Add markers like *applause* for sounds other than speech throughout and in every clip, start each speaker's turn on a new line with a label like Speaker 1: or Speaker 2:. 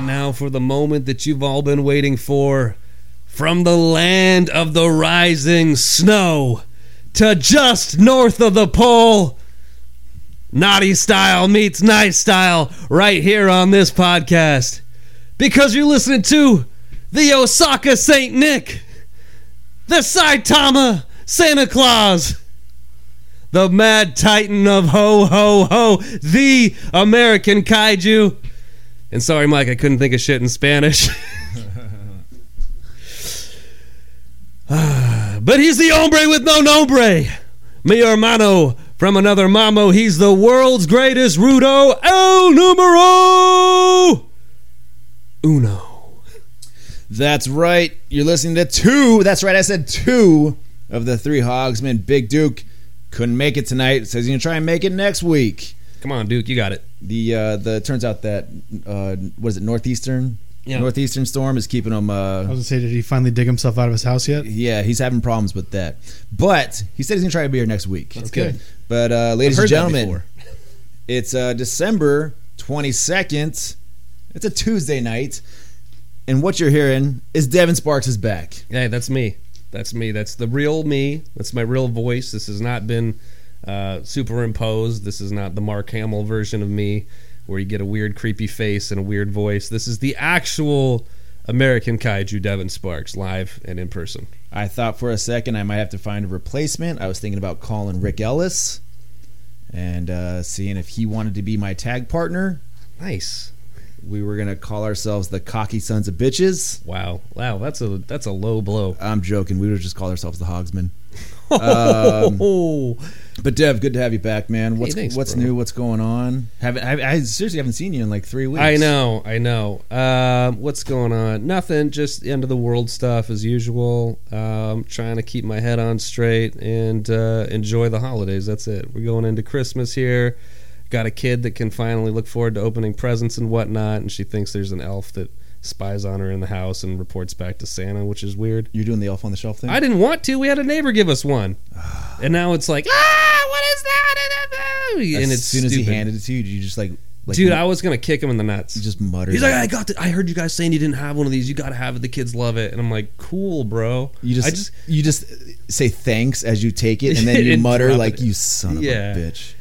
Speaker 1: now for the moment that you've all been waiting for. From the land of the rising snow to just north of the pole, naughty style meets nice style right here on this podcast. Because you're listening to the Osaka St. Nick, the Saitama Santa Claus the mad titan of ho ho ho, the American kaiju. And sorry, Mike, I couldn't think of shit in Spanish. *laughs* Ah, but he's the hombre with no nombre. Mi hermano from another mamo. He's the world's greatest rudo el numero uno.
Speaker 2: That's right. You're listening to two. That's right. I said two of the three Hogsmen. Big Duke couldn't make it tonight. Says he's gonna try and make it next week.
Speaker 1: Come on, Duke, you got it.
Speaker 2: The uh, the turns out that uh, what is it northeastern
Speaker 1: Yeah.
Speaker 2: northeastern storm is keeping him.
Speaker 3: I
Speaker 2: Uh,
Speaker 3: was gonna say, did he finally dig himself out of his house yet?
Speaker 2: yeah, he's having problems with that. But he said he's gonna try to be here next week.
Speaker 1: That's good.
Speaker 2: But uh, ladies
Speaker 1: I've heard
Speaker 2: and
Speaker 1: that
Speaker 2: gentlemen,
Speaker 1: before.
Speaker 2: it's uh, December twenty second. It's a Tuesday night, and what you're hearing is Devin Sparks is back.
Speaker 1: Hey, that's me. That's me. That's the real me. That's my real voice. This has not been uh, superimposed. This is not the Mark Hamill version of me, where you get a weird, creepy face and a weird voice. This is the actual American Kaiju Devin Sparks, live and in person.
Speaker 2: I thought for a second I might have to find a replacement. I was thinking about calling Rick Ellis and uh, seeing if he wanted to be my tag partner.
Speaker 1: Nice.
Speaker 2: We were gonna call ourselves the cocky sons of bitches.
Speaker 1: Wow. Wow. That's a that's a low blow. *laughs*
Speaker 2: I'm joking. We would have just called ourselves the Hogsmen.
Speaker 1: oh,
Speaker 2: But Dev, good to have you back, man. What's
Speaker 1: thanks,
Speaker 2: what's
Speaker 1: bro.
Speaker 2: new? What's going on? Haven't I, I seriously haven't seen you in like three weeks.
Speaker 1: I know. I know. Um, what's going on? Nothing. Just end of the world stuff as usual. Um, trying to keep my head on straight and uh, enjoy the holidays. That's it. We're going into Christmas here. Got a kid that can finally look forward to opening presents and whatnot, and she thinks there's an elf that spies on her in the house and reports back to Santa, which is weird.
Speaker 2: You're doing the elf on the shelf thing.
Speaker 1: I didn't want to. We had a neighbor give us
Speaker 2: *sighs*
Speaker 1: one, and now it's like, ah, what is that?
Speaker 2: as
Speaker 1: And it's
Speaker 2: soon as he
Speaker 1: stupid.
Speaker 2: handed it to you, did you just like, like
Speaker 1: Dude,
Speaker 2: you,
Speaker 1: I was gonna kick him in the nuts.
Speaker 2: you just muttered.
Speaker 1: He's like, I got. The, I heard you guys saying you didn't have one of these. You got to have it. The kids love it. And I'm like, cool, bro.
Speaker 2: you just,
Speaker 1: I just,
Speaker 2: you just say thanks as you take it,
Speaker 1: *laughs*
Speaker 2: and then you
Speaker 1: And
Speaker 2: mutter
Speaker 1: drop
Speaker 2: like,
Speaker 1: it.
Speaker 2: "You son of
Speaker 1: Yeah.
Speaker 2: a bitch."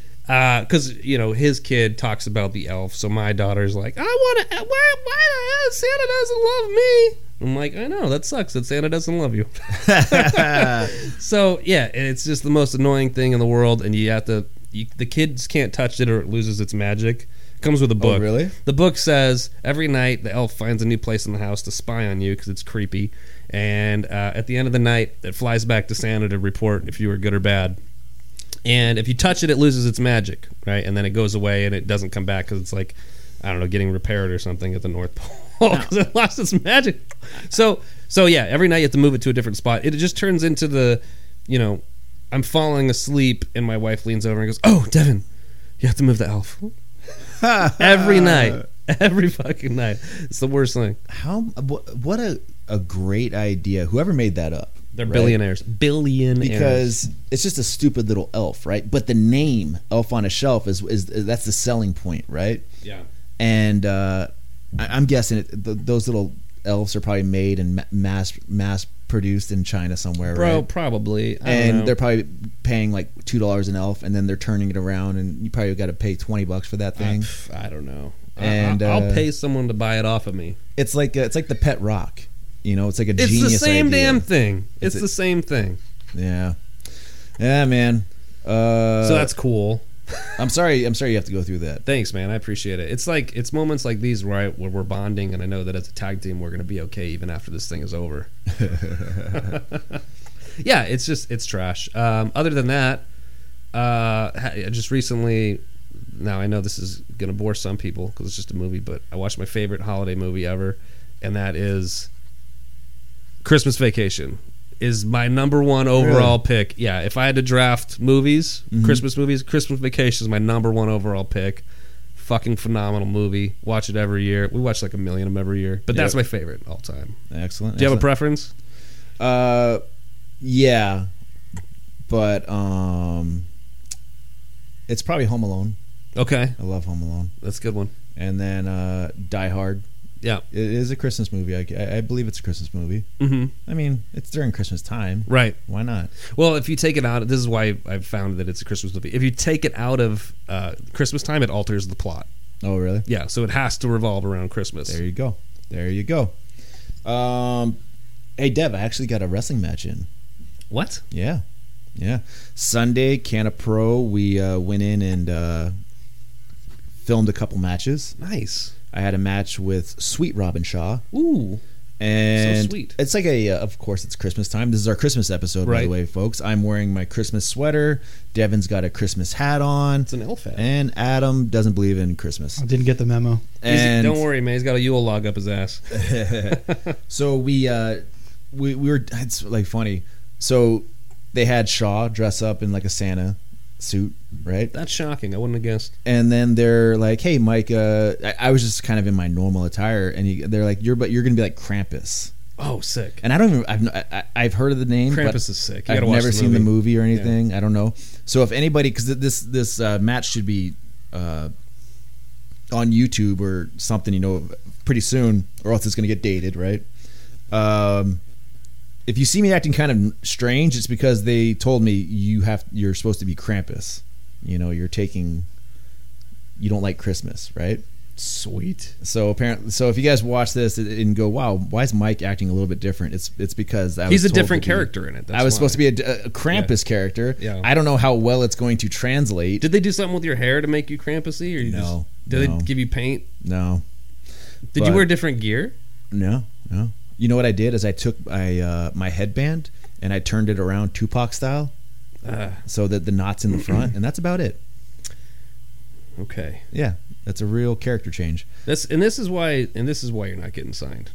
Speaker 1: because uh, you know his kid talks about the elf, so my daughter's like, I want to. Why, why the hell Santa doesn't love me? I'm like, I know that sucks that Santa doesn't love you. *laughs*
Speaker 2: *laughs*
Speaker 1: Oh, so yeah, and it's just the most annoying thing in the world, and you have to. You, the kids can't touch it or it loses its magic. Comes with a book.
Speaker 2: really?
Speaker 1: The book says every night the elf finds a new place in the house to spy on you because it's creepy, and uh, at the end of the night it flies back to Santa to report if you were good or bad. And if you touch it, it loses its magic, right? And then it goes away and it doesn't come back because it's like, I don't know, getting repaired or something at the North Pole *laughs* because it lost its magic. So, so yeah, every night you have to move it to a different spot. It just turns into the, you know, I'm falling asleep and my wife leans over and goes, "Oh, Devin, you have to move the elf."
Speaker 2: Uh,
Speaker 1: every night, *laughs* every fucking night. It's the worst thing.
Speaker 2: How? wh- What a a great idea! Whoever made that up.
Speaker 1: They're
Speaker 2: right?
Speaker 1: billionaires. Billionaires.
Speaker 2: Because it's just a stupid little elf, right? But the name "Elf on a Shelf" is is that's the selling point, right?
Speaker 1: yeah.
Speaker 2: And uh, I, I'm guessing it, th- those little elves are probably made and ma- mass mass produced in China somewhere,
Speaker 1: Bro,
Speaker 2: right?
Speaker 1: probably. I don't
Speaker 2: And
Speaker 1: know.
Speaker 2: they're probably paying like two dollars an elf, and then they're turning it around, and you probably got to pay twenty bucks for that
Speaker 1: I,
Speaker 2: thing.
Speaker 1: pff, I don't know.
Speaker 2: And,
Speaker 1: I, I- I'll
Speaker 2: uh,
Speaker 1: pay someone to buy it off of me.
Speaker 2: It's like a, it's like the pet rock, you know. It's like a
Speaker 1: It's the
Speaker 2: genius
Speaker 1: same
Speaker 2: idea.
Speaker 1: damn thing. It's,
Speaker 2: It's a-
Speaker 1: the same thing.
Speaker 2: yeah, yeah, man. Uh,
Speaker 1: so that's cool.
Speaker 2: I'm sorry. I'm sorry you have to go through that.
Speaker 1: Thanks, man. I appreciate it. It's like it's moments like these, right, where we're bonding, and I know that as a tag team, we're gonna be okay even after this thing is over. *laughs* yeah, it's just it's trash. Um, other than that, uh, ha- I just recently, now I know this is gonna bore some people because it's just a movie, but I watched my favorite holiday movie ever, and that is Christmas Vacation. Is my number one overall pick. Yeah, if I had to draft movies, Christmas movies, Christmas Vacation is my number one overall pick. Fucking phenomenal movie. Watch it every year. We watch like a million of them every year, but that's my
Speaker 2: Yep.
Speaker 1: favorite all time.
Speaker 2: Excellent.
Speaker 1: Do you have a
Speaker 2: excellent.
Speaker 1: preference?
Speaker 2: Uh, yeah, but um, it's probably Home Alone.
Speaker 1: Okay,
Speaker 2: I love Home Alone,
Speaker 1: that's a good one.
Speaker 2: and then uh, Die Hard.
Speaker 1: Yeah.
Speaker 2: It is a Christmas movie. I, I- I believe it's a Christmas movie.
Speaker 1: hmm
Speaker 2: I mean, it's during Christmas time.
Speaker 1: Right.
Speaker 2: Why not?
Speaker 1: Well, if you take it out, this is why I've found that it's a Christmas movie. If you take it out of uh, Christmas time, it alters the plot.
Speaker 2: Oh, really?
Speaker 1: Yeah, so it has to revolve around Christmas.
Speaker 2: There you go. There you go. Um, hey, Dev, I actually got a wrestling match in.
Speaker 1: What?
Speaker 2: Yeah, yeah. Sunday, Canna Pro, we uh, went in and uh, filmed a couple matches.
Speaker 1: Nice.
Speaker 2: I had a match with Sweet Robin Shaw,
Speaker 1: Ooh.
Speaker 2: and
Speaker 1: So sweet.
Speaker 2: it's like a. Uh, of course, it's Christmas time. This is our Christmas episode, by the
Speaker 1: Right.
Speaker 2: way, folks. I'm wearing my Christmas sweater. Devin's got a Christmas hat on,
Speaker 1: It's an elf hat.
Speaker 2: and Adam doesn't believe in Christmas.
Speaker 3: I didn't get the memo.
Speaker 1: He's-
Speaker 2: And
Speaker 1: don't worry, man. He's got a Yule log up his ass.
Speaker 2: So we uh we, we were it's like funny. So they had Shaw dress up in like a Santa suit, right?
Speaker 1: That's shocking. I wouldn't have guessed.
Speaker 2: And then they're like, "Hey, Mike, uh, I, I was just kind of in my normal attire," and he, they're like, "You're but you're gonna be like Krampus."
Speaker 1: Oh, sick.
Speaker 2: And I don't even I've n- I, I- I've heard of the name. but
Speaker 1: Krampus is sick. You
Speaker 2: I've
Speaker 1: gotta watch
Speaker 2: never
Speaker 1: the
Speaker 2: seen the movie or
Speaker 1: Yeah.
Speaker 2: anything. I don't know. So if anybody, because this this uh, match should be uh, on YouTube or something, you know, pretty soon, or else it's going to get dated, right? Um, if you see me acting kind of strange, it's because they told me you have you're supposed to be Krampus. You know, you're taking. You don't like Christmas, right?
Speaker 1: Sweet.
Speaker 2: So apparently, so if you guys watch this and go, "Wow, why is Mike acting a little bit different?" It's it's because I
Speaker 1: He's
Speaker 2: was
Speaker 1: a
Speaker 2: told to
Speaker 1: different
Speaker 2: be-
Speaker 1: character in it. That's
Speaker 2: I was
Speaker 1: why.
Speaker 2: supposed to be a, a Krampus character.
Speaker 1: Yeah.
Speaker 2: I don't know how well it's going to translate.
Speaker 1: Did they do something with your hair to make you Krampusy, or you
Speaker 2: No,
Speaker 1: Just, did
Speaker 2: no.
Speaker 1: they give you paint?
Speaker 2: No,
Speaker 1: Did
Speaker 2: But-
Speaker 1: you wear different gear?
Speaker 2: no, no. You know what I did is I took my uh, my headband and I turned it around Tupac style,
Speaker 1: Uh,
Speaker 2: so that the knots in the front, and that's about it.
Speaker 1: okay.
Speaker 2: Yeah, that's a real character change.
Speaker 1: That's and this is why and this is why you're not getting signed.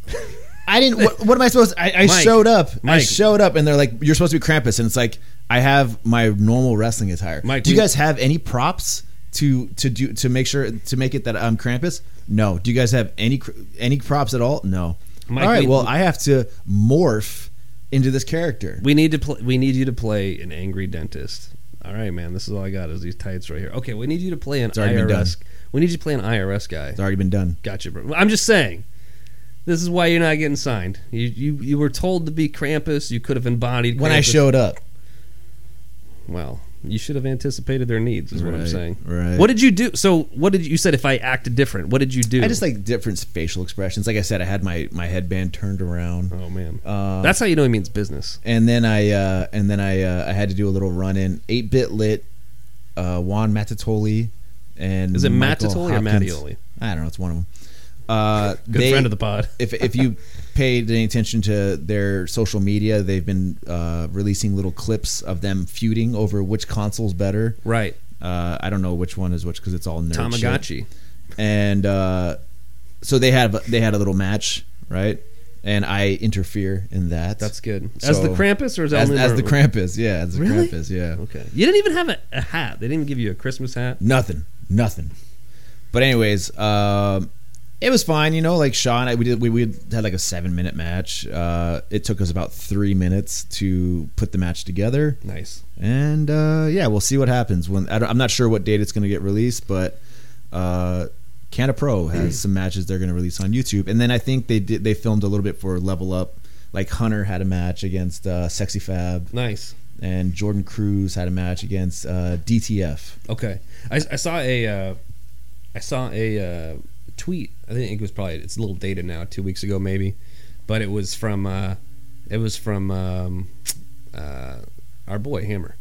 Speaker 2: I didn't. What, what am I supposed? I, I
Speaker 1: Mike,
Speaker 2: showed up. I
Speaker 1: Mike.
Speaker 2: showed up, and they're like, "You're supposed to be Krampus," and it's like, I have my normal wrestling attire.
Speaker 1: Mike,
Speaker 2: do you
Speaker 1: we-
Speaker 2: guys have any props to to do to make sure to make it that I'm Krampus? No. Do you guys have any cr- any props at all? No.
Speaker 1: Mike,
Speaker 2: all right.
Speaker 1: we-
Speaker 2: well, I have to morph into this character.
Speaker 1: We need to play. We need you to play an angry dentist. All right, man. This is all I got is these tights right here. Okay, we need you to play an
Speaker 2: already been
Speaker 1: IRS. We need you to play an IRS guy.
Speaker 2: It's already been done.
Speaker 1: Gotcha, bro. I'm just saying. This is why you're not getting signed. You you, you were told to be Krampus. You could have embodied.
Speaker 2: When I
Speaker 1: Krampus.
Speaker 2: showed up,
Speaker 1: well, you should have anticipated their needs. Is what I'm
Speaker 2: Right,
Speaker 1: saying.
Speaker 2: right.
Speaker 1: What did you do? So what did you, you said? If I acted different, what did you do?
Speaker 2: I just like different facial expressions. Like I said, I had my my headband turned around.
Speaker 1: Oh man,
Speaker 2: Uh,
Speaker 1: that's how you know he means business.
Speaker 2: and then I uh, and then I uh, I had to do a little run in. Eight bit lit, uh, Juan Matatoli, and
Speaker 1: Is it
Speaker 2: Michael
Speaker 1: Mattatoli or
Speaker 2: Hopkins.
Speaker 1: Mattioli?
Speaker 2: I don't know. It's one of them. Uh,
Speaker 1: Good
Speaker 2: they-
Speaker 1: friend of the pod.
Speaker 2: *laughs* if if you paid any attention to their social media, they've been uh, releasing little clips of them feuding over which console's better.
Speaker 1: Right,
Speaker 2: Uh, I don't know which one is which because it's all nerd shit
Speaker 1: Tamagotchi.
Speaker 2: and uh, so they have they had a little match, right? And I interfere in that.
Speaker 1: That's good. As the Krampus or as
Speaker 2: as,
Speaker 1: El
Speaker 2: as the
Speaker 1: Numero?
Speaker 2: Krampus? Yeah, as the
Speaker 1: Really?
Speaker 2: Krampus. Yeah,
Speaker 1: Okay. You didn't even have a, a hat. They didn't even give you a Christmas hat.
Speaker 2: nothing, nothing. But anyways, um, it was fine. You know, like Sean, I, we did we, we had like a seven minute match. Uh, it took us about three minutes to put the match together,
Speaker 1: Nice.
Speaker 2: and uh, yeah, we'll see what happens when I don't, I'm not sure what date it's going to get released, but. Uh, Canada Pro has some matches they're going to release on YouTube, and then I think they did they filmed a little bit for Level Up. Like Hunter had a match against uh, Sexy Fab,
Speaker 1: Nice.
Speaker 2: and Jordan Cruz had a match against uh, DTF.
Speaker 1: Okay. I, I saw a uh, I saw a uh, tweet. I think it was probably it's a little dated now, two weeks ago maybe, but it was from uh, it was from um, uh, our boy Hammer.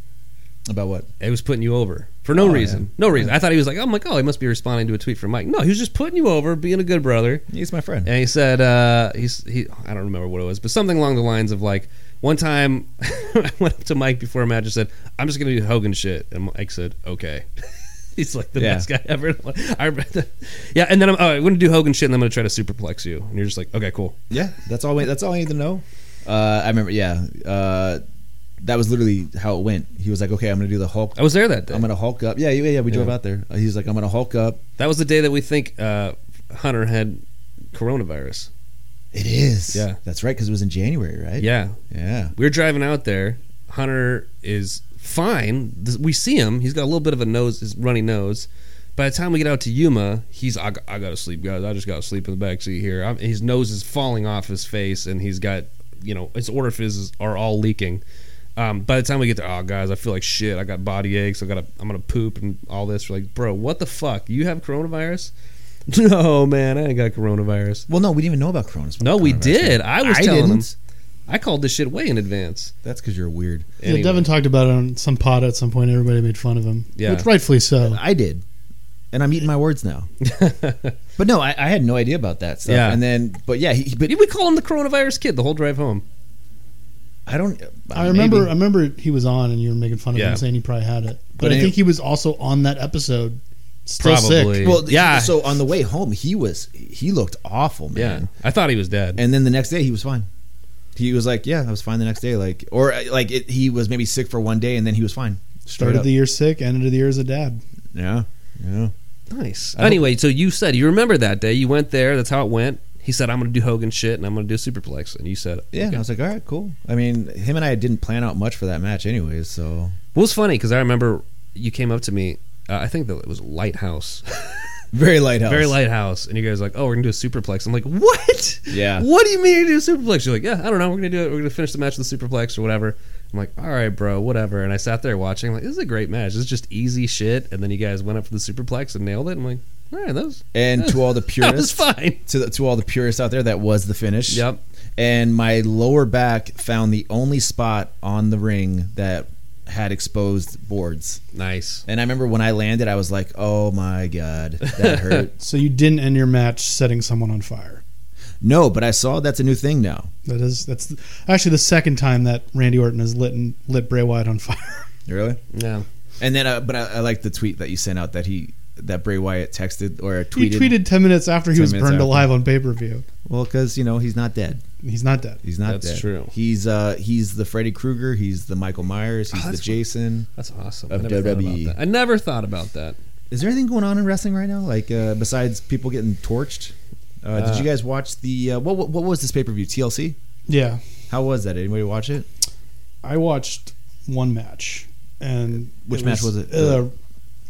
Speaker 2: About what?
Speaker 1: It was putting you over for no
Speaker 2: Oh,
Speaker 1: reason. No reason. I thought he was like, oh my god, he must be responding to a tweet from Mike. No, he was just putting you over, being a good brother.
Speaker 2: He's my friend.
Speaker 1: and he said uh, he's he I don't remember what it was, but something along the lines of like one time *laughs* I went up to Mike before a match and said I'm just gonna do Hogan shit, and Mike said okay. *laughs* He's like the
Speaker 2: Yeah.
Speaker 1: best guy ever. *laughs* And I'm like, I remember that. yeah, and then I'm, oh, I'm going to do Hogan shit, and then I'm going to try to superplex you, and you're just like, okay, cool.
Speaker 2: Yeah, that's all. We, that's all I need to know. Uh, I remember. Yeah, uh, that was literally how it went. He was like, "Okay, I'm going to do the Hulk.
Speaker 1: I was there that day.
Speaker 2: I'm going to Hulk up." Yeah, yeah, yeah. We drove
Speaker 1: Yeah.
Speaker 2: out there. Uh, He's like, "I'm going to Hulk up."
Speaker 1: that was the day that we think uh, Hunter had coronavirus.
Speaker 2: It is.
Speaker 1: Yeah.
Speaker 2: that's right. Because it was in January, right?
Speaker 1: Yeah,
Speaker 2: yeah.
Speaker 1: we were driving out there. Hunter is fine. This- We see him. He's got a little bit of a nose, his runny nose, By the time we get out to Yuma, he's I, I gotta sleep, guys. I just gotta sleep in the back seat here. I'm, his nose is falling off his face, and he's got you know his orifices are all leaking. Um, by the time we get there, oh guys, I feel like shit. I got body aches. I gotta I'm gonna poop and all this. We're like, bro, what the fuck? You have coronavirus? *laughs* No, man, I ain't got coronavirus.
Speaker 2: Well, no, we didn't even know about coronavirus.
Speaker 1: No, we did. I was
Speaker 2: I
Speaker 1: telling him.
Speaker 2: didn't.
Speaker 1: I called this shit way in advance.
Speaker 2: That's because you're weird.
Speaker 1: Anyway.
Speaker 3: Yeah, Devin talked about it on some pod at some point. Everybody made fun of him.
Speaker 1: Yeah.
Speaker 3: Which rightfully so.
Speaker 2: I did, and I'm eating my words now. *laughs* but no, I, I had no idea about that stuff.
Speaker 1: Yeah.
Speaker 2: And then, but yeah, he, but
Speaker 1: Did we call him the coronavirus kid the whole drive home?
Speaker 2: I um, don't.
Speaker 3: I remember
Speaker 2: maybe.
Speaker 3: I remember he was on and you were making fun of
Speaker 1: Yeah.
Speaker 3: him saying he probably had it. But,
Speaker 2: But
Speaker 3: I
Speaker 2: any-
Speaker 3: think he was also on that episode. Still
Speaker 1: Probably.
Speaker 3: sick.
Speaker 2: Well,
Speaker 1: Yeah.
Speaker 2: yeah. So on the way home, he was he looked awful,
Speaker 1: Yeah,
Speaker 2: man.
Speaker 1: I thought he was dead.
Speaker 2: And then the next day, he was fine. He was like, "Yeah, I was fine." The next day, like, or uh, like it, he was maybe sick for one day, and then he was fine. Straight
Speaker 3: Started
Speaker 2: up.
Speaker 3: the year sick, ended the year as a dad.
Speaker 2: yeah, yeah.
Speaker 1: Nice. Anyway, so you said you remember that day. You went there. That's how it went. He said, "I'm going to do Hogan shit and I'm going to do Superplex." And you said,
Speaker 2: Yeah, and
Speaker 1: okay.
Speaker 2: I was like, all right, cool. I mean, him and I didn't plan out much for that match, anyways. So *laughs*
Speaker 1: Well, it's funny because I remember you came up to me. Uh, I think that it was Lighthouse,
Speaker 2: very lighthouse,
Speaker 1: very Lighthouse, and you guys were like, "Oh, we're going to do a Superplex." I'm like, "What?
Speaker 2: Yeah.
Speaker 1: *laughs* What do you mean you're going to do a Superplex?" You're like, "Yeah, I don't know. We're going to do it. We're going to finish the match with the Superplex or whatever." I'm like, "All right, bro, whatever." And I sat there watching. I'm like, "This is a great match. This is just easy shit." And then you guys went up for the Superplex and nailed it. I'm like, "All right, that was
Speaker 2: And to all
Speaker 1: *laughs*
Speaker 2: the
Speaker 1: that was
Speaker 2: purists,
Speaker 1: fine."
Speaker 2: to the, to all the purists out there, that was the finish.
Speaker 1: Yep.
Speaker 2: And my lower back found the only spot on the ring that had exposed boards.
Speaker 1: Nice.
Speaker 2: And I remember when I landed, I was like, "Oh my god,
Speaker 1: *laughs*
Speaker 2: that hurt."
Speaker 3: So you didn't end your match setting someone on fire.
Speaker 2: no, but I saw that's a new thing now.
Speaker 3: That is that's actually the second time that Randy Orton has lit and lit Bray Wyatt on fire. *laughs*
Speaker 2: Really?
Speaker 1: Yeah.
Speaker 2: And then, uh, but I, I like the tweet that you sent out that he that Bray Wyatt texted or tweeted.
Speaker 3: He tweeted ten minutes after he
Speaker 2: 10
Speaker 3: was
Speaker 2: minutes
Speaker 3: burned
Speaker 2: after.
Speaker 3: alive on pay per view.
Speaker 2: Well, because you know he's not dead.
Speaker 3: He's not dead.
Speaker 2: He's not
Speaker 1: That's
Speaker 2: dead.
Speaker 1: true.
Speaker 2: He's uh he's the Freddy Krueger. He's the Michael Myers. He's the
Speaker 1: Oh, that's-
Speaker 2: Jason.
Speaker 1: That's awesome. I
Speaker 2: Of
Speaker 1: never, thought about
Speaker 2: WWE.
Speaker 1: that. I never thought about that.
Speaker 2: Is there anything going on in wrestling right now? Like uh, besides people getting torched? Uh, did you guys watch the uh, what, what? What was this pay per view? TLC.
Speaker 3: Yeah.
Speaker 2: How was that? Anybody watch it?
Speaker 3: I watched one match, and
Speaker 2: Which match was it?
Speaker 3: Uh,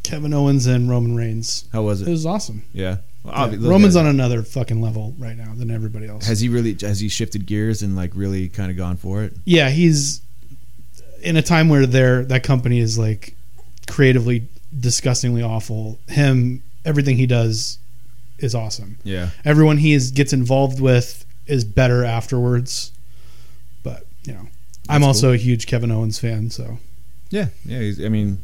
Speaker 3: Kevin Owens and Roman Reigns.
Speaker 2: How was
Speaker 3: It
Speaker 2: it?
Speaker 3: was awesome.
Speaker 2: yeah. Well,
Speaker 3: Yeah.
Speaker 2: obvi- those
Speaker 3: Roman's
Speaker 2: guys-
Speaker 3: on another fucking level right now than everybody else.
Speaker 2: Has he really? Has he shifted gears and like really kind of gone for it?
Speaker 3: yeah, he's in a time where their that company is like creatively disgustingly awful. Him, everything he does is awesome.
Speaker 2: Yeah.
Speaker 3: Everyone he is gets involved with is better afterwards. But you know, I'm
Speaker 2: That's
Speaker 3: also a huge Kevin Owens
Speaker 2: *laughs*
Speaker 3: fan, so
Speaker 2: Yeah. Yeah. He's, I mean,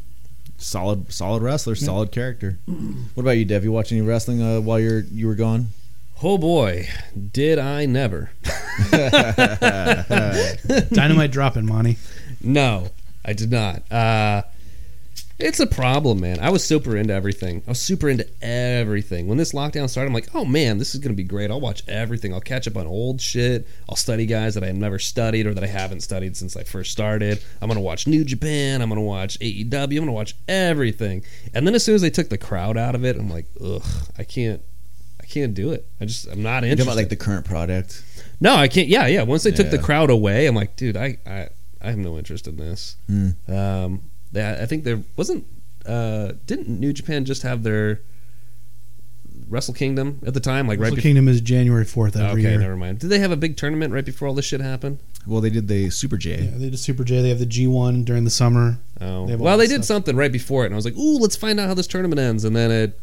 Speaker 2: solid, solid wrestler, solid character. What about you, Dev? You watch any wrestling uh, while you're you were gone?
Speaker 1: Oh boy, did I never.
Speaker 3: dynamite dropping, Monty.
Speaker 1: No, I did not. Uh, it's a problem, man. I was super into everything. I was super into everything. When this lockdown started, I'm like, oh man, this is going to be great. I'll watch everything. I'll catch up on old shit. I'll study guys that I had never studied or that I haven't studied since I first started. I'm going to watch New Japan. I'm going to watch AEW. I'm going to watch everything. And then as soon as they took the crowd out of it, I'm like, ugh, I can't. I can't do it. I just I'm not
Speaker 2: You
Speaker 1: interested.
Speaker 2: talking about like the current product?
Speaker 1: No, I can't. Yeah, yeah. Once they took the
Speaker 2: Yeah.
Speaker 1: crowd away, I'm like, dude, I, I, I have no interest in this.
Speaker 2: Hmm.
Speaker 1: Um, they, I think there wasn't. Uh, didn't New Japan just have their Wrestle Kingdom at the time? Like right
Speaker 3: Wrestle
Speaker 1: before.
Speaker 3: Kingdom is January fourth every
Speaker 1: okay,
Speaker 3: year.
Speaker 1: never mind. Did they have a big tournament right before all this shit happened?
Speaker 2: Well, they did the Super J.
Speaker 3: Yeah, they did Super J. They have the G one during the summer.
Speaker 1: Oh,
Speaker 3: They have all
Speaker 1: well, they
Speaker 3: that
Speaker 1: did
Speaker 3: stuff.
Speaker 1: something right before it, and I was like, ooh, let's find out how this tournament ends. And then it,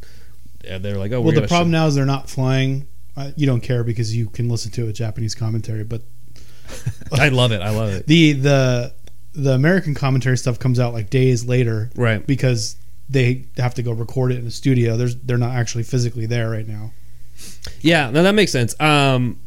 Speaker 1: and they were like, oh,
Speaker 3: well,
Speaker 1: we're
Speaker 3: the problem now is they're not flying. Uh, you don't care because you can listen to a Japanese commentary, but
Speaker 1: now. I love it. I love
Speaker 3: *laughs*
Speaker 1: it.
Speaker 3: the the the American commentary stuff comes out like days later
Speaker 1: Right.
Speaker 3: because they have to go record it in a studio. There's they're not actually physically there right now.
Speaker 1: Yeah, no, that makes sense. Um,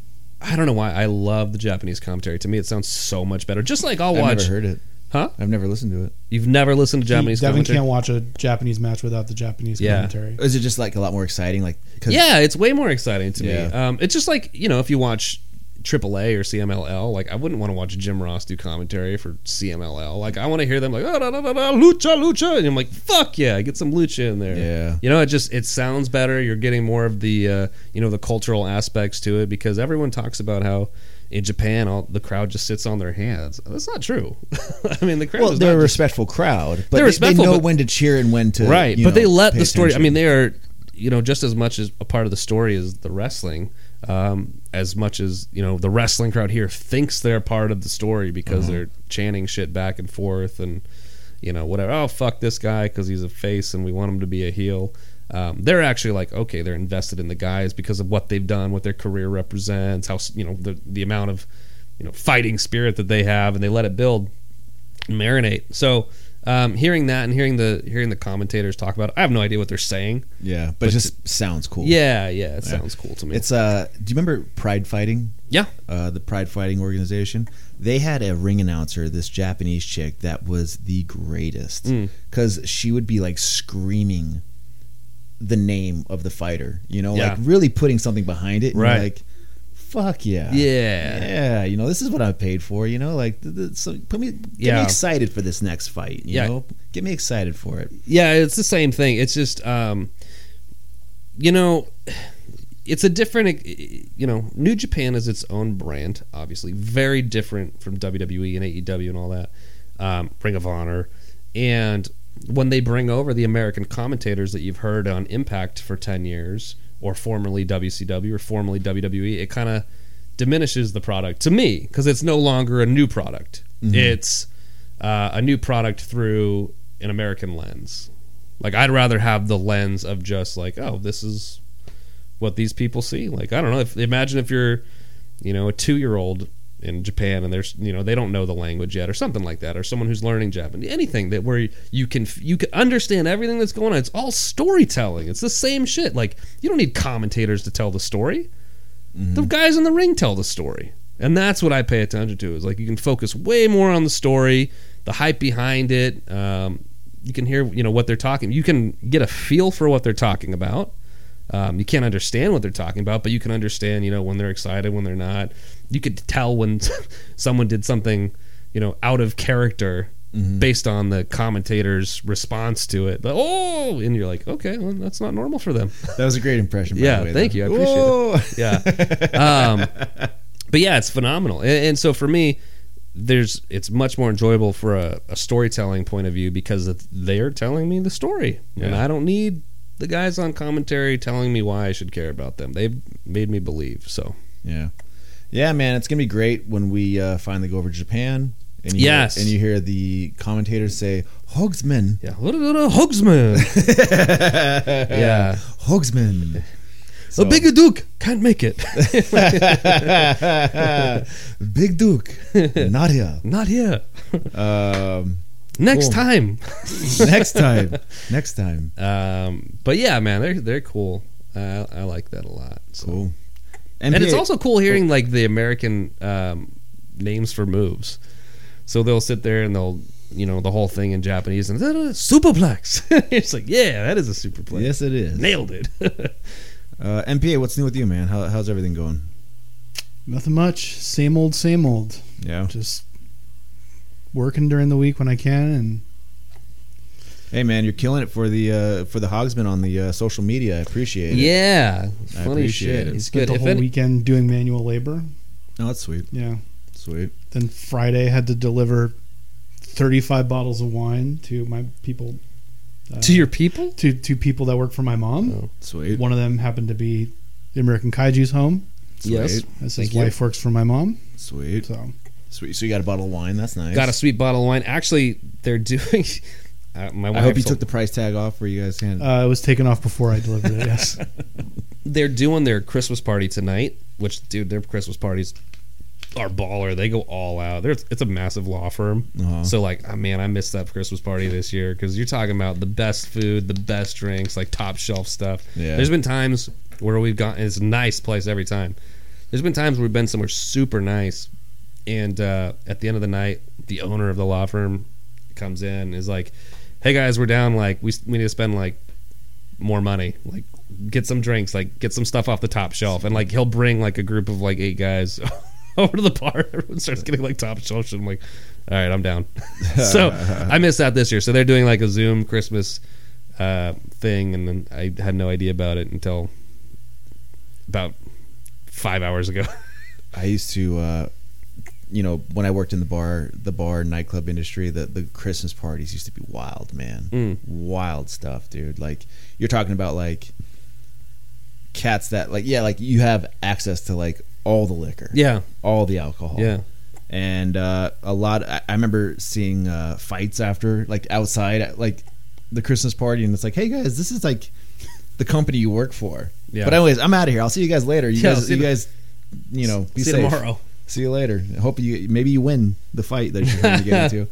Speaker 1: I don't know why I love the Japanese commentary. To me, it sounds so much better. Just like I'll
Speaker 2: I've
Speaker 1: watch.
Speaker 2: never heard it.
Speaker 1: Huh?
Speaker 2: I've never listened to it.
Speaker 1: You've never listened to Japanese
Speaker 3: He- Devin
Speaker 1: commentary?
Speaker 3: can't watch a Japanese match without the Japanese
Speaker 1: Yeah.
Speaker 3: commentary.
Speaker 2: Is it just like a lot more exciting? Like, 'cause-
Speaker 1: Yeah, it's way more exciting to me.
Speaker 2: Yeah.
Speaker 1: Um, it's just like you know, if you watch AAA or CMLL. Like I wouldn't want to watch Jim Ross do commentary for CMLL. Like I want to hear them like oh, da, da, da, da, lucha lucha, and I'm like fuck yeah, get some lucha in there.
Speaker 2: Yeah.
Speaker 1: You know, it just it sounds better. You're getting more of the uh, you know the cultural aspects to it because everyone talks about how in Japan all the crowd just sits on their hands. That's not true. *laughs* I mean, the crowd
Speaker 2: Well,
Speaker 1: is
Speaker 2: they're a
Speaker 1: not just-
Speaker 2: respectful crowd, but
Speaker 1: They're
Speaker 2: they,
Speaker 1: respectful,
Speaker 2: they know
Speaker 1: but-
Speaker 2: when to cheer and when to
Speaker 1: right,
Speaker 2: you
Speaker 1: but
Speaker 2: know,
Speaker 1: they let
Speaker 2: pay
Speaker 1: the story. I
Speaker 2: attention.
Speaker 1: mean, they are you know just as much as a part of the story as the wrestling. Um, as much as you know, the wrestling crowd here thinks they're part of the story because
Speaker 2: Uh-huh.
Speaker 1: they're chanting shit back and forth and you know whatever. Oh fuck this guy because he's a face and we want him to be a heel. Um, they're actually like okay, they're invested in the guys because of what they've done, what their career represents, how s- you know the the amount of you know fighting spirit that they have, and they let it build marinate. So um, hearing that and hearing the hearing the commentators talk about it, I have no idea what they're saying.
Speaker 2: yeah, but, it just sounds cool.
Speaker 1: Yeah, yeah, it sounds cool to me.
Speaker 2: It's uh, do you remember Pride Fighting?
Speaker 1: yeah,
Speaker 2: uh, the Pride Fighting organization, they had a ring announcer, this Japanese chick that was the greatest
Speaker 1: Mm.
Speaker 2: because she would be like screaming the name of the fighter, you know,
Speaker 1: Yeah.
Speaker 2: like really putting something behind it, and you're
Speaker 1: Right.
Speaker 2: Like, fuck yeah,
Speaker 1: Yeah.
Speaker 2: yeah, you know, this is what I paid for, you know, like th- th- so put me, get me
Speaker 1: Yeah.
Speaker 2: excited for this next fight, you
Speaker 1: Yeah.
Speaker 2: know, get me excited for it.
Speaker 1: yeah, it's the same thing. It's just um, you know, it's a different e, you know, New Japan is its own brand, obviously, very different from WWE and AEW and all that. Um, Ring of Honor, and when they bring over the American commentators that you've heard on Impact for ten years, or formerly WCW or formerly WWE, it kind of diminishes the product to me because it's no longer a new product. It's uh, a new product through an American lens. Like I'd rather have the lens of just like, oh, this is what these people see. Like I don't know. If, imagine if you're, you know, a two year old in Japan and there's you know they don't know the language yet or something like that or someone who's learning Japanese anything that where you can you can understand everything that's going on it's all storytelling it's the same shit like you don't need commentators to tell the story the guys in the ring tell the story and that's what I pay attention to is like you can focus way more on the story the hype behind it um, you can hear you know what they're talking you can get a feel for what they're talking about um, you can't understand what they're talking about, but you can understand, you know, when they're excited, when they're not. You could tell when *laughs* someone did something, you know, out of character
Speaker 2: Mm.
Speaker 1: based on the commentator's response to it. But, oh, and you're like, okay, well, that's not normal for them.
Speaker 2: That was a great impression. By
Speaker 1: Yeah,
Speaker 2: the way,
Speaker 1: thank
Speaker 2: though.
Speaker 1: you. I appreciate it.
Speaker 2: Whoa.
Speaker 1: yeah. Um, but yeah, it's phenomenal. And, and so for me, there's it's much more enjoyable for a, a storytelling point of view because if they're telling me the story, and
Speaker 2: Yeah.
Speaker 1: I don't need the guys on commentary telling me why I should care about them. They've made me believe. So
Speaker 2: *laughs* Yeah, yeah, man, it's gonna be great when we uh, finally go over to Japan. And you
Speaker 1: Yes.
Speaker 2: hear, and you hear the commentators say "Hogsman,"
Speaker 1: yeah, *laughs* Hogsman, *laughs* yeah,
Speaker 2: *laughs* Hogsman, So-
Speaker 1: a bigger duke can't make *laughs* it. *laughs*
Speaker 2: *laughs* Big Duke, Nadia.
Speaker 1: Not here.
Speaker 2: Um,
Speaker 1: Next
Speaker 2: Cool.
Speaker 1: time.
Speaker 2: *laughs* next time, next time.
Speaker 1: Um, but yeah, man, they're they're cool. Uh, I like that a lot. So.
Speaker 2: Cool.
Speaker 1: and it's
Speaker 2: NBA
Speaker 1: also cool hearing like the American um, names for moves. So they'll sit there and they'll you know the whole thing in Japanese and "Da, da, da, superplex. *laughs* it's like yeah, that is a superplex.
Speaker 2: Yes, it is.
Speaker 1: Nailed it. *laughs*
Speaker 2: Uh, MPA, what's new with you, man? How, how's everything going?
Speaker 3: Nothing much. Same old, same old.
Speaker 2: Yeah.
Speaker 3: Just working during the week when I can and
Speaker 2: Hey, man, you're killing it for the uh, for the Hogsman on the uh, social media. I appreciate it.
Speaker 1: yeah,
Speaker 2: I
Speaker 1: funny
Speaker 2: appreciate
Speaker 1: shit.
Speaker 2: it.
Speaker 1: It's
Speaker 3: spent
Speaker 1: good.
Speaker 3: the
Speaker 1: If
Speaker 3: whole
Speaker 1: any-
Speaker 3: weekend doing manual labor.
Speaker 2: No, that's sweet.
Speaker 3: Yeah.
Speaker 2: Sweet.
Speaker 3: Then Friday had to deliver 35 bottles of wine to my people uh,
Speaker 1: to your people,
Speaker 3: to to people that work for my mom.
Speaker 2: Oh, Sweet.
Speaker 3: One of them happened to be the American Kaiju's home.
Speaker 2: Sweet.
Speaker 1: yes.
Speaker 3: As his
Speaker 1: Thank you.
Speaker 3: wife works for my mom.
Speaker 2: Sweet.
Speaker 3: So
Speaker 2: Sweet. So you got a bottle of wine. That's nice.
Speaker 1: got a sweet bottle of wine. Actually, they're *laughs* doing. Uh, my
Speaker 2: I hope you
Speaker 1: wife's-
Speaker 2: took the price tag off where you guys handed.
Speaker 3: uh, it was taken off before I delivered
Speaker 2: *laughs*
Speaker 3: it. Yes.
Speaker 1: they're doing their Christmas party tonight, which dude, their Christmas parties are baller. They go all out. There's it's a massive law firm.
Speaker 2: Uh-huh.
Speaker 1: So like, oh, man, I missed that Christmas party this year because you're talking about the best food, the best drinks, like top shelf stuff.
Speaker 2: Yeah.
Speaker 1: There's been times where we've gotten it's a nice place every time. There's been times where we've been somewhere super nice, and uh, at the end of the night, the owner of the law firm comes in and is like, "Hey guys, we're down. Like we we need to spend like more money. Like get some drinks, like get some stuff off the top shelf, and like he'll bring like a group of like eight guys *laughs* over to the bar. *laughs* Everyone starts getting like top shelf. shit. I'm like, all right, I'm down. *laughs* so I missed out this year. So they're doing like a Zoom Christmas uh, thing, and then I had no idea about it until about five hours ago. *laughs*
Speaker 2: I used to, uh, you know, when I worked in the bar, the bar nightclub industry, the the Christmas parties used to be wild, man,
Speaker 1: Mm.
Speaker 2: wild stuff, dude. Like you're talking about like cats that like yeah, like you have access to like all the liquor,
Speaker 1: yeah,
Speaker 2: all the alcohol,
Speaker 1: yeah.
Speaker 2: and uh, a lot. I, I remember seeing uh, fights after, like outside, at, like the Christmas party, and it's like, hey guys, this is like the company you work for.
Speaker 1: Yeah.
Speaker 2: But anyways, I'm out of here. I'll see you guys later. You
Speaker 1: Yeah, I'll
Speaker 2: guys,
Speaker 1: see
Speaker 2: you
Speaker 1: you-
Speaker 2: guys, you know, be
Speaker 1: See you
Speaker 2: safe.
Speaker 1: tomorrow.
Speaker 2: See you later. I hope you maybe you win the fight that you're trying to get
Speaker 1: *laughs*
Speaker 2: into.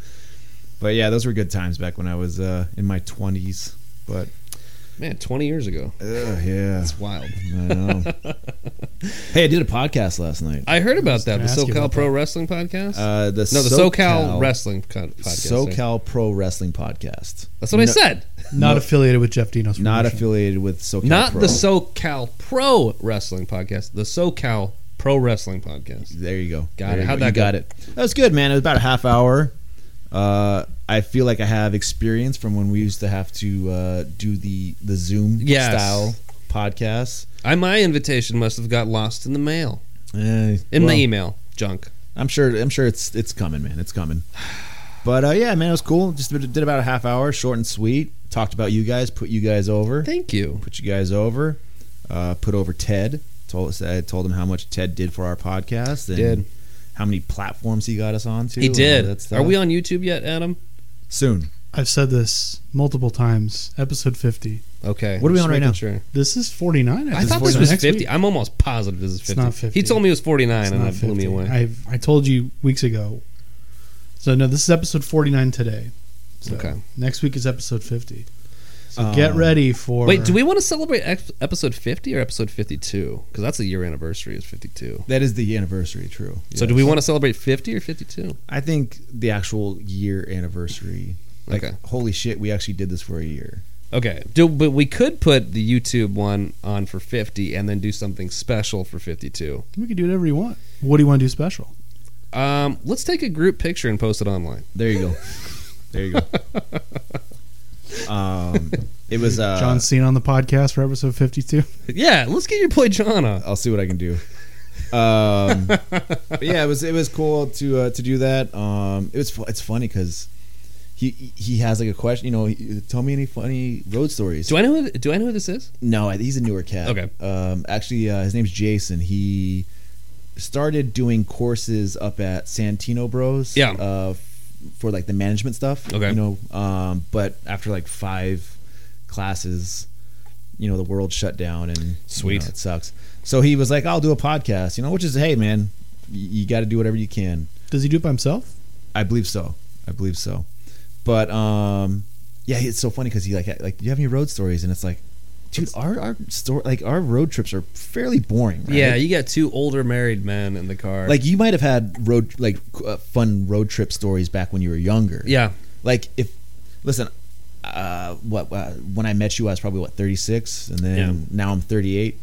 Speaker 2: But yeah, those were good times back when I was uh, in my twenties. But
Speaker 1: Man, 20 years ago.
Speaker 2: ugh, yeah,
Speaker 1: It's wild.
Speaker 2: I
Speaker 1: *laughs*
Speaker 2: know. hey, I did a podcast last night.
Speaker 1: I heard about that.
Speaker 3: gonna
Speaker 1: The
Speaker 3: ask you
Speaker 1: SoCal
Speaker 3: about
Speaker 1: Pro Wrestling Podcast?
Speaker 2: Uh, the
Speaker 1: no, the SoCal, Wrestling con- Podcast. eh? sorry.
Speaker 2: SoCal Pro Wrestling Podcast.
Speaker 1: That's what I
Speaker 2: No-
Speaker 1: said.
Speaker 3: Not affiliated with Jeff Dino's.
Speaker 2: Not
Speaker 3: promotion.
Speaker 2: affiliated with SoCal.
Speaker 1: Not
Speaker 2: Pro.
Speaker 1: the SoCal Pro Wrestling Podcast. The SoCal Pro Wrestling Podcast.
Speaker 2: There you go.
Speaker 1: Got
Speaker 2: There
Speaker 1: it.
Speaker 2: you
Speaker 1: How'd
Speaker 2: go. You
Speaker 1: that go?
Speaker 2: got it. That was good, man. It was about a half hour. Uh, I feel like I have experience from when we used to have to uh, do the the Zoom
Speaker 1: Yes.
Speaker 2: style podcasts.
Speaker 1: I my invitation must have got lost in the mail.
Speaker 2: Eh,
Speaker 1: In
Speaker 2: well,
Speaker 1: the e- email junk.
Speaker 2: I'm sure. I'm sure it's it's coming, man. It's coming. *sighs* But uh, yeah, man, it was cool. Just did did about a half hour, short and sweet. Talked about you guys, put you guys over,
Speaker 1: Thank you.
Speaker 2: put you guys over, uh, put over Ted. Told I told him how much Ted did for our podcast. And
Speaker 1: Did.
Speaker 2: How many platforms he got us on to?
Speaker 1: He did.
Speaker 2: That's
Speaker 1: Are we on YouTube yet, Adam?
Speaker 2: soon?
Speaker 3: I've said this multiple times. Episode 50.
Speaker 1: Okay.
Speaker 2: What are we
Speaker 1: Just
Speaker 2: on right
Speaker 1: making
Speaker 2: now?
Speaker 1: Sure.
Speaker 3: This is 49.
Speaker 1: I thought
Speaker 2: This
Speaker 1: this
Speaker 2: is
Speaker 1: was
Speaker 3: Next
Speaker 1: 50.
Speaker 3: week?
Speaker 1: I'm almost positive this is 50.
Speaker 3: not 50.
Speaker 1: He told me it was 49
Speaker 3: It's
Speaker 1: and
Speaker 3: not
Speaker 1: that blew me
Speaker 3: 50.
Speaker 1: away.
Speaker 3: I've, I told you weeks ago. So no, this is episode 49 today. So
Speaker 1: Okay.
Speaker 3: Next week is episode 50. So
Speaker 2: Um,
Speaker 3: get ready for.
Speaker 1: Wait, do we want to celebrate ex- episode 50 or episode 52? Because that's the year anniversary is 52.
Speaker 2: That is the anniversary. True.
Speaker 1: So
Speaker 2: Yes.
Speaker 1: do we want to celebrate 50 or 52?
Speaker 2: I think the actual year anniversary. Like,
Speaker 1: Okay.
Speaker 2: holy shit, we actually did this for a year.
Speaker 1: Okay. Do but we could put the YouTube one on for 50 and then do something special for 52.
Speaker 3: We can do whatever you want. What do you want to do special?
Speaker 1: Um, let's take a group picture and post it online.
Speaker 2: There you go. there
Speaker 1: *laughs*
Speaker 2: you go. Um, it was uh,
Speaker 3: John Cena on the podcast for episode 52.
Speaker 1: Yeah, let's get your boy John on.
Speaker 2: I'll see what I can do. Um, but yeah, it was it was cool to uh, to do that. Um, it was fu- it's funny because he he has like a question. You know, he- tell me any funny road stories.
Speaker 1: Do I know who, do I know who this is?
Speaker 2: No, I- he's a newer cat.
Speaker 1: Okay.
Speaker 2: Um, actually, uh, his name's Jason. He started doing courses up at Santino Bros.
Speaker 1: Yeah.
Speaker 2: Uh, f- for like the management stuff.
Speaker 1: Okay.
Speaker 2: You know, um, but after like five classes, you know, the world shut down and you
Speaker 1: Sweet.
Speaker 2: know, it sucks. So he was like, "I'll do a podcast," you know, which is, hey, man, y- you got to do whatever you can.
Speaker 3: *laughs* Does he do it by himself?
Speaker 2: I believe so. I believe so. But um, yeah, it's so funny because he like had- like, do you have any road stories? And it's like, dude, our our store like our road trips are fairly boring. Right?
Speaker 1: Yeah, you got two older married men in the car.
Speaker 2: Like you might have had road like uh, fun road trip stories back when you were younger.
Speaker 1: yeah,
Speaker 2: Like if listen, uh, what uh, when I met you, I was probably what thirty six, and then
Speaker 1: Yeah.
Speaker 2: now I'm thirty eight.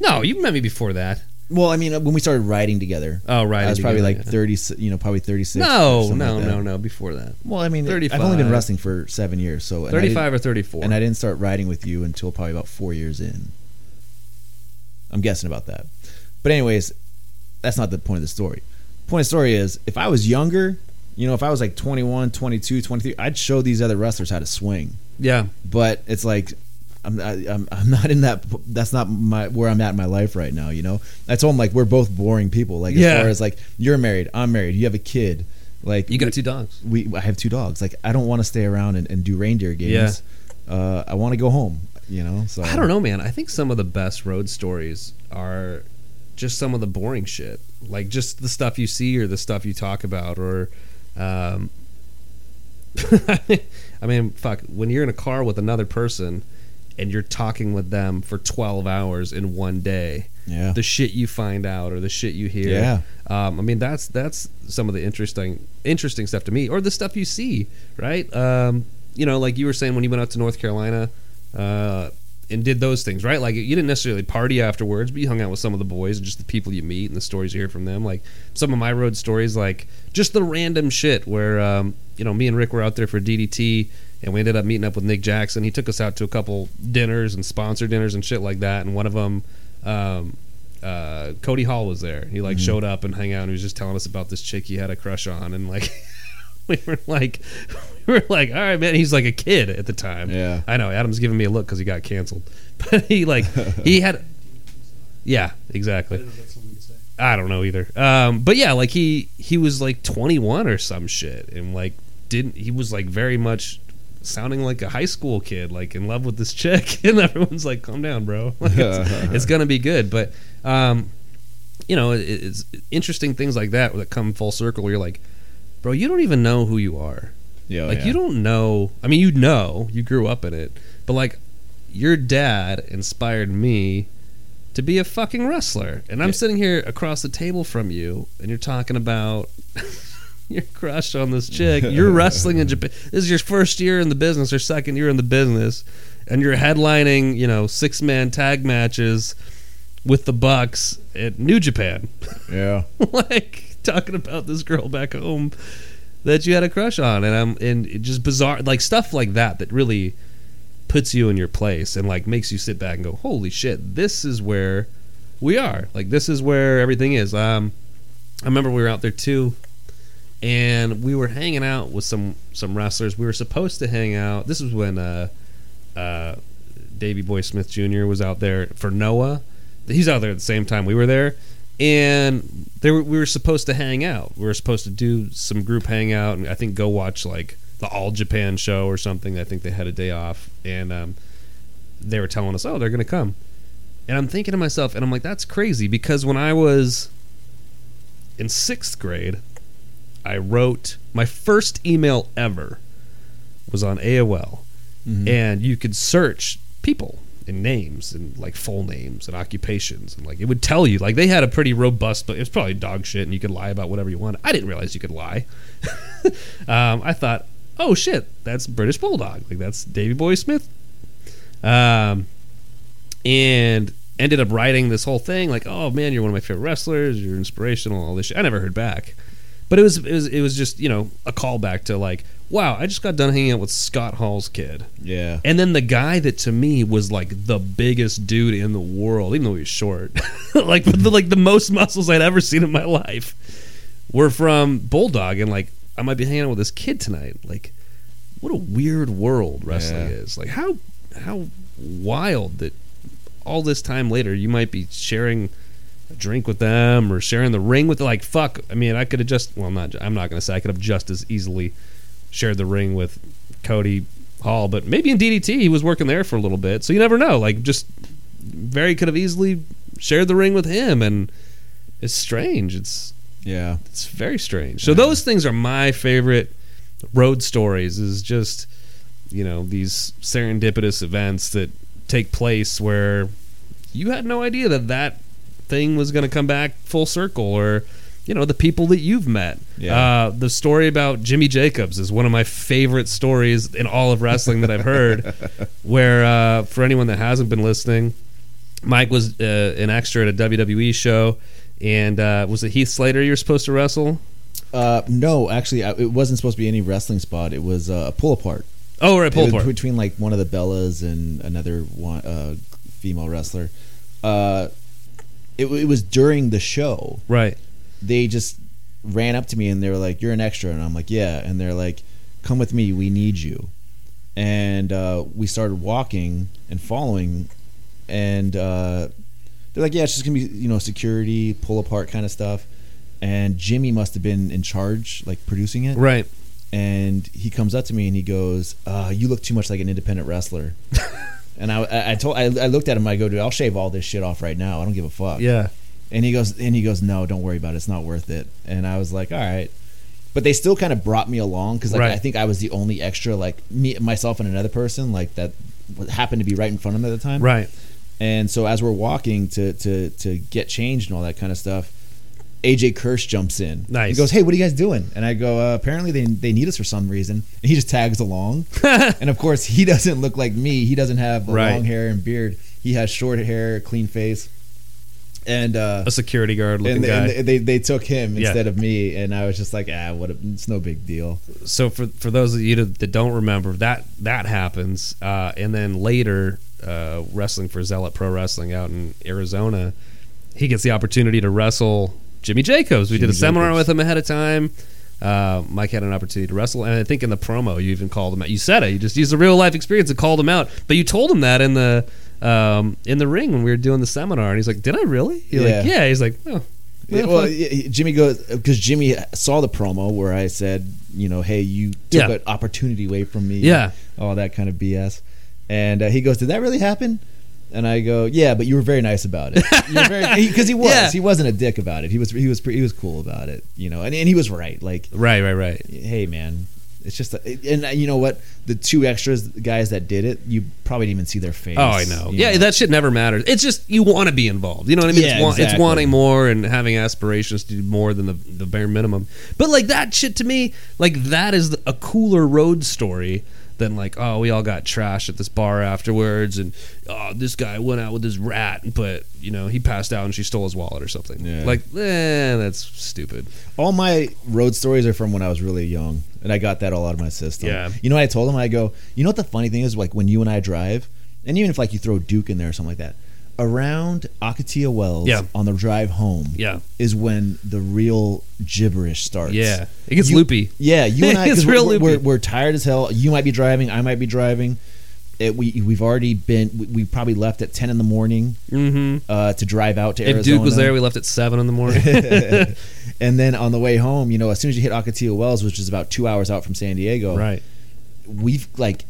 Speaker 1: no, you met me before that.
Speaker 2: Well, I mean, uh, when we started riding together,
Speaker 1: Oh, right.
Speaker 2: I was probably
Speaker 1: together,
Speaker 2: like
Speaker 1: yeah.
Speaker 2: thirty, you know, probably thirty six.
Speaker 1: No, no, no, no. Before that,
Speaker 2: Well, I mean, I've only
Speaker 1: 35.
Speaker 2: been wrestling for seven years, so and I didn't-
Speaker 1: thirty-five or thirty-four.
Speaker 2: And I didn't start riding with you until probably about four years in. I'm guessing about that. But anyways, that's not the point of the story. Point of the story is if I was younger, you know, if I was like 21, 22, 23, I'd show these other wrestlers how to swing.
Speaker 1: yeah,
Speaker 2: But it's like I'm I, I'm I'm not in that. That's not my where I'm at in my life right now. You know, I told him like we're both boring people. Like
Speaker 1: Yeah.
Speaker 2: as far as like you're married, I'm married, you have a kid. Like
Speaker 1: you got two dogs.
Speaker 2: we I have two dogs. Like I don't want to stay around and, and do reindeer games. Uh, I want to go home. You know. So
Speaker 1: I don't know, man. I think some of the best road stories are just some of the boring shit, like just the stuff you see or the stuff you talk about, or um, *laughs* I mean, fuck, when you're in a car with another person and you're talking with them for twelve hours in one day,
Speaker 2: Yeah.
Speaker 1: the shit you find out or the shit you hear.
Speaker 2: Yeah.
Speaker 1: Um, I mean, that's that's some of the interesting interesting stuff to me, or the stuff you see, right? Um, you know, like you were saying when you went out to North Carolina uh, and did those things, right? Like you didn't necessarily party afterwards, but you hung out with some of the boys and just the people you meet and the stories you hear from them. Like some of my road stories, like just the random shit where um, you know me and Rick were out there for DDT, and we ended up meeting up with Nick Jackson. He took us out to a couple dinners and sponsor dinners and shit like that. And one of them, um, uh, Cody Hall was there. He like showed up and hung out, and he was just telling us about this chick he had a crush on, and like. *laughs* We were like, *laughs* we were like, all right, man. He's like a kid at the time.
Speaker 2: Yeah.
Speaker 1: I know Adam's giving me a look because he got canceled, *laughs* but he like he had, yeah, exactly. I don't know either. Um, but yeah, like he he was like 21 or some shit, and like didn't he was like very much sounding like a high school kid, like in love with this chick, *laughs* and everyone's like, "Calm down, bro. *laughs* Like, it's, it's gonna be good." But um, you know, it, it's interesting things like that that come full circle. Where you're like, "Bro, you don't even know who you are."
Speaker 2: Yeah,
Speaker 1: like
Speaker 2: yeah.
Speaker 1: you don't know. I mean, you know, you grew up in it, but like your dad inspired me to be a fucking wrestler, and I'm
Speaker 2: Yeah.
Speaker 1: sitting here across the table from you, and you're talking about. *laughs* Your crush on this
Speaker 2: *laughs*
Speaker 1: chick. You're wrestling in Japan. This is your first year in the business or second year in the business, and you're headlining, you know, six man tag matches with the Bucks at New Japan.
Speaker 2: yeah.
Speaker 1: *laughs* like talking about this girl back home that you had a crush on and I'm and it just bizarre like stuff like that that really puts you in your place and like makes you sit back and go holy shit this is where we are like this is where everything is um I remember we were out there too and we were hanging out with some some wrestlers we were supposed to hang out this was when uh uh Davey Boy Smith Jr. was out there for Noah he's out there at the same time we were there and they were, we were supposed to hang out. We were supposed to do some group hangout, and I think go watch like the All Japan show or something. I think they had a day off, and um, they were telling us, "Oh, they're going to come." And I'm thinking to myself, and I'm like, "That's crazy," because when I was in sixth grade, I wrote my first email ever was on AOL, and you could search people and names and like full names and occupations and like it would tell you like they had a pretty robust but it was probably dog shit and you could lie about whatever you wanted i didn't realize you could lie *laughs* um, i thought oh shit that's british bulldog like that's davy boy smith um, and ended up writing this whole thing like oh man you're one of my favorite wrestlers you're inspirational all this shit i never heard back but it was it was it was just you know a callback to like wow i just got done hanging out with scott hall's kid
Speaker 2: Yeah.
Speaker 1: and then the guy that to me was like the biggest dude in the world, even though he was short, *laughs* like with the, like the most muscles I'd ever seen in my life, were from Bulldog, and like I might be hanging out with this kid tonight. Like, what a weird world wrestling
Speaker 2: Yeah.
Speaker 1: is. Like how how wild that all this time later you might be sharing a drink with them or sharing the ring with like fuck. I mean, I could have just well, I'm not I'm not gonna say I could have just as easily shared the ring with Cody Hall, but maybe in DDT he was working there for a little bit, so you never know. Like just very could have easily shared the ring with him, and it's strange. It's
Speaker 2: Yeah.
Speaker 1: it's very strange. So those things are my favorite road stories. Is just you know these serendipitous events that take place where you had no idea that that thing was going to come back full circle, or you know the people that you've met.
Speaker 2: Yeah.
Speaker 1: Uh, the story about Jimmy Jacobs is one of my favorite stories in all of wrestling that I've heard. where uh, for anyone that hasn't been listening, Mike was uh, an extra at a WWE show, and uh, was it Heath Slater you were supposed to wrestle?
Speaker 2: Uh, no, actually, I, it wasn't supposed to be any wrestling spot. It was uh, a pull apart.
Speaker 1: Oh, right,
Speaker 2: It
Speaker 1: pull
Speaker 2: was
Speaker 1: apart.
Speaker 2: between like one of the Bellas and another one uh, female wrestler. Uh, it, w- it was during the show.
Speaker 1: Right.
Speaker 2: They just ran up to me and they were like, "You're an extra," and I'm like, "Yeah," and they're like, "Come with me. We need you." And uh, we started walking and following, and uh, they're like, "Yeah, it's just gonna be you know security pull apart kind of stuff." And Jimmy must have been in charge, like producing it
Speaker 1: Right.
Speaker 2: and he comes up to me and he goes, uh, "You look too much like an
Speaker 1: *laughs*
Speaker 2: independent wrestler." and I- I, I told, I, I looked at him. I go, "Dude, I'll shave all this shit off right now. I don't give a fuck."
Speaker 1: Yeah.
Speaker 2: And he goes, and he goes, "No, don't worry about it. It's not worth it." And I was like, "All right." But they still kind of brought me along because like,
Speaker 1: Right.
Speaker 2: I think I was the only extra, like me, myself, and another person, like that w- happened to be right in front of them at the time.
Speaker 1: Right.
Speaker 2: And so as we're walking to to to get changed and all that kind of stuff, AJ Kirsch jumps in.
Speaker 1: Nice.
Speaker 2: He goes, "Hey, what are you guys doing?" And I go, uh, "Apparently they they need us for some reason." And he just
Speaker 1: *laughs*
Speaker 2: tags along. and of course, he doesn't look like me. He doesn't have a
Speaker 1: Right.
Speaker 2: long hair and beard. He has short hair, clean face, and uh,
Speaker 1: a security guard looking
Speaker 2: and,
Speaker 1: guy.
Speaker 2: and they they took him
Speaker 1: Yeah.
Speaker 2: instead of me. And I was just like, "Ah, what? A, it's no big deal."
Speaker 1: so for for those of you that that don't remember that that happens uh, and then later uh, wrestling for zealot pro wrestling out in arizona he gets the opportunity to wrestle jimmy jacobs we did
Speaker 2: Jimmy
Speaker 1: a seminar
Speaker 2: Jacobs.
Speaker 1: with him ahead of time uh, mike had an opportunity to wrestle and i think in the promo you even called him out you said it you just used a real life experience and called him out but you told him that in the um, in the ring when we were doing the seminar and he's like did i really he's like
Speaker 2: Yeah.
Speaker 1: yeah he's like oh,
Speaker 2: Yeah, well, yeah, he- Jimmy goes because Jimmy saw the promo where I said, you know, hey, you
Speaker 1: Yeah.
Speaker 2: took an opportunity away from me,
Speaker 1: Yeah.
Speaker 2: all that kind of BS. And uh, he goes, did that really happen? And I go, yeah, but you were very nice about
Speaker 1: *laughs*
Speaker 2: it because he was
Speaker 1: Yeah.
Speaker 2: he wasn't a dick about it. He was he was pre- he was cool about it, you know, and, and he was right. Like,
Speaker 1: right right right
Speaker 2: hey, man. It's just, a, and uh, you know what? The two extras guys that did it, you probably didn't even see their face.
Speaker 1: Oh, I know.
Speaker 2: you
Speaker 1: Yeah, that shit never matters. It's just you want to be involved. You know what I mean?
Speaker 2: Yeah,
Speaker 1: it's, wa- it's
Speaker 2: exactly.
Speaker 1: wanting more and having aspirations to do more than the, the bare minimum. But like that shit to me, like that is a cooler road story than like oh we all got trash at this bar afterwards and oh this guy went out with his rat but you know he passed out and she stole his wallet or something.
Speaker 2: Yeah.
Speaker 1: Like eh, that's stupid.
Speaker 2: all my road stories are from when I was really young, and I got that all out of my system.
Speaker 1: Yeah.
Speaker 2: You know what I told him? I go, you know what the funny thing is? Like when you and I drive, and even if like you throw Duke in there or something like that, around Akatia Wells
Speaker 1: Yeah.
Speaker 2: on the drive home
Speaker 1: Yeah.
Speaker 2: is when the real gibberish starts.
Speaker 1: Yeah. It gets
Speaker 2: You-
Speaker 1: loopy.
Speaker 2: Yeah, you and
Speaker 1: *laughs*
Speaker 2: I,
Speaker 1: It's
Speaker 2: 'cause
Speaker 1: real
Speaker 2: we're, we're,
Speaker 1: loopy.
Speaker 2: we're tired as hell. You might be driving, I might be driving. It, we we've already been we, we probably left at ten in the morning
Speaker 1: Mm-hmm.
Speaker 2: uh, to drive out to Arizona
Speaker 1: If Duke was there, we left at seven in the morning.
Speaker 2: *laughs* and then on the way home, you know, as soon as you hit Ocotillo Wells, which is about two hours out from San Diego,
Speaker 1: right.
Speaker 2: we've like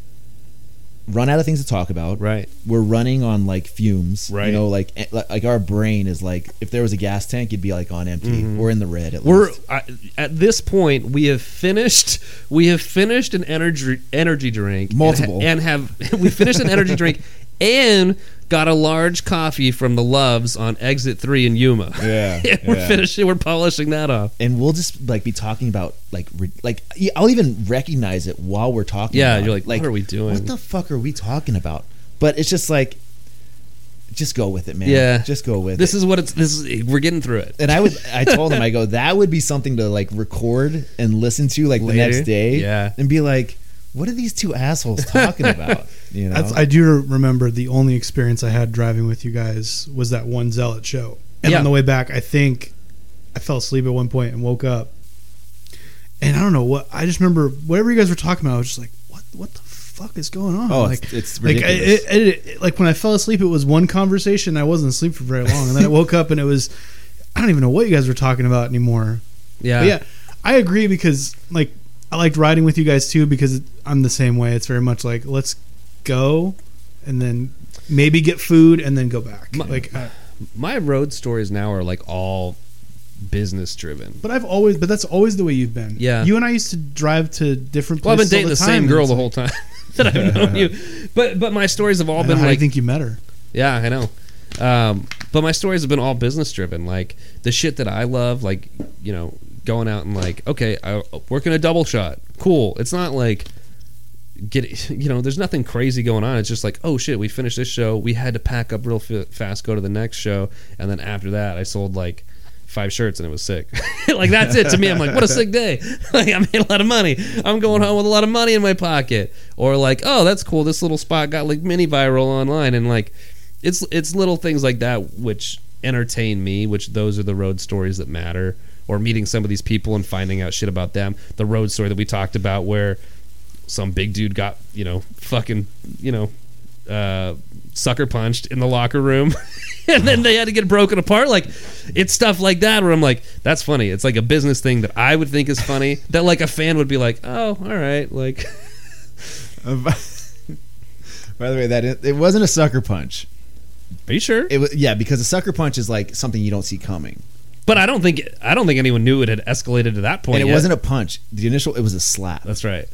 Speaker 2: run out of things to talk about.
Speaker 1: Right.
Speaker 2: We're running on like fumes.
Speaker 1: Right.
Speaker 2: You know, like eh, like like our brain is like if there was a gas tank, you'd be like on empty. We're in the red at
Speaker 1: Mm-hmm. We're
Speaker 2: least.
Speaker 1: I, at this point we have finished we have finished an energy energy drink and ha-
Speaker 2: Multiple.
Speaker 1: and, have *laughs* we finished an energy drink and got a large coffee from the Loves on exit three in Yuma.
Speaker 2: Yeah,
Speaker 1: And *laughs* we're
Speaker 2: yeah.
Speaker 1: finishing. We're polishing that off.
Speaker 2: And we'll just like be talking about like re- like yeah, I'll even recognize it while we're talking.
Speaker 1: Yeah,
Speaker 2: about
Speaker 1: you're
Speaker 2: it.
Speaker 1: like, what are we doing?
Speaker 2: What the fuck are we talking about? But it's just like, just go with it, man.
Speaker 1: Yeah.
Speaker 2: just go with it.
Speaker 1: This is what it's. This is we're getting through it.
Speaker 2: and I would I told him
Speaker 1: *laughs*
Speaker 2: I go that would be something to like record and listen to like the
Speaker 1: Later?
Speaker 2: next day
Speaker 1: Yeah.
Speaker 2: and be like what are these two assholes talking
Speaker 1: *laughs*
Speaker 2: about you know
Speaker 3: That's, I do remember the only experience I had driving with you guys was that one zealot show. And
Speaker 1: Yeah.
Speaker 3: on the way back, I think I fell asleep at one point and woke up. And I don't know what I just remember whatever you guys were talking about. I was just like, what what the fuck is going on?
Speaker 2: oh
Speaker 3: like,
Speaker 2: it's, it's
Speaker 3: like, I,
Speaker 2: ridiculous
Speaker 3: it, it, it- like when I fell asleep, it was one conversation. I wasn't asleep for very long, and then I woke up and it was I don't even know what you guys were talking about anymore.
Speaker 1: Yeah.
Speaker 3: But yeah, I agree because like I liked riding with you guys too because I'm the same way. It's very much like let's go and then maybe get food and then go back.
Speaker 1: My-
Speaker 3: like, uh,
Speaker 1: My road stories now are like all business driven.
Speaker 3: but I've always but that's always the way you've been.
Speaker 1: Yeah.
Speaker 3: you and I used to drive to different.
Speaker 1: Well, I've been
Speaker 3: places all
Speaker 1: dating the,
Speaker 3: the, time,
Speaker 1: same
Speaker 3: and
Speaker 1: girl
Speaker 3: it's
Speaker 1: the
Speaker 3: like,
Speaker 1: whole time *laughs* that I've known you,
Speaker 3: *laughs*
Speaker 1: but but my stories have all
Speaker 3: I don't know
Speaker 1: been
Speaker 3: how do you
Speaker 1: like
Speaker 3: think you met her?
Speaker 1: Yeah, I know. Um, but my stories have been all business driven. Like the shit that I love, like you know, going out and like, okay, I work in a double shot. Cool. It's not like get *laughs* you know, there's nothing crazy going on. It's just like, oh shit, we finished this show. We had to pack up real fa- fast, go to the next show, and then after that, I sold like five shirts and it was sick. *laughs* like that's it to me. I'm like, what a sick day. *laughs* like I made a lot of money. I'm going home with a lot of money in my pocket. Or like, oh, that's cool. This little spot got like mini viral online and like it's it's little things like that which entertain me, which those are the road stories that matter. Or meeting some of these people and finding out shit about them. The road story that we talked about where some big dude got, you know, fucking, you know, uh, sucker punched in the locker room, *laughs* and then they had to get broken apart. Like, it's stuff like that where I'm like, that's funny. It's like a business thing that I would think is funny *laughs* that like a fan would be like, oh, all right, like, *laughs*
Speaker 2: *laughs* by the way that it, it wasn't a sucker punch
Speaker 1: are you sure?
Speaker 2: it was yeah because a sucker punch is like something you don't see coming
Speaker 1: But I don't think I don't think anyone knew it had escalated to that point.
Speaker 2: and it
Speaker 1: yet.
Speaker 2: wasn't a punch the initial it was a slap
Speaker 1: That's right.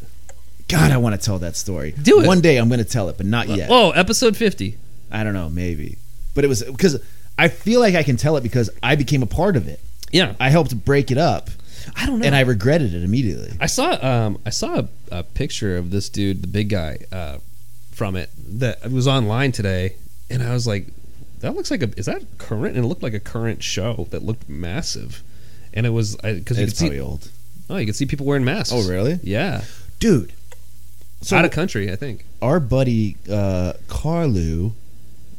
Speaker 2: god I want to tell that story
Speaker 1: Do it.
Speaker 2: one day I'm gonna tell it but not yet
Speaker 1: Oh, episode fifty.
Speaker 2: I don't know maybe but it was because I feel like I can tell it because I became a part of it
Speaker 1: Yeah.
Speaker 2: I helped break it up,
Speaker 1: I don't know.
Speaker 2: and I regretted it immediately.
Speaker 1: I saw um I saw a, a picture of this dude, the big guy, uh, from it that was online today, and I was like, that looks like a is that current? And it looked like a current show that looked massive, and it was because you could
Speaker 2: It's probably
Speaker 1: see
Speaker 2: old.
Speaker 1: oh you could see people wearing masks.
Speaker 2: Oh, really?
Speaker 1: Yeah,
Speaker 2: Dude. So
Speaker 1: out of country, I think.
Speaker 2: our buddy uh, Carlu,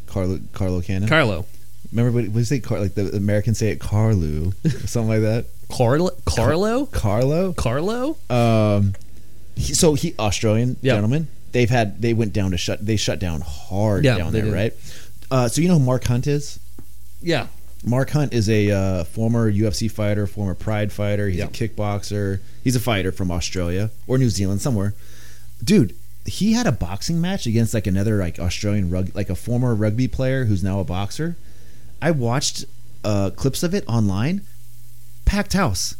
Speaker 2: Carlo Carlo Cannon.
Speaker 1: Carlo,
Speaker 2: Remember what, what do you say? Car, like the Americans say it,
Speaker 1: *laughs*
Speaker 2: Carlu, or something like that.
Speaker 1: Carlo, Carlo,
Speaker 2: Carlo.
Speaker 1: Carlo.
Speaker 2: Um, he, so he Australian
Speaker 1: Yeah.
Speaker 2: gentleman. They've had they went down to shut they shut down hard
Speaker 1: Yeah,
Speaker 2: down
Speaker 1: they
Speaker 2: there,
Speaker 1: did.
Speaker 2: right? Uh, so you know who Mark Hunt is.
Speaker 1: Yeah,
Speaker 2: Mark Hunt is a uh, former UFC fighter, former Pride fighter. He's
Speaker 1: Yeah.
Speaker 2: a kickboxer. He's a fighter from Australia or New Zealand somewhere. Dude, he had a boxing match against like another like Australian rug, like a former rugby player who's now a boxer. I watched uh, clips of it online. Packed house,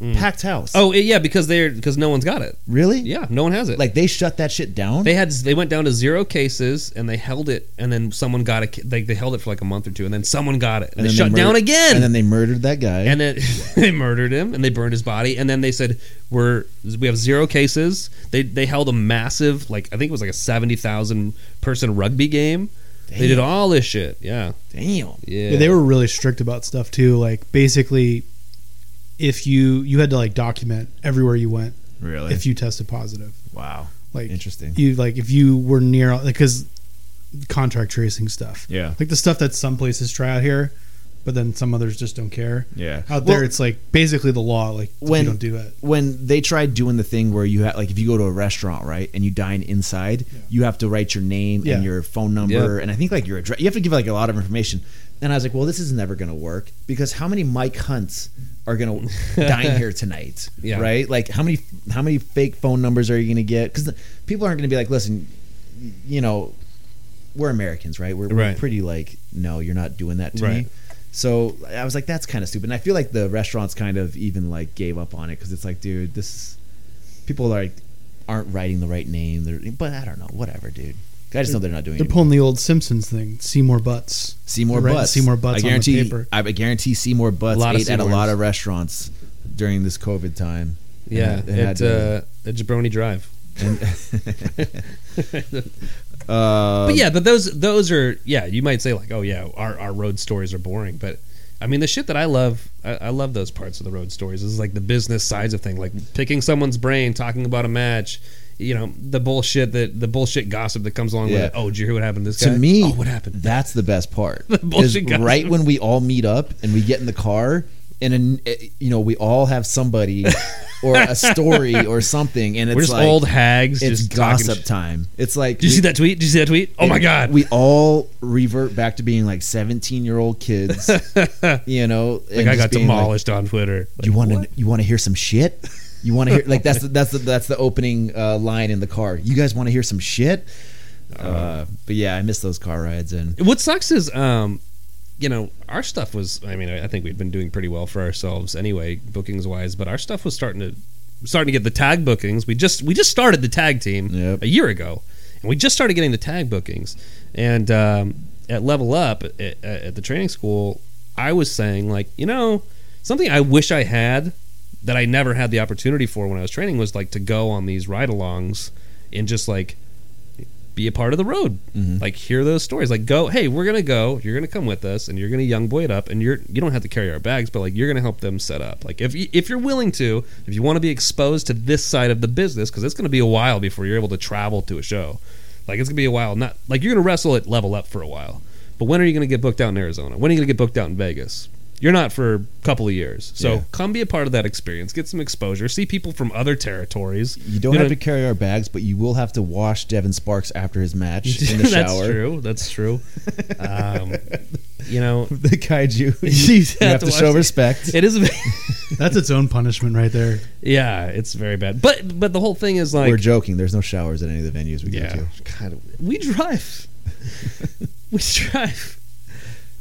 Speaker 2: packed house.
Speaker 1: Oh yeah, because they're because no one's got it.
Speaker 2: really?
Speaker 1: Yeah, no one has it.
Speaker 2: Like they shut that shit down.
Speaker 1: they had they went down to zero cases and they held it and then someone got it they, they held it for like a month or two and then someone got it and, they
Speaker 2: then
Speaker 1: shut
Speaker 2: mur-
Speaker 1: down again
Speaker 2: And then they murdered that guy.
Speaker 1: and then *laughs* they murdered him and they burned his body and then they said we're we have zero cases they they held a massive like i think it was like a 70,000 person rugby game they did
Speaker 2: Damn.
Speaker 1: all this shit yeah
Speaker 2: Damn.
Speaker 1: yeah,
Speaker 3: Yeah, they were really strict about stuff too. Like basically, if you you had to like document everywhere you went
Speaker 2: Really?
Speaker 3: if you tested positive.
Speaker 2: wow.
Speaker 3: Like
Speaker 2: Interesting.
Speaker 3: you like if you were near because contract tracing stuff.
Speaker 2: Yeah.
Speaker 3: Like the stuff that some places try out here, but then some others just don't care.
Speaker 2: Yeah.
Speaker 3: Out
Speaker 2: Well-
Speaker 3: there, it's like basically the law. Like
Speaker 2: When-
Speaker 3: you don't do it.
Speaker 2: when they tried doing the thing where you have like if you go to a restaurant right and you dine inside you have to write your name
Speaker 3: Yeah.
Speaker 2: and your phone number and i think like your address you have to give like a lot of information and i was like well this is never gonna work because how many mike hunts
Speaker 1: *laughs*
Speaker 2: are gonna dine here tonight
Speaker 1: Yeah.
Speaker 2: right like how many how many fake phone numbers are you gonna get because people aren't gonna be like listen you know we're americans right we're, we're
Speaker 1: Right.
Speaker 2: pretty like no you're not doing that to me
Speaker 1: Right.
Speaker 2: so I was like, that's kind of stupid. And I feel like the restaurants kind of even like gave up on it because it's like, dude, this people are like aren't writing the right name. They're, but I don't know, whatever, dude. I just know they're not doing.
Speaker 3: They're
Speaker 2: it
Speaker 3: pulling the old Simpsons thing. Seymour Butts.
Speaker 2: Seymour
Speaker 3: They're writing
Speaker 2: Butts.
Speaker 3: Seymour Butts
Speaker 2: I
Speaker 3: on the
Speaker 2: guarantee.
Speaker 3: paper.
Speaker 2: I guarantee Seymour Butts
Speaker 1: A lot of
Speaker 2: ate at a lot
Speaker 1: Seymours.
Speaker 2: of restaurants during this COVID time.
Speaker 1: yeah
Speaker 2: And- and had
Speaker 1: at,
Speaker 2: to-
Speaker 1: uh, at jabroni drive *laughs*
Speaker 2: *laughs* uh,
Speaker 1: but yeah, but those those are yeah. You might say like, oh yeah, our our road stories are boring, but I mean the shit that I love, I, I love those parts of the road stories. Is like the business sides of thing, like picking someone's brain, talking about a match. You know the bullshit that the bullshit gossip that comes along with
Speaker 2: Yeah.
Speaker 1: it. Oh, did you hear what happened to this
Speaker 2: To
Speaker 1: guy?
Speaker 2: me,
Speaker 1: oh, what happened?
Speaker 2: That's the
Speaker 1: *laughs*
Speaker 2: best part. is
Speaker 1: bullshit guys.
Speaker 2: right when we all meet up and we get in the car, and an, eh, you know we all
Speaker 1: *laughs*
Speaker 2: have somebody or a story or something, and it's
Speaker 1: We're just
Speaker 2: like,
Speaker 1: old hags.
Speaker 2: It's
Speaker 1: just talking
Speaker 2: gossip
Speaker 1: shit.
Speaker 2: time. It's like
Speaker 1: Did you see that tweet? Did you see that tweet? Oh my god!
Speaker 2: We all revert back to being like seventeen-year-old
Speaker 1: *laughs*
Speaker 2: kids. you know,
Speaker 1: like I got demolished on Twitter. Like,
Speaker 2: you want
Speaker 1: what?
Speaker 2: to? You want to hear some shit? You want to hear
Speaker 1: *laughs*
Speaker 2: like that's the, that's the, that's the opening uh, line in the car. You guys want to hear some shit? Uh, but yeah, I miss those car rides and
Speaker 1: What sucks is, um, you know, our stuff was. I mean, I I think we'd been doing pretty well for ourselves anyway, bookings wise. But our stuff was starting to starting to get the tag bookings. We just we just started the tag team
Speaker 2: Yep.
Speaker 1: a year ago, and we just started getting the tag bookings. And um, at Level Up at, at, at the training school, I was saying like, you know, something I wish I had that I never had the opportunity for when I was training was like to go on these ride-alongs and just like be a part of the road.
Speaker 2: Mm-hmm.
Speaker 1: Like hear those stories. Like go, hey, we're gonna go. You're gonna come with us, and you're gonna young boy it up. And you're you don't have to carry our bags, but like you're gonna help them set up. Like if you, if you're willing to, if you want to be exposed to this side of the business, because it's gonna be a while before you're able to travel to a show. Like it's gonna be a while. Not like you're gonna wrestle at level up for a while. But when are you gonna get booked out in Arizona? When are you gonna get booked out in Vegas? You're not for a couple of years. So
Speaker 2: Yeah.
Speaker 1: come be a part of that experience. Get some exposure. See people from other territories.
Speaker 2: You don't
Speaker 1: You
Speaker 2: have
Speaker 1: know-
Speaker 2: to carry our bags, but you will have to wash Devin Sparks after his match in the
Speaker 1: *laughs* That's
Speaker 2: shower.
Speaker 1: true. That's true. Um, you know,
Speaker 2: *laughs* The kaiju, you,
Speaker 1: *laughs* You
Speaker 2: have
Speaker 1: have
Speaker 2: to,
Speaker 1: to
Speaker 2: show
Speaker 1: wash- *laughs*
Speaker 2: respect.
Speaker 1: it is. a-
Speaker 3: That's its own punishment right there.
Speaker 1: yeah, it's very bad. But but the whole thing is
Speaker 2: We're
Speaker 1: like,
Speaker 2: joking. There's no showers at any of the venues we
Speaker 1: yeah,
Speaker 2: go to.
Speaker 1: God, we drive, *laughs* we drive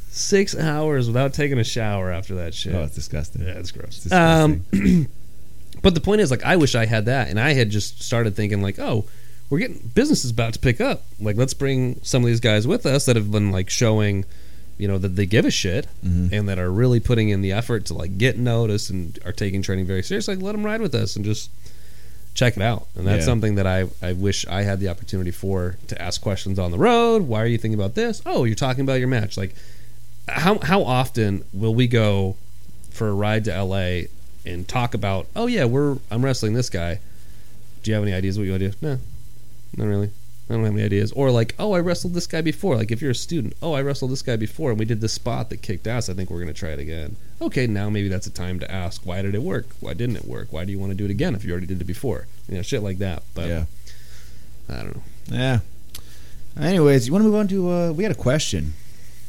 Speaker 1: six hours without taking a shower after that shit.
Speaker 2: Oh, it's disgusting.
Speaker 1: yeah, it's gross.
Speaker 2: It's disgusting.
Speaker 1: *clears throat* But the point is, like, I wish I had that, and I had just started thinking, like, oh, we're getting business is about to pick up. Like, let's bring some of these guys with us that have been like showing you know that they give a shit and that are really putting in the effort to like get noticed and are taking training very seriously. Like, let them ride with us and just check it out. And that's
Speaker 2: Yeah.
Speaker 1: something that I, I wish I had the opportunity for to ask questions on the road. Why are you thinking about this? Oh, you're talking about your match. Like, how how often will we go for a ride to LA and talk about? Oh yeah, we're I'm wrestling this guy. Do you have any ideas what you want to do? No, not really. I don't have any ideas. Or like, oh, I wrestled this guy before. Like if you're a student, oh, I wrestled this guy before, and we did this spot that kicked ass. I think we're gonna try it again. Okay, now maybe that's a time to ask, why did it work? Why didn't it work? Why do you want to do it again if you already did it before? You know, shit like that. But
Speaker 2: yeah.
Speaker 1: I don't know.
Speaker 2: Yeah. Anyways, you want to move on to? Uh, we had a question.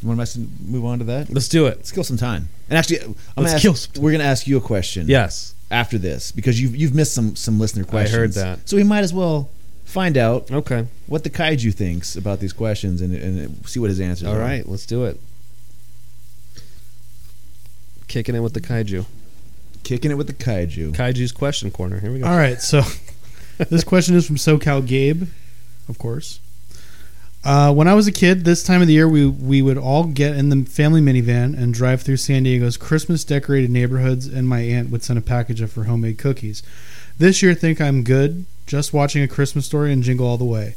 Speaker 2: You want to move on to that?
Speaker 1: Let's do it.
Speaker 2: Let's kill some time. And actually, I'm gonna
Speaker 1: Let's
Speaker 2: ask,
Speaker 1: kill some time.
Speaker 2: we're going to ask you a question.
Speaker 1: Yes.
Speaker 2: After this, because you've you've missed some some listener questions.
Speaker 1: that.
Speaker 2: So we might as well find out
Speaker 1: Okay.
Speaker 2: what the kaiju thinks about these questions and, and see what his answers
Speaker 1: All
Speaker 2: are.
Speaker 1: right. Let's do it. Kicking it with the kaiju.
Speaker 2: Kicking it with the kaiju.
Speaker 1: Kaiju's question corner. Here we go.
Speaker 3: All right, so *laughs* this question is from SoCal Gabe, of course. Uh, when I was a kid, this time of the year, we we would all get in the family minivan and drive through San Diego's Christmas decorated neighborhoods, and my aunt would send a package of her homemade cookies. This year, think I'm good, just watching a Christmas story and jingle all the way.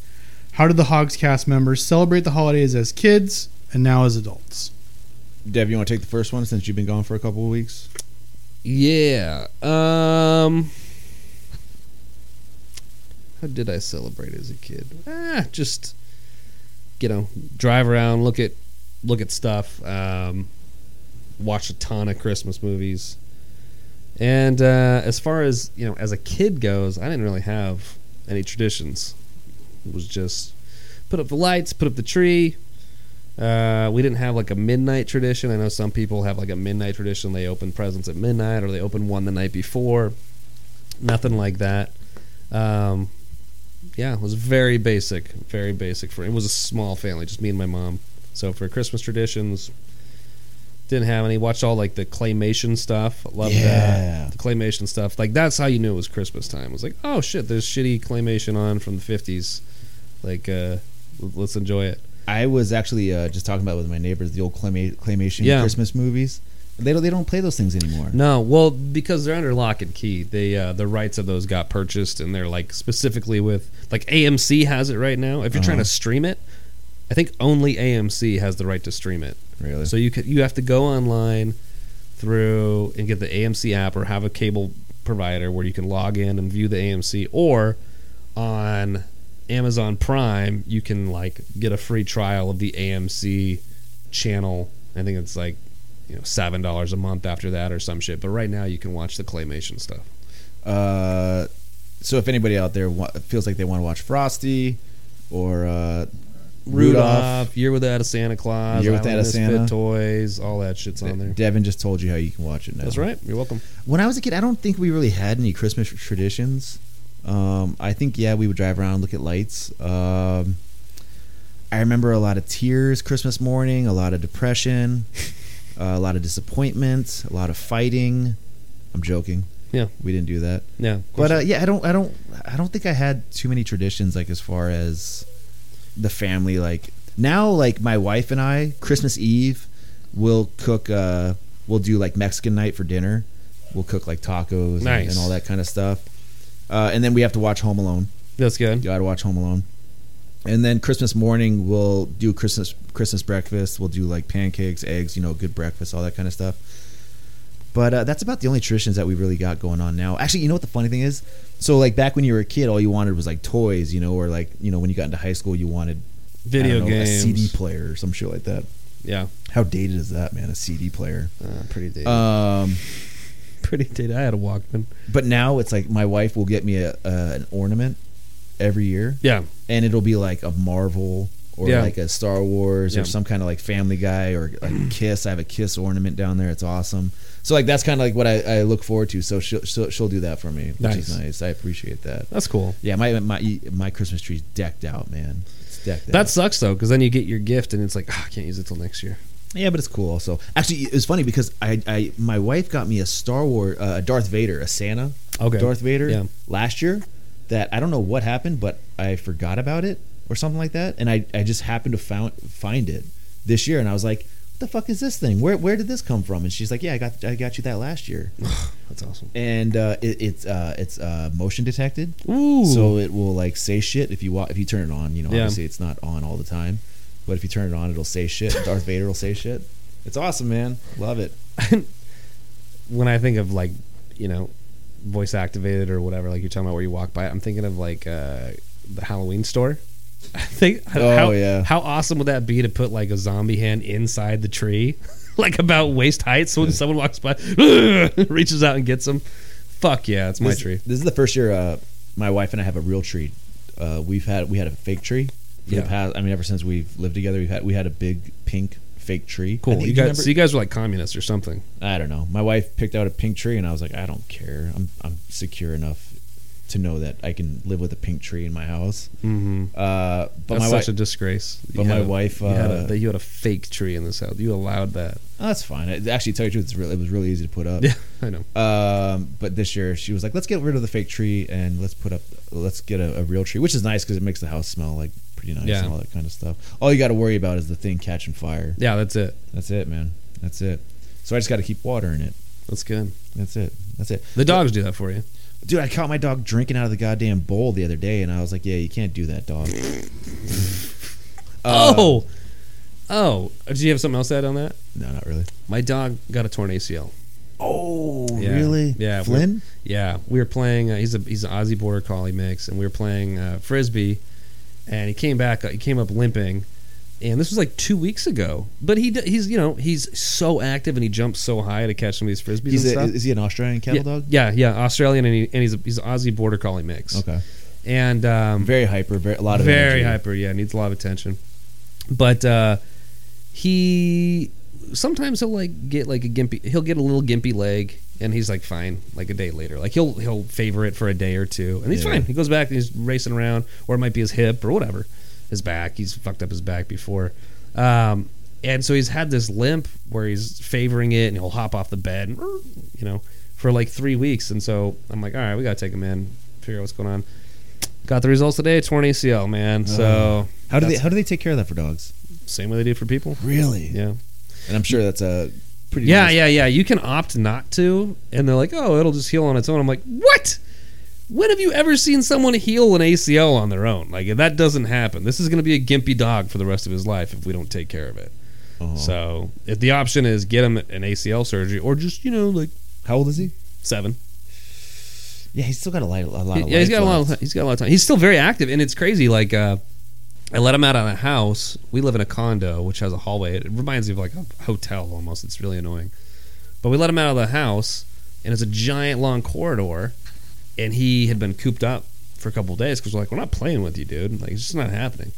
Speaker 3: How did the Hogs cast members celebrate the holidays as kids and now as adults?
Speaker 2: Deb, you want to take the first one since you've been gone for a couple of weeks?
Speaker 1: Yeah. Um. How did I celebrate as a kid? Ah, just you know, drive around, look at look at stuff, um, watch a ton of Christmas movies. And uh, as far as you know, as a kid goes, I didn't really have any traditions. It was just put up the lights, put up the tree, uh, we didn't have like a midnight tradition. I know some people have like a midnight tradition. They open presents at midnight or they open one the night before. Nothing like that. Um, yeah, it was very basic, very basic for it was a small family, just me and my mom. So for Christmas traditions, didn't have any. Watched all like the claymation stuff. Love
Speaker 2: Yeah.
Speaker 1: that. The claymation stuff. Like that's how you knew it was Christmas time. It was like, oh shit, there's shitty claymation on from the 50s. Like uh let's enjoy it.
Speaker 2: I was actually uh, just talking about it with my neighbors the old clayma- claymation
Speaker 1: Yeah.
Speaker 2: Christmas movies. They don't, they don't play those things anymore.
Speaker 1: No, well, because they're under lock and key. They uh, the rights of those got purchased, and they're like specifically with like AMC has it right now. If you're trying
Speaker 2: Uh-huh.
Speaker 1: to stream it, I think only AMC has the right to stream it.
Speaker 2: Really?
Speaker 1: So you could, you have to go online through and get the AMC app or have a cable provider where you can log in and view the AMC or on Amazon Prime you can like get a free trial of the AMC channel. I think it's like you know seven dollars a month after that or some shit. But right now you can watch the claymation stuff.
Speaker 2: Uh, so if anybody out there wa- feels like they want to watch Frosty or uh, Rudolph,
Speaker 1: Year Without a Santa Claus,
Speaker 2: Year Without
Speaker 1: Island
Speaker 2: a
Speaker 1: of Misfit
Speaker 2: Santa.
Speaker 1: toys, all that shit's on there.
Speaker 2: Devin just told you how you can watch it now.
Speaker 1: That's right. You're welcome.
Speaker 2: When I was a kid, I don't think we really had any Christmas traditions. Um, I think yeah, we would drive around, look at lights. Um, I remember a lot of tears Christmas morning, a lot of depression, uh, a lot of disappointment, a lot of fighting. I'm joking.
Speaker 1: Yeah.
Speaker 2: We didn't do that.
Speaker 1: Yeah, of course.
Speaker 2: But uh, yeah, I don't, I don't, I don't think I had too many traditions like as far as the family. Like now, like my wife and I, Christmas Eve, we'll cook. Uh, we'll do like Mexican night for dinner. We'll cook like tacos and-
Speaker 1: Nice.
Speaker 2: and, all that kind of stuff. Uh, and then we have to watch Home Alone.
Speaker 1: that's good.
Speaker 2: You got to watch Home Alone. And then Christmas morning, we'll do Christmas Christmas breakfast. We'll do like pancakes, eggs, you know, good breakfast, all that kind of stuff. But uh, that's about the only traditions that we really got going on now. Actually, you know what the funny thing is? So like back when you were a kid, all you wanted was like toys, you know, or like you know when you got into high school, you wanted I
Speaker 1: Video
Speaker 2: don't know,
Speaker 1: games.
Speaker 2: a CD player, or some shit like that.
Speaker 1: Yeah,
Speaker 2: How dated is that, man? A CD player.
Speaker 1: uh, pretty dated.
Speaker 2: Um,
Speaker 1: pretty dated. I had a Walkman.
Speaker 2: but now it's like my wife will get me a, a an ornament every year.
Speaker 1: Yeah,
Speaker 2: and it'll be like a Marvel or
Speaker 1: Yeah.
Speaker 2: like a Star Wars
Speaker 1: Yeah.
Speaker 2: or some kind of like Family Guy or like Kiss. I have a Kiss ornament down there. It's awesome. So like that's kind of like what I, I look forward to. So she'll, she'll she'll do that for me, which is
Speaker 1: Nice.
Speaker 2: nice. I appreciate that.
Speaker 1: that's cool.
Speaker 2: Yeah, my my my Christmas tree's decked out, man. It's decked
Speaker 1: That
Speaker 2: out.
Speaker 1: sucks though, because then you get your gift and it's like, "Ah, I can't use it till next year.
Speaker 2: Yeah, but it's cool also. Actually, it was funny because I, I my wife got me a Star Wars, uh, Darth Vader, a Santa,
Speaker 1: Okay.
Speaker 2: Darth Vader,
Speaker 1: Yeah.
Speaker 2: last year. That I don't know what happened, but I forgot about it or something like that, and I, I just happened to found find it this year, and I was like, the fuck is this thing? Where where did this come from? And she's like, yeah, I got I got you that last year,
Speaker 1: That's awesome.
Speaker 2: and uh, it, it's uh, it's uh, motion detected,
Speaker 1: Ooh.
Speaker 2: so it will like say shit if you wa- if you turn it on. You know,
Speaker 1: Yeah.
Speaker 2: obviously it's not on all the time, but if you turn it on, it'll say shit. *laughs* Darth Vader will say shit. It's awesome, man. Love it.
Speaker 1: when I think of like, you know, voice activated or whatever, like you're talking about where you walk by, it, I'm thinking of like uh, the Halloween store. *laughs* I think.
Speaker 2: Oh,
Speaker 1: how,
Speaker 2: yeah.
Speaker 1: How awesome would that be to put like a zombie hand inside the tree, *laughs* like about waist height, so when someone walks by, *laughs* reaches out and gets them. Fuck yeah, it's my
Speaker 2: this,
Speaker 1: tree.
Speaker 2: This is the first year uh, my wife and I have a real tree. Uh, we've had we had a fake tree. For
Speaker 1: Yeah.
Speaker 2: the past, I mean, ever since we've lived together, we've had we had a big pink fake tree. I
Speaker 1: Cool.
Speaker 2: think-
Speaker 1: You
Speaker 2: do
Speaker 1: guys,
Speaker 2: remember-
Speaker 1: so you guys were like communists or something.
Speaker 2: I don't know. My wife picked out a pink tree, and I was like, I don't care. I'm I'm secure enough to know that I can live with a pink tree in my house.
Speaker 1: Mm-hmm.
Speaker 2: Uh, but
Speaker 1: That's
Speaker 2: my
Speaker 1: such
Speaker 2: wife,
Speaker 1: a disgrace. You
Speaker 2: but my
Speaker 1: had a-
Speaker 2: wife,
Speaker 1: you, had a,
Speaker 2: uh,
Speaker 1: that you had a fake tree in this house. You allowed that.
Speaker 2: oh, that's fine. It, actually, to tell you the truth, it's really, it was really easy to put up.
Speaker 1: Yeah, I know.
Speaker 2: Um, but this year she was like, let's get rid of the fake tree and let's put up, let's get a, a real tree, which is nice because it makes the house smell like pretty nice
Speaker 1: Yeah.
Speaker 2: and all that kind of stuff. All you got to worry about is the thing catching fire.
Speaker 1: Yeah, that's it.
Speaker 2: That's it, man. That's it. So I just got to keep watering it.
Speaker 1: That's good.
Speaker 2: That's it. That's it.
Speaker 1: The dogs do that for you.
Speaker 2: Dude, I caught my dog drinking out of the goddamn bowl the other day, and I was like, "Yeah, you can't do that, dog." Uh,
Speaker 1: oh, oh. Did you have something else to add on that?
Speaker 2: no, not really.
Speaker 1: My dog got a torn ACL.
Speaker 2: Oh,
Speaker 1: Yeah.
Speaker 2: really?
Speaker 1: Yeah, we-
Speaker 2: Flynn.
Speaker 1: Yeah, we were playing. Uh, he's a he's an Aussie Border Collie mix, and we were playing uh, frisbee, and he came back. uh, He came up limping, and this was like two weeks ago. But he d- he's you know he's so active and he jumps so high to catch some of these frisbees.
Speaker 2: He's
Speaker 1: and
Speaker 2: a,
Speaker 1: stuff.
Speaker 2: is he an Australian cattle
Speaker 1: yeah,
Speaker 2: dog?
Speaker 1: Yeah, yeah, Australian, and, he, and he's a, he's an Aussie Border Collie mix.
Speaker 2: Okay.
Speaker 1: And um,
Speaker 2: Very hyper. Very a lot of
Speaker 1: very
Speaker 2: energy.
Speaker 1: hyper. Yeah, needs a lot of attention. But uh, he sometimes he'll like get like a gimpy. He'll get a little gimpy leg, and he's like fine. Like a day later, like he'll he'll favor it for a day or two, and he's
Speaker 2: Yeah.
Speaker 1: fine. He goes back and he's racing around, or it might be his hip or whatever, his back. He's fucked up his back before. Um, and so he's had this limp where he's favoring it and he'll hop off the bed, and, you know, for like three weeks. And so I'm like, all right, we got to take him in, figure out what's going on. Got the results today, torn ACL, man. So
Speaker 2: How do they
Speaker 1: That's-
Speaker 2: How do they take care of that for dogs?
Speaker 1: same way they do for people.
Speaker 2: Really?
Speaker 1: Yeah.
Speaker 2: And I'm sure that's a pretty.
Speaker 1: Yeah,
Speaker 2: nice-
Speaker 1: yeah, yeah. You can opt not to, and they're like, "Oh, it'll just heal on its own." I'm like, "What? When have you ever seen someone heal an ACL on their own? Like that doesn't happen. This is going to be a gimpy dog for the rest of his life if we don't take care of it."
Speaker 2: Uh-huh.
Speaker 1: So, if the option is get him an ACL surgery or just you know like
Speaker 2: how old is he?
Speaker 1: seven,
Speaker 2: Yeah, he's still got a, light, a lot. Of
Speaker 1: yeah, he's
Speaker 2: life
Speaker 1: got a lot. Of,
Speaker 2: left.
Speaker 1: ti- he's got a lot of time. He's still very active, and it's crazy. Like, uh, I let him out on a house. We live in a condo, which has a hallway. It reminds me of like a hotel almost. It's really annoying. But we let him out of the house, and it's a giant long corridor, and he had been cooped up for a couple of days because we're like, we're not playing with you, dude. Like, it's just not happening.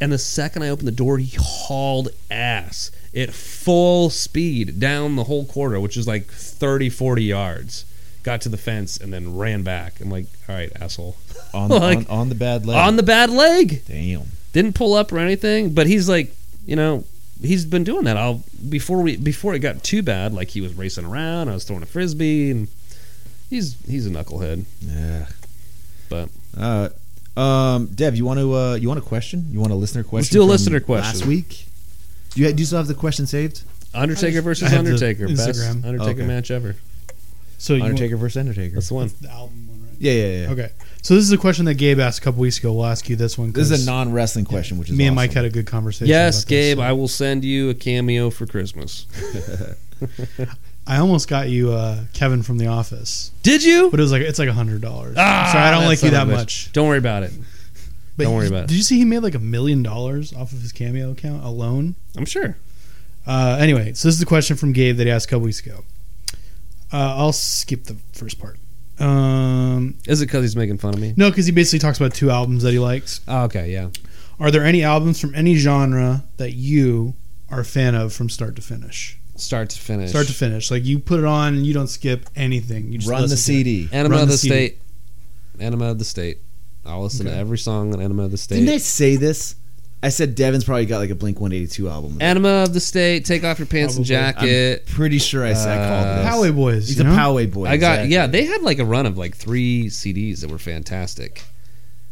Speaker 1: And the second I opened the door, he hauled ass at full speed down the whole corridor, which is like 30, 40 yards. Got to the fence and then ran back. I'm like, all right, asshole. *laughs*
Speaker 2: on,
Speaker 1: like-
Speaker 2: on, on the bad leg.
Speaker 1: On the bad leg.
Speaker 2: Damn.
Speaker 1: Didn't pull up or anything, but he's like, you know, he's been doing that. I'll before we before it got too bad, like he was racing around, I was throwing a frisbee and he's he's a knucklehead.
Speaker 2: Yeah.
Speaker 1: But-
Speaker 2: Uh, um, Dev, you want to uh, you want a question? You want a listener question?
Speaker 1: do a
Speaker 2: from
Speaker 1: listener question.
Speaker 2: Last week. Do you do you still have the question saved?
Speaker 1: Undertaker
Speaker 3: I
Speaker 1: versus
Speaker 3: had the
Speaker 1: Undertaker. Best
Speaker 3: Instagram. Oh,
Speaker 1: Undertaker
Speaker 2: Okay.
Speaker 1: match ever.
Speaker 3: So you want
Speaker 2: Undertaker versus Undertaker.
Speaker 1: That's the one.
Speaker 3: the album one, right?
Speaker 2: Yeah, yeah, yeah.
Speaker 3: Okay. So this is a question that Gabe asked a couple weeks ago. We'll ask you this one.
Speaker 2: This
Speaker 3: 'cause
Speaker 2: is a non wrestling question, which is
Speaker 3: me and Mike
Speaker 2: awesome.
Speaker 3: had a good conversation.
Speaker 1: Yes,
Speaker 3: about this,
Speaker 1: Gabe,
Speaker 3: so-
Speaker 1: I will send you a cameo for Christmas.
Speaker 3: I almost got you uh, Kevin from The Office,
Speaker 1: Did you?
Speaker 3: but it was like it's like a hundred dollars.
Speaker 1: Ah,
Speaker 3: Sorry, I don't like
Speaker 1: that's
Speaker 3: you
Speaker 1: son of
Speaker 3: that
Speaker 1: a bitch.
Speaker 3: much.
Speaker 1: Don't worry about it.
Speaker 3: But
Speaker 1: Don't worry
Speaker 3: he-
Speaker 1: about it.
Speaker 3: Did you see he made like a million dollars off of his cameo account alone?
Speaker 1: I'm sure.
Speaker 3: Uh, anyway, so this is the question from Gabe that he asked a couple weeks ago. Uh, I'll skip the first part. Um,
Speaker 1: Is it because he's making fun of me?
Speaker 3: no, because he basically talks about two albums that he likes.
Speaker 1: Oh, okay, yeah.
Speaker 3: Are there any albums from any genre that you are a fan of from start to finish?
Speaker 1: Start to finish.
Speaker 3: Start to finish, like you put it on and you don't skip anything. You just
Speaker 2: Run the
Speaker 3: listen to it.
Speaker 2: CD.
Speaker 1: Anima
Speaker 3: Run
Speaker 1: of
Speaker 3: the
Speaker 1: the
Speaker 3: CD.
Speaker 1: State. Anima of the State. I'll listen to
Speaker 3: Okay.
Speaker 1: every song on Anima of the State.
Speaker 2: Didn't I say this? I said Devin's probably got like a Blink 182 album.
Speaker 1: Anima of the State. Take off your pants and
Speaker 3: Probably.
Speaker 1: jacket.
Speaker 2: Pretty sure I said I
Speaker 1: Uh,
Speaker 2: called this.
Speaker 3: Poway Boys.
Speaker 2: He's
Speaker 3: you
Speaker 2: a
Speaker 3: know?
Speaker 2: Poway boy.
Speaker 1: I got
Speaker 2: exactly.
Speaker 1: yeah. They had like a run of like three CDs that were fantastic.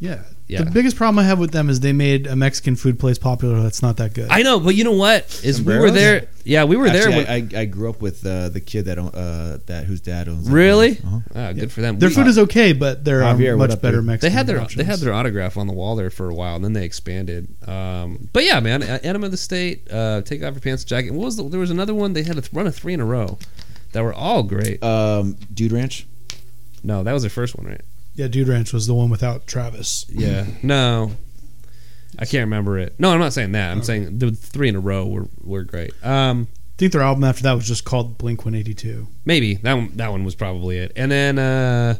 Speaker 3: Yeah,
Speaker 1: Yeah.
Speaker 3: The biggest problem I have with them is they made a Mexican food place popular that's not that good.
Speaker 1: I know, but you know what? Is we were
Speaker 2: Sombreros?
Speaker 1: there. Yeah, we were there.
Speaker 2: Actually,
Speaker 1: when-
Speaker 2: I, I, I grew up with uh, the kid that own- uh, that whose dad owns. that
Speaker 1: really?
Speaker 2: place. Uh-huh.
Speaker 1: Oh, good for them.
Speaker 3: their
Speaker 1: We-
Speaker 3: food is okay, but there are
Speaker 2: Javier, what
Speaker 3: much
Speaker 2: up,
Speaker 3: better
Speaker 1: they
Speaker 2: dude?
Speaker 3: Mexican.
Speaker 1: had their
Speaker 3: options.
Speaker 1: they had their autograph on the wall there for a while, and then they expanded. Um, but yeah, man, uh, Enema of the State, uh, Take Off Your Pants and Jacket. What was the, there was another one they had a th- run of three in a row that were all great.
Speaker 2: Um, Dude Ranch.
Speaker 1: No, that was their first one, right?
Speaker 3: yeah, Dude Ranch was the one without Travis.
Speaker 1: Yeah. No. I can't remember it. No, I'm not saying that. I'm
Speaker 3: Okay.
Speaker 1: saying the three in a row were, were great. Um,
Speaker 3: I think their album after that was just called Blink 182.
Speaker 1: maybe that one, that one was probably it. And then uh,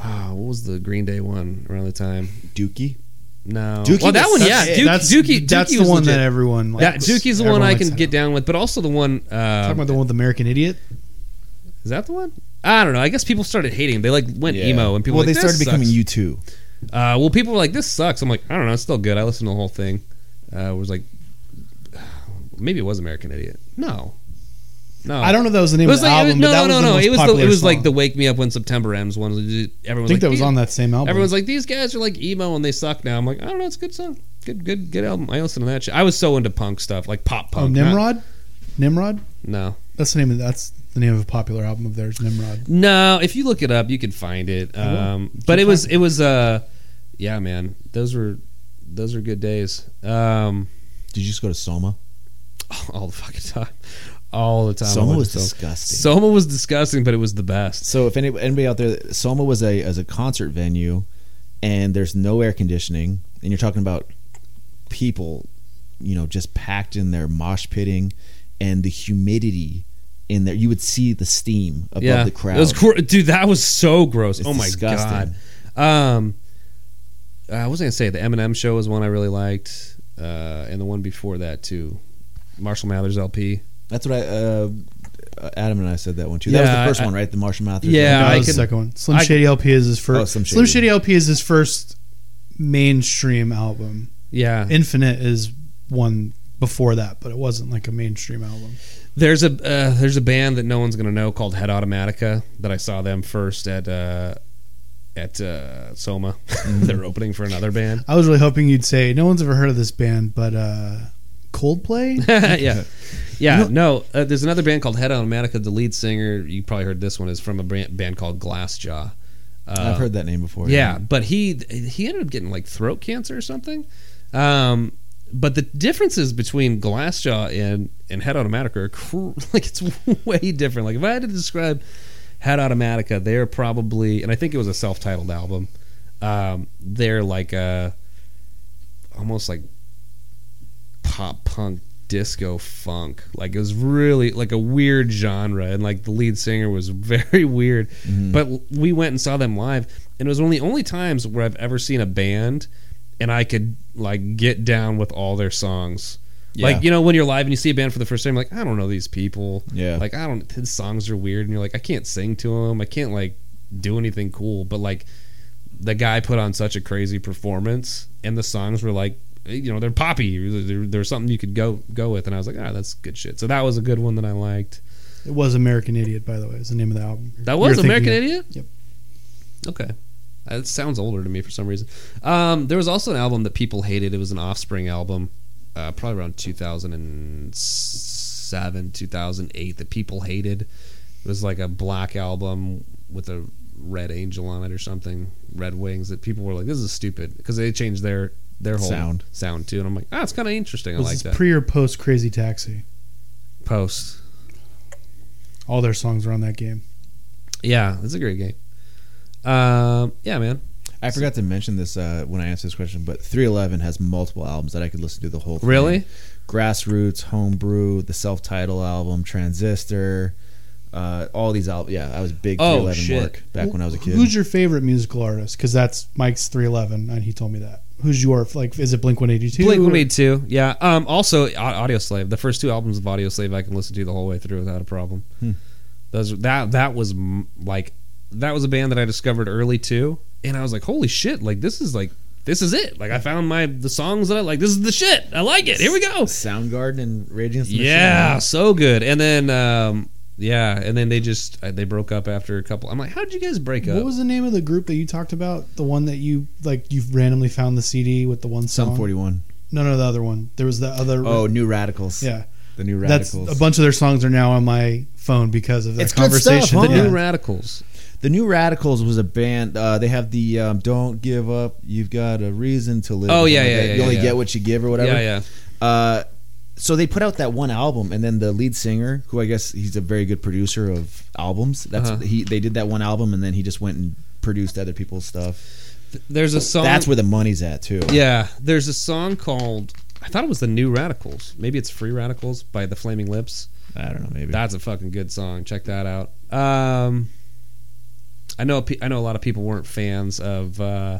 Speaker 1: ah, what was the Green Day one around the time?
Speaker 2: Dookie.
Speaker 1: No.
Speaker 2: Dookie
Speaker 1: well, that one,
Speaker 2: was such-
Speaker 1: yeah.
Speaker 2: it.
Speaker 1: Duke,
Speaker 3: that's
Speaker 1: Dookie,
Speaker 3: that's
Speaker 1: Dookie
Speaker 3: the
Speaker 1: was
Speaker 3: one
Speaker 1: legit.
Speaker 3: that everyone
Speaker 1: yeah,
Speaker 3: likes.
Speaker 1: Dookie's the
Speaker 3: Everyone
Speaker 1: one I
Speaker 3: likes
Speaker 1: can
Speaker 3: that
Speaker 1: get
Speaker 3: album.
Speaker 1: down with, but also the one.
Speaker 3: Talking
Speaker 1: Uh,
Speaker 3: about the one with American Idiot.
Speaker 1: is that the one? I don't know. I guess people started hating. They like went
Speaker 2: Yeah.
Speaker 1: emo, and people were
Speaker 2: well, they
Speaker 1: like,
Speaker 2: started
Speaker 1: "This
Speaker 2: becoming
Speaker 1: sucks."
Speaker 2: U two.
Speaker 1: Uh, well, people were like, "This sucks." I'm like, "I don't know. It's still good." I listened to the whole thing. Uh, it was like, *sighs* maybe it was American Idiot. No, no,
Speaker 3: I don't know if that was the
Speaker 1: It
Speaker 3: name
Speaker 1: was
Speaker 3: of the
Speaker 1: like
Speaker 3: album.
Speaker 1: no,
Speaker 3: but that
Speaker 1: no,
Speaker 3: was
Speaker 1: no, no.
Speaker 3: The most
Speaker 1: It was the,
Speaker 3: popular
Speaker 1: it was like
Speaker 3: song.
Speaker 1: the Wake Me Up When September Ends one. Everyone
Speaker 3: I
Speaker 1: was
Speaker 3: think
Speaker 1: like,
Speaker 3: that was
Speaker 1: "Damn."
Speaker 3: on that same album.
Speaker 1: Everyone's like, these guys are like emo and they suck now. I'm like, I don't know. It's a good song. Good, good, good album. I listen to that shit. I was so into punk stuff, like pop
Speaker 3: oh,
Speaker 1: punk. not-
Speaker 3: Nimrod. Nimrod.
Speaker 1: no,
Speaker 3: That's the name of that's the name of a popular album of theirs. Nimrod.
Speaker 1: no. If you look it up, you can find it.
Speaker 3: will.
Speaker 1: Um, but it was, it was, uh, yeah, man. Those were, those were good days. Um,
Speaker 2: Did you just go to Soma?
Speaker 1: *laughs* all the fucking time, all the time. I
Speaker 2: Soma
Speaker 1: went
Speaker 2: was
Speaker 1: to
Speaker 2: disgusting.
Speaker 1: Soma was disgusting, but it was the best.
Speaker 2: So if any, anybody out there, Soma was a as a concert venue, and there's no air conditioning, and you're talking about people, you know, just packed in their mosh pitting, and the humidity in there. You would see the steam above
Speaker 1: yeah,
Speaker 2: the crowd.
Speaker 1: It was gro- dude, that was so gross.
Speaker 2: It's
Speaker 1: oh my
Speaker 2: disgusting.
Speaker 1: god. Um, I was gonna say the Eminem show was one I really liked, uh, and the one before that too, Marshall Mathers LP.
Speaker 2: That's what I. Uh, Adam and I said that one too. that
Speaker 1: Yeah,
Speaker 2: was the first
Speaker 1: I-
Speaker 2: one, right? The Marshall Mathers.
Speaker 1: Yeah,
Speaker 3: that
Speaker 1: I
Speaker 3: was
Speaker 1: can-
Speaker 3: the second one. Slim
Speaker 1: I-
Speaker 3: Shady LP is his first.
Speaker 2: Oh, Slim
Speaker 3: Slim
Speaker 2: Shady.
Speaker 3: Shady LP is his first mainstream album.
Speaker 1: Yeah,
Speaker 3: Infinite is one before that, but it wasn't like a mainstream album.
Speaker 1: There's a uh, there's a band that no one's gonna know called Head Automatica that I saw them first at uh, at uh, Soma. *laughs* They're opening for another band.
Speaker 3: I was really hoping you'd say no one's ever heard of this band, but uh, Coldplay.
Speaker 1: *laughs* yeah, yeah. No, uh, there's another band called Head Automatica. The lead singer, you probably heard this one, is from a band, band called Glassjaw. Uh,
Speaker 2: I've heard that name before.
Speaker 1: Yeah, but he he ended up getting like throat cancer or something. Um, but the differences between Glassjaw and and Head Automatica are cr- *laughs* like it's way different. Like if I had to describe Head Automatica, they're probably and I think it was a self-titled album. Um, they're like a almost like pop punk disco funk like it was really like a weird genre and like the lead singer was *laughs* very weird
Speaker 2: Mm-hmm. Mm.
Speaker 1: but we went and saw them live and it was one of the only times where i've ever seen a band and i could like get down with all their songs
Speaker 2: Yeah.
Speaker 1: like you know when you're live and you see a band for the first time you're like i don't know these people
Speaker 2: Yeah.
Speaker 1: like i don't his songs are weird and you're like i can't sing to them i can't like do anything cool but like the guy put on such a crazy performance, and the songs were like, eh, you know, they're poppy. There- There's something you could go go with, and I was like, ah, that's good shit. So that was a good one that I liked.
Speaker 3: it was American Idiot, by the way, is the name of the album.
Speaker 1: That was
Speaker 3: You're thinking
Speaker 1: American
Speaker 3: of-
Speaker 1: Idiot.
Speaker 3: Yep.
Speaker 1: Okay, that sounds older to me for some reason. Um, there was also an album that people hated. It was an Offspring album, uh, probably around 2007, 2008. That people hated. It was like a black album with a red angel on it or something, red wings. That people were like, "This is stupid," because they changed their their whole
Speaker 2: Sound.
Speaker 1: sound too. And I'm like, "Ah, it's kind of interesting. I
Speaker 3: Was
Speaker 1: like
Speaker 3: this
Speaker 1: that."
Speaker 3: pre or post Crazy Taxi?
Speaker 1: Post.
Speaker 3: All their songs were on that game.
Speaker 1: Yeah, it's a great game. Um, yeah, man.
Speaker 2: I forgot to mention this uh, when I answered this question, but 311 has multiple albums that I could listen to the whole. thing.
Speaker 1: Really?
Speaker 2: Grassroots, Homebrew, the self-title album, Transistor, uh, all these albums. Yeah, I was big
Speaker 1: Oh,
Speaker 2: 311
Speaker 1: shit.
Speaker 2: Mark back when I was a kid.
Speaker 3: Who's your favorite musical artist? Because that's Mike's 311, and he told me that. Who's your, like, is it Blink 182?
Speaker 1: Blink One Eighty Two. Yeah. Um, also, Au- Audio Slave. The first two albums of Audio Slave, I can listen to the whole way through without a problem.
Speaker 2: Hmm.
Speaker 1: Those that that was m- like that was a band that I discovered early too, and I was like, holy shit! Like this is like this is it. Like I found my the songs that I like. This is the shit. I like it. Here we go.
Speaker 2: Soundgarden and Rage Against the Machine.
Speaker 1: Yeah, so good. And then um, yeah, and then they just uh, they broke up after a couple. I'm like, how did you guys break up?
Speaker 3: What was the name of the group that you talked about? The one that you like you randomly found the CD with the one song.
Speaker 2: Some 41.
Speaker 3: No, no, the other one. There was the other.
Speaker 2: Oh, New Radicals.
Speaker 3: yeah.
Speaker 2: The New
Speaker 3: That's
Speaker 2: Radicals.
Speaker 3: a bunch of their songs are now on my phone because of that
Speaker 2: It's good
Speaker 3: conversation.
Speaker 2: stuff, huh?
Speaker 1: the
Speaker 3: Yeah.
Speaker 1: New Radicals.
Speaker 2: the New Radicals was a band. Uh, they have the um, "Don't Give Up, You've Got a Reason to Live."
Speaker 1: Oh,
Speaker 2: or something
Speaker 1: yeah,
Speaker 2: like
Speaker 1: yeah,
Speaker 2: that.
Speaker 1: yeah,
Speaker 2: You only
Speaker 1: yeah.
Speaker 2: get what you give, or whatever.
Speaker 1: Yeah, yeah.
Speaker 2: Uh, so they put out that one album, and then the lead singer, who I guess he's a very good producer of albums. That's
Speaker 1: Uh-huh.
Speaker 2: he. They did that one album, and then he just went and produced other people's stuff.
Speaker 1: Th- There's a song.
Speaker 2: That's where the money's at too.
Speaker 1: Yeah, there's a song called I thought it was the New Radicals. Maybe it's Free Radicals by the Flaming Lips.
Speaker 2: I don't know. Maybe
Speaker 1: That's a fucking good song. Check that out. Um, I know pe- I know a lot of people weren't fans of. Uh,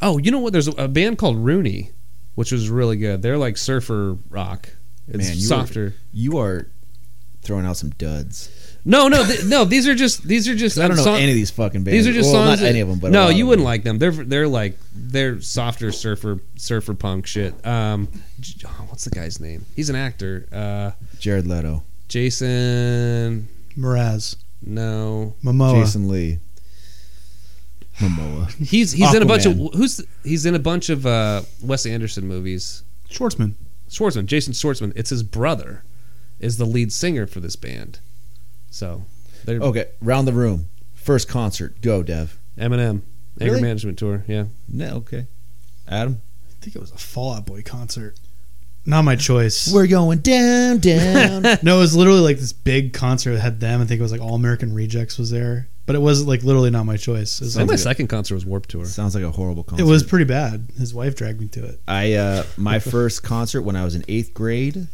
Speaker 1: oh, you know what? There's a, a band called Rooney, which was really good. They're like surfer rock. It's
Speaker 2: Man, you were-
Speaker 1: softer.
Speaker 2: you are throwing out some duds.
Speaker 1: No, no, th- no. These are just these are just.
Speaker 2: I don't know
Speaker 1: song-
Speaker 2: any of these fucking bands.
Speaker 1: These are just
Speaker 2: well,
Speaker 1: songs.
Speaker 2: Not
Speaker 1: that-
Speaker 2: any of them, but a
Speaker 1: no,
Speaker 2: lot
Speaker 1: you
Speaker 2: of
Speaker 1: wouldn't
Speaker 2: them.
Speaker 1: like them. They're they're like they're softer surfer surfer punk shit. Um, j- oh, what's the guy's name? He's an actor. Uh,
Speaker 2: Jared Leto,
Speaker 1: Jason.
Speaker 3: Mraz,
Speaker 1: No,
Speaker 3: Momoa.
Speaker 2: Jason Lee,
Speaker 1: *laughs*
Speaker 2: Momoa.
Speaker 1: he's he's in a bunch of
Speaker 2: Aquaman.
Speaker 1: who's the- he's in a bunch of uh, Wes Anderson movies.
Speaker 3: Schwartzman.
Speaker 1: Schwartzman, Jason Schwartzman. It's his brother, is the lead singer for this band. So, they're
Speaker 2: okay, round the room. First concert. Go, Dev.
Speaker 1: Eminem, Anger
Speaker 2: Really?
Speaker 1: Management Tour. Yeah,
Speaker 2: No, okay. Adam,
Speaker 3: I think it was a Fallout Boy concert. Not my choice.
Speaker 2: we're going down, down.
Speaker 3: *laughs* no, it was literally like this big concert that had them. I think it was like All American Rejects was there, but it was like literally not my choice. It was,
Speaker 1: I think
Speaker 3: like-
Speaker 1: my
Speaker 2: good.
Speaker 1: second concert was Warp Tour.
Speaker 2: *laughs* Sounds like a horrible concert.
Speaker 3: it was pretty bad. His wife dragged me to it.
Speaker 2: I uh,
Speaker 1: *laughs*
Speaker 2: my first concert when I was in eighth grade,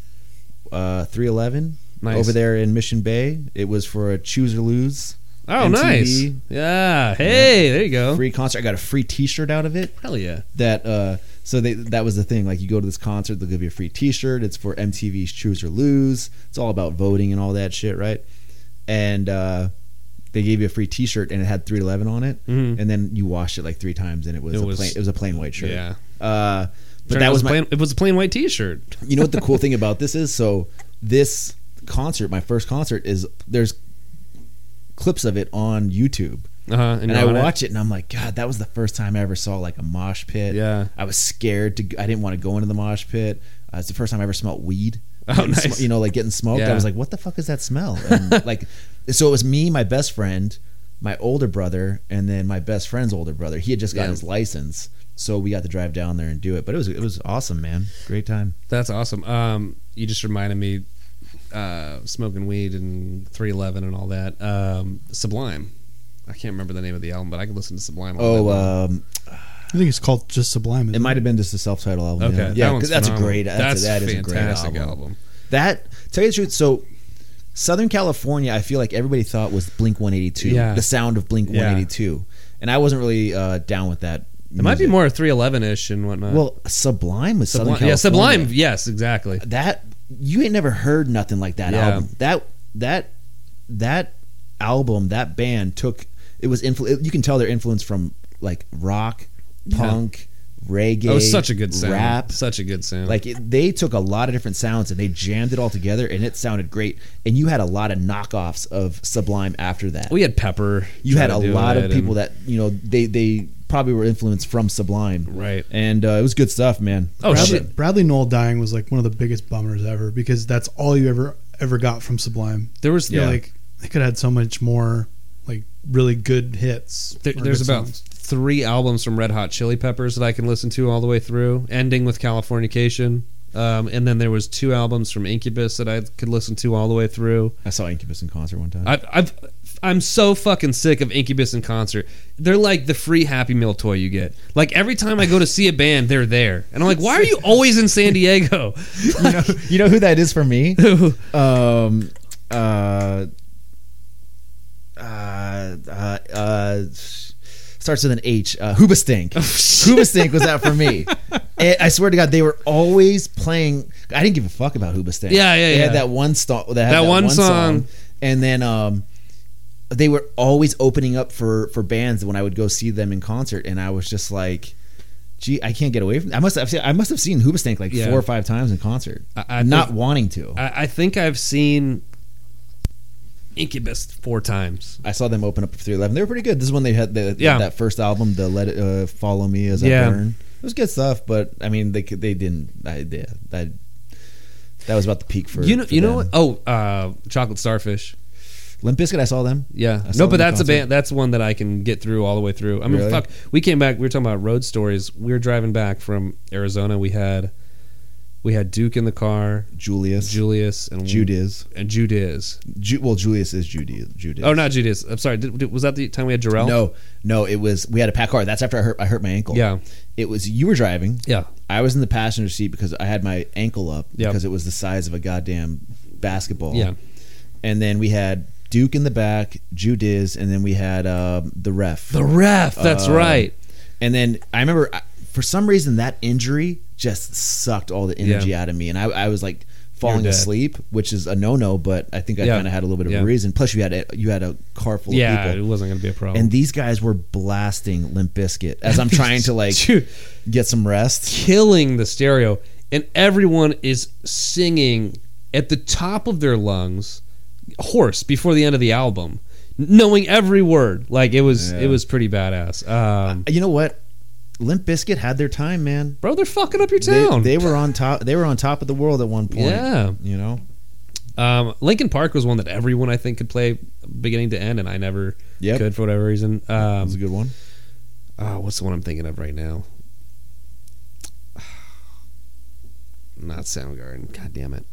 Speaker 2: uh, three eleven
Speaker 1: Nice.
Speaker 2: over there in Mission Bay. It was for a choose or lose
Speaker 1: Oh,
Speaker 2: MTV.
Speaker 1: nice. Yeah. Hey, there you go.
Speaker 2: free concert. I got a free T-shirt out of it.
Speaker 1: Hell yeah.
Speaker 2: That uh, so they that was the thing. Like you go to this concert, they'll give you a free T-shirt. It's for MTV's Choose or Lose. It's all about voting and all that shit, right? And uh, they gave you a free T-shirt, and it had three eleven on it.
Speaker 1: Mhm.
Speaker 2: And then you washed it like three times, and it was
Speaker 1: It
Speaker 2: a
Speaker 1: was-
Speaker 2: plain, it was a plain white shirt.
Speaker 1: Yeah.
Speaker 2: Uh, but
Speaker 1: Turn out
Speaker 2: that was
Speaker 1: it
Speaker 2: my
Speaker 1: plain, it was a plain white T-shirt.
Speaker 2: you know what the cool thing about this is? So this concert, my first concert, is there's clips of it on YouTube,
Speaker 1: Uh huh.
Speaker 2: Uh-huh, and, I watch it. and I'm like, God, that was the first time I ever saw like a mosh pit.
Speaker 1: Yeah.
Speaker 2: I was scared to. g- I didn't want to go into the mosh pit. Uh, it's the first time I ever smelt weed.
Speaker 1: Oh,
Speaker 2: Getting
Speaker 1: nice.
Speaker 2: sm- you know, like getting smoked.
Speaker 1: Yeah.
Speaker 2: I was like, what the fuck is that smell?
Speaker 1: *laughs*
Speaker 2: And like, so it was me, my best friend, my older brother, and then my best friend's older brother. He had just gotten
Speaker 1: Yeah.
Speaker 2: his license. So we got to drive down there and do it, but it was it was awesome, man. Great time.
Speaker 1: That's awesome. Um, you just reminded me, uh, smoking weed and 311 and all that. Um, Sublime. I can't remember the name of the album, but I could listen to Sublime. All
Speaker 2: Oh,
Speaker 1: day long.
Speaker 2: um,
Speaker 3: I think it's called just Sublime. isn't
Speaker 2: it might have been just a self-titled album.
Speaker 1: okay.
Speaker 2: yeah. yeah,
Speaker 1: that
Speaker 2: 'cause
Speaker 1: one's
Speaker 2: that's a
Speaker 1: phenomenal.
Speaker 2: great. That's, that is a great
Speaker 1: fantastic
Speaker 2: album. That tell you the truth. So, Southern California, I feel like everybody thought was Blink One Eighty Two.
Speaker 1: Yeah.
Speaker 2: the sound of Blink
Speaker 1: Yeah.
Speaker 2: One Eighty Two, and I wasn't really uh, down with that.
Speaker 1: It might be more 311 ish and whatnot.
Speaker 2: Well, Sublime was
Speaker 1: Sublime.
Speaker 2: Southern
Speaker 1: Yeah,
Speaker 2: California.
Speaker 1: Sublime. Yes, exactly.
Speaker 2: That you ain't never heard nothing like that
Speaker 1: Yeah.
Speaker 2: album. That that that album, that band took. It was influ- You can tell their influence from like rock, punk, reggae.
Speaker 1: That was such a good sound.
Speaker 2: Rap,
Speaker 1: Such a good sound.
Speaker 2: like it, they took a lot of different sounds and they jammed it all together, and it sounded great. And you had a lot of knockoffs of Sublime after that.
Speaker 1: we had Pepper.
Speaker 2: you
Speaker 1: try
Speaker 2: had
Speaker 1: to
Speaker 2: a
Speaker 1: do
Speaker 2: lot
Speaker 1: it,
Speaker 2: of
Speaker 1: and-
Speaker 2: people that you know they they probably were influenced from Sublime,
Speaker 1: Right.
Speaker 2: And uh, it was good stuff, man.
Speaker 1: Oh,
Speaker 2: Proud of
Speaker 1: shit.
Speaker 2: them.
Speaker 3: Bradley Knoll dying was like one of the biggest bummers ever because that's all you ever ever got from Sublime.
Speaker 1: There was
Speaker 3: Yeah,
Speaker 1: yeah.
Speaker 3: like they could have had so much more like really good hits.
Speaker 1: There,
Speaker 3: or
Speaker 1: there's
Speaker 3: good
Speaker 1: about
Speaker 3: songs.
Speaker 1: three albums from Red Hot Chili Peppers that I can listen to all the way through, ending with Californication. Um, and then there was two albums from Incubus that I could listen to all the way through.
Speaker 2: I saw Incubus in concert one time.
Speaker 1: I, I've I'm so fucking sick of Incubus in concert. They're like the free Happy Meal toy you get. Like every time I go to see a band, they're there, and I'm like, why are you always in San Diego?
Speaker 2: you, know, *laughs* you know who that is for me?
Speaker 1: *laughs* Who?
Speaker 2: um, uh, uh, uh, uh, starts with an H. Uh, Hoobastank.
Speaker 1: Oh, *laughs*
Speaker 2: Hoobastank was that for me. And I swear to God, they were always playing. I didn't give a fuck about Hoobastank.
Speaker 1: Yeah, yeah,
Speaker 2: they
Speaker 1: yeah.
Speaker 2: Had that one song. That,
Speaker 1: That
Speaker 2: that
Speaker 1: one
Speaker 2: one,
Speaker 1: song.
Speaker 2: song. And then um, they were always opening up for for bands when I would go see them in concert, and I was just like. Gee, I can't get away from. I must have. Seen, I must have seen Hoobastank like
Speaker 1: Yeah.
Speaker 2: four or five times in concert,
Speaker 1: I- I
Speaker 2: not
Speaker 1: think-
Speaker 2: wanting to.
Speaker 1: I, I think I've seen Incubus four times.
Speaker 2: I saw them open up for 311. They were pretty good. This is when they had the,
Speaker 1: Yeah.
Speaker 2: that first album, the Let It uh, Follow Me as
Speaker 1: Yeah.
Speaker 2: I Burn. It was good stuff, but I mean, they could- they didn't. I, yeah, I, that was about the peak for
Speaker 1: you know,
Speaker 2: for
Speaker 1: you know what?
Speaker 2: them.
Speaker 1: Oh, uh, Chocolate Starfish.
Speaker 2: Limp Bizkit. I saw them.
Speaker 1: Yeah.
Speaker 2: I saw
Speaker 1: No, but
Speaker 2: them in
Speaker 1: that's a
Speaker 2: concert.
Speaker 1: band. That's one that I can get through all the way through. I mean,
Speaker 2: Really?
Speaker 1: fuck. We came back. We were talking about road stories. We were driving back from Arizona. We had, we had Duke in the car,
Speaker 2: Julius,
Speaker 1: Julius, and
Speaker 2: Judas.
Speaker 1: and Judiz.
Speaker 2: Ju- well, Julius is Judy. Judas.
Speaker 1: Oh, not Judiz. I'm sorry. Did, did- was that the time we had Jarrell?
Speaker 2: No, no. It was we had a packed car. That's after I hurt I hurt my ankle.
Speaker 1: Yeah.
Speaker 2: It was you were driving.
Speaker 1: Yeah.
Speaker 2: I was in the passenger seat because I had my ankle up
Speaker 1: Yeah.
Speaker 2: because it was the size of a goddamn basketball.
Speaker 1: Yeah.
Speaker 2: And then we had Duke in the back, Judiz, and then we had um, the ref.
Speaker 1: The ref. That's
Speaker 2: Uh,
Speaker 1: right.
Speaker 2: And then I remember I, for some reason that injury just sucked all the energy
Speaker 1: Yeah.
Speaker 2: out of me, and I, I was like falling
Speaker 1: dead.
Speaker 2: asleep, which is a no no. But I think I
Speaker 1: Yeah.
Speaker 2: kind of had a little bit of
Speaker 1: Yeah.
Speaker 2: a reason. Plus, you had a, you had a car full
Speaker 1: Yeah,
Speaker 2: of
Speaker 1: it
Speaker 2: people.
Speaker 1: wasn't going to be a problem.
Speaker 2: And these guys were blasting Limp Bizkit
Speaker 1: *laughs*
Speaker 2: as I'm trying to like
Speaker 1: Dude.
Speaker 2: get some rest.
Speaker 1: killing the stereo, and everyone is singing at the top of their lungs, hoarse before the end of the album, knowing every word. Like it was,
Speaker 2: Yeah.
Speaker 1: it was pretty badass. Um,
Speaker 2: You know what? Limp Bizkit had their time, man.
Speaker 1: bro, they're fucking up your
Speaker 2: They,
Speaker 1: town.
Speaker 2: they were on top. They were on top of the world at one point.
Speaker 1: Yeah.
Speaker 2: you know.
Speaker 1: um, Lincoln Park was one that everyone I think could play beginning to end, and I never
Speaker 2: Yep.
Speaker 1: could for whatever reason.
Speaker 2: That
Speaker 1: Um,
Speaker 2: was a good one.
Speaker 1: Ah, what's the one I'm thinking of right now? *sighs* Not Soundgarden. God damn it.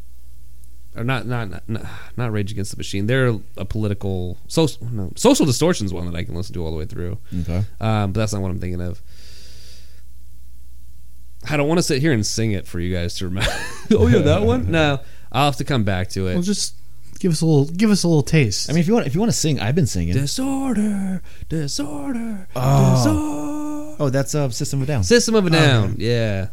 Speaker 1: Or not, not, not- not, not Rage Against the Machine. They're a political social. No, social distortions one that I can listen to all the way through.
Speaker 2: Okay.
Speaker 1: Um, but that's not what I'm thinking of. I don't want to sit here and sing it for you guys to remember. *laughs* oh yeah,
Speaker 2: *laughs*
Speaker 1: that one. No, I'll have to come back to
Speaker 3: Well,
Speaker 1: it.
Speaker 3: just give us a little, give us a little taste.
Speaker 2: I mean, if you want, if you want to sing, I've been singing.
Speaker 1: Disorder, disorder, disorder.
Speaker 2: oh, that's uh, System of a Down.
Speaker 1: System of a Down. Yeah,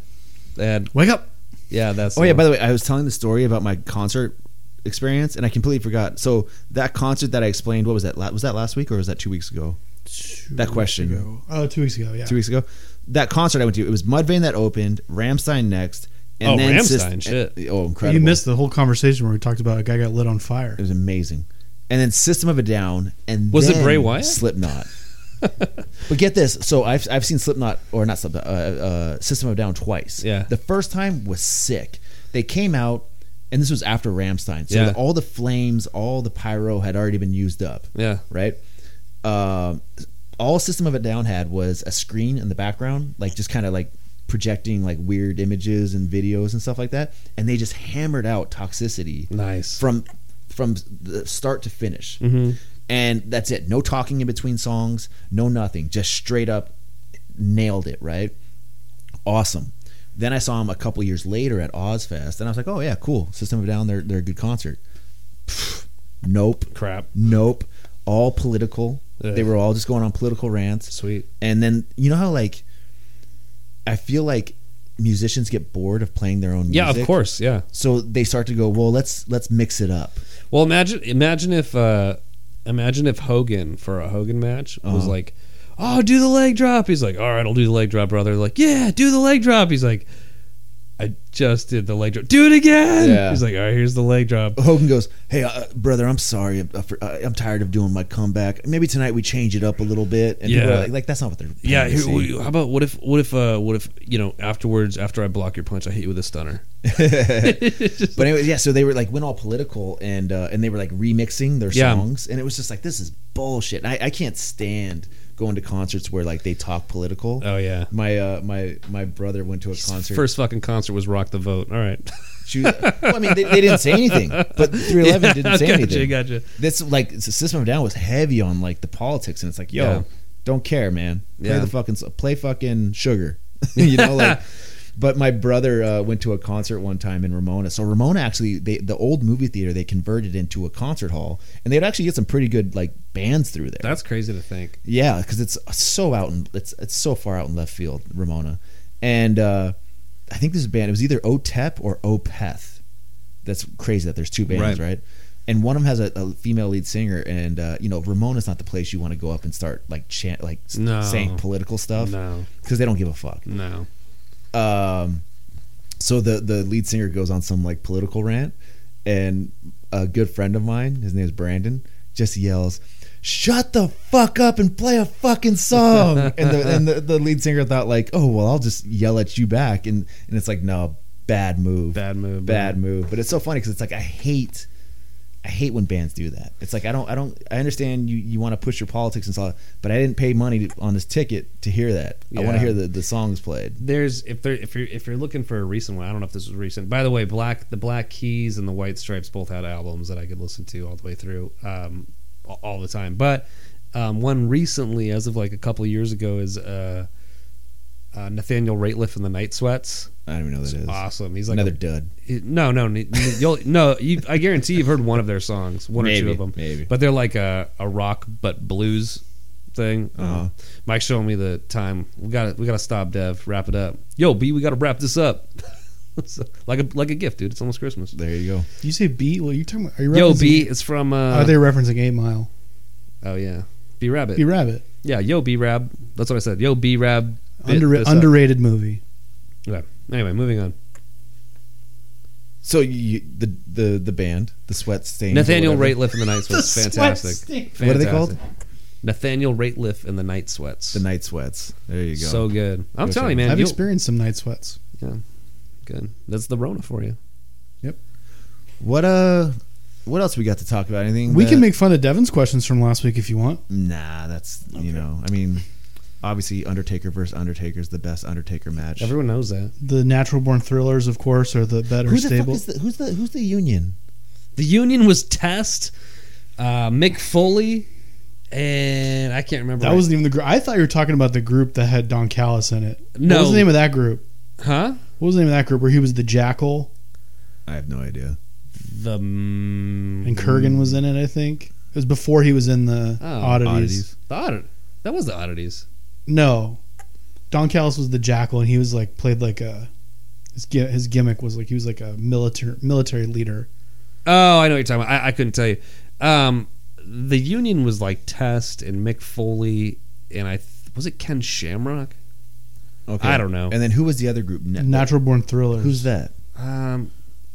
Speaker 1: and
Speaker 3: wake up.
Speaker 1: yeah, that's.
Speaker 2: Oh yeah,
Speaker 1: the
Speaker 2: by the way, I was telling the story about my concert experience, and I completely forgot. So that concert that I explained, what was that? la- Was that last week or was that two weeks ago?
Speaker 3: Two
Speaker 2: That
Speaker 3: weeks
Speaker 2: question.
Speaker 3: ago. Oh, two weeks ago. Yeah.
Speaker 2: Two weeks ago. That concert I went to, it was Mudvayne that opened, Ramstein next, and
Speaker 1: Oh,
Speaker 2: then
Speaker 1: Rammstein,
Speaker 2: Syst-
Speaker 1: shit.
Speaker 2: and- oh, incredible!
Speaker 3: You missed the whole conversation where we talked about a guy got lit on fire.
Speaker 2: It was amazing. And then System of a Down, and
Speaker 1: Was it
Speaker 2: then
Speaker 1: Bray Wyatt? *laughs*
Speaker 2: Slipknot. but get this, so I've I've seen Slipknot or not Slipknot, uh, uh, System of a Down twice.
Speaker 1: Yeah.
Speaker 2: the first time was sick. They came out, and this was after Ramstein, so
Speaker 1: Yeah.
Speaker 2: the- all the flames, all the pyro had already been used up.
Speaker 1: Yeah.
Speaker 2: right. Um, all System of a Down had was a screen in the background, like just kind of like projecting like weird images and videos and stuff like that, and they just hammered out toxicity
Speaker 1: Nice.
Speaker 2: from from the start to finish.
Speaker 1: Mhm.
Speaker 2: And that's it. No talking in between songs, no nothing. Just straight up nailed it, right? Awesome. Then I saw him a couple years later at Ozfest and I was like, "Oh yeah, cool. System of a Down, they're they're a good concert." Pfft, nope.
Speaker 1: Crap.
Speaker 2: Nope. All political.
Speaker 1: Ugh.
Speaker 2: They were all just going on political rants.
Speaker 1: Sweet.
Speaker 2: And then you know how like I feel like musicians get bored of playing their own
Speaker 1: Yeah,
Speaker 2: music.
Speaker 1: of course. Yeah.
Speaker 2: So they start to go, well, let's let's mix it up.
Speaker 1: Well, imagine imagine if uh imagine if Hogan for a Hogan match was
Speaker 2: Uh-huh.
Speaker 1: like, "Oh, do the leg drop." He's like, "All right, I'll do the leg drop, brother." They're like, "Yeah, do the leg drop." He's like, "I just did the leg drop. Do it again."
Speaker 2: Yeah. Oh,
Speaker 1: He's like, "All right, here's the leg drop."
Speaker 2: Hogan goes, "Hey, uh, brother, I'm sorry. I'm, uh, for- uh, I'm tired of doing my comeback. Maybe tonight we change it up a little bit." And people
Speaker 1: Yeah.
Speaker 2: are like, like, that's not what they're. planning
Speaker 1: Yeah,
Speaker 2: to
Speaker 1: here,
Speaker 2: see."
Speaker 1: we- how about what if what if uh what if, you know, afterwards after I block your punch, I hit you with a stunner.
Speaker 2: but anyway, yeah. So they were like went all political and uh, and they were like remixing their
Speaker 1: Yeah.
Speaker 2: songs, and it was just like this is bullshit. I, I can't stand going to concerts where like they talk political.
Speaker 1: Oh yeah.
Speaker 2: my uh, my my brother went to a concert.
Speaker 1: First fucking concert was Rock the Vote. All right.
Speaker 2: She was- well, I mean, they, they didn't say
Speaker 1: *laughs*
Speaker 2: anything, but 311 didn't say
Speaker 1: gotcha,
Speaker 2: anything.
Speaker 1: gotcha.
Speaker 2: This like the System of a Down was heavy on like the politics, and it's like, yo,
Speaker 1: Yeah.
Speaker 2: don't care, man. Play
Speaker 1: Yeah.
Speaker 2: the fucking play
Speaker 1: *laughs*
Speaker 2: fucking sugar, *laughs* you know, like. But my brother uh, went to a concert one time in Ramona. So Ramona actually, they, the old movie theater, they converted into a concert hall, and they'd actually get some pretty good like bands through there.
Speaker 1: That's crazy to think.
Speaker 2: Yeah, because it's so out in it's it's so far out in left field, Ramona, and uh, I think this band it was either OTEP or OPETH. That's crazy that there's two bands,
Speaker 1: Right.
Speaker 2: right? And one of them has a, a female lead singer, and uh, you know Ramona's not the place you want to go up and start like chant like s-
Speaker 1: No.
Speaker 2: saying political stuff
Speaker 1: No,
Speaker 2: because they don't give a fuck.
Speaker 1: no.
Speaker 2: Um, so the the lead singer goes on some like political rant, and a good friend of mine, his name is Brandon. Jesse yells, "Shut the fuck up and play a
Speaker 1: *laughs*
Speaker 2: fucking song!" and the, and the, the lead singer thought like, "Oh well, I'll just yell at you back," and and it's like, "No, bad move,
Speaker 1: Bad move,
Speaker 2: bad move." But it's so funny because it's like I hate. I hate when bands do that. It's like I don't, I don't, I understand you, you want to push your politics and stuff, but I didn't pay money to, on this ticket to hear that. I want
Speaker 1: Yeah.
Speaker 2: to hear the, the songs played.
Speaker 1: There's if there if you're if you're looking for a recent one, I don't know if this was recent. By the way, Black the Black Keys and the White Stripes both had albums that I could listen to all the way through, um, a- all the time. But um, one recently, as of like a couple of years ago, is uh, uh, Nathaniel Rateliff and the Night Sweats.
Speaker 2: I don't even know what
Speaker 1: It's
Speaker 2: that is.
Speaker 1: awesome. He's like
Speaker 2: Another
Speaker 1: a-
Speaker 2: dud.
Speaker 1: he- no no n- n- you'll no you, I guarantee you've heard one of their songs, one or two
Speaker 2: Maybe,
Speaker 1: of them,
Speaker 2: maybe.
Speaker 1: But they're like a, a rock but blues thing. Um,
Speaker 2: Uh-huh.
Speaker 1: Mike's showing me the time. We got to we got to stop, Dev. Wrap it up. Yo, B, we got to wrap this up. *laughs* So, like a like a gift, dude. It's almost Christmas.
Speaker 2: There you go.
Speaker 3: You say beat? Well, you talking about? Are you
Speaker 1: Yo,
Speaker 3: referencing-
Speaker 1: B, it's from. Uh,
Speaker 3: Are they referencing Eight Mile?
Speaker 1: oh yeah, B Rabbit.
Speaker 3: B Rabbit,
Speaker 1: yeah, yo, B Rab. That's what I said. Yo, B Rab. Bit
Speaker 3: Underra-
Speaker 1: this up.
Speaker 3: underrated movie.
Speaker 1: Okay. Anyway, moving on.
Speaker 2: So you, the the the band, the Sweat Stains, or
Speaker 1: Nathaniel
Speaker 2: whatever,
Speaker 1: Rateliff and the Night Sweats.
Speaker 3: Sweat
Speaker 1: Fantastic.
Speaker 3: Stains.
Speaker 2: What are they called?
Speaker 1: Fantastic. Nathaniel Rateliff and the Night Sweats.
Speaker 2: the Night Sweats. There you go.
Speaker 1: So good. I'm
Speaker 2: Go
Speaker 1: telling you,
Speaker 2: check
Speaker 1: man.
Speaker 3: I've
Speaker 1: You'll,
Speaker 3: experienced some night sweats.
Speaker 1: good. That's the Rona for you.
Speaker 2: what uh, what else we got to talk about? Anything
Speaker 3: We
Speaker 2: that-
Speaker 3: can make fun of Devin's questions from last week if you want.
Speaker 2: Nah, that's you know. I mean, obviously, Undertaker versus Undertaker is the best Undertaker match.
Speaker 1: Everyone knows that.
Speaker 3: The natural born thrillers, of course, are the better
Speaker 2: who the
Speaker 3: stable.
Speaker 2: fuck is the, who's the who's the Union?
Speaker 1: The Union was Test, uh, Mick Foley, and I can't remember.
Speaker 3: that wasn't even the group. I thought you were talking about the group that had Don Callis in it.
Speaker 1: No.
Speaker 3: What was the name of that group?
Speaker 1: huh?
Speaker 3: What was the name of that group where he was the jackal
Speaker 2: I have no idea.
Speaker 1: The mm,
Speaker 2: Mm-hmm.
Speaker 3: and Kurgan was in it? I think it was before he was in the
Speaker 1: Oh.
Speaker 3: oddities.
Speaker 2: Oddities.
Speaker 1: the odd, that was the oddities.
Speaker 3: No, Don Callis was the jackal, and he was like played like a his, gi- his gimmick was like he was like a military military leader.
Speaker 1: Oh, I know what you're talking about. I, I couldn't tell you. Um, the Union was like Test and Mick Foley, and I th- was it Ken Shamrock?
Speaker 2: Okay,
Speaker 1: I don't know.
Speaker 2: And then who was the other group? Ne-
Speaker 3: Natural born thrillers.
Speaker 2: Who's that?
Speaker 1: Um,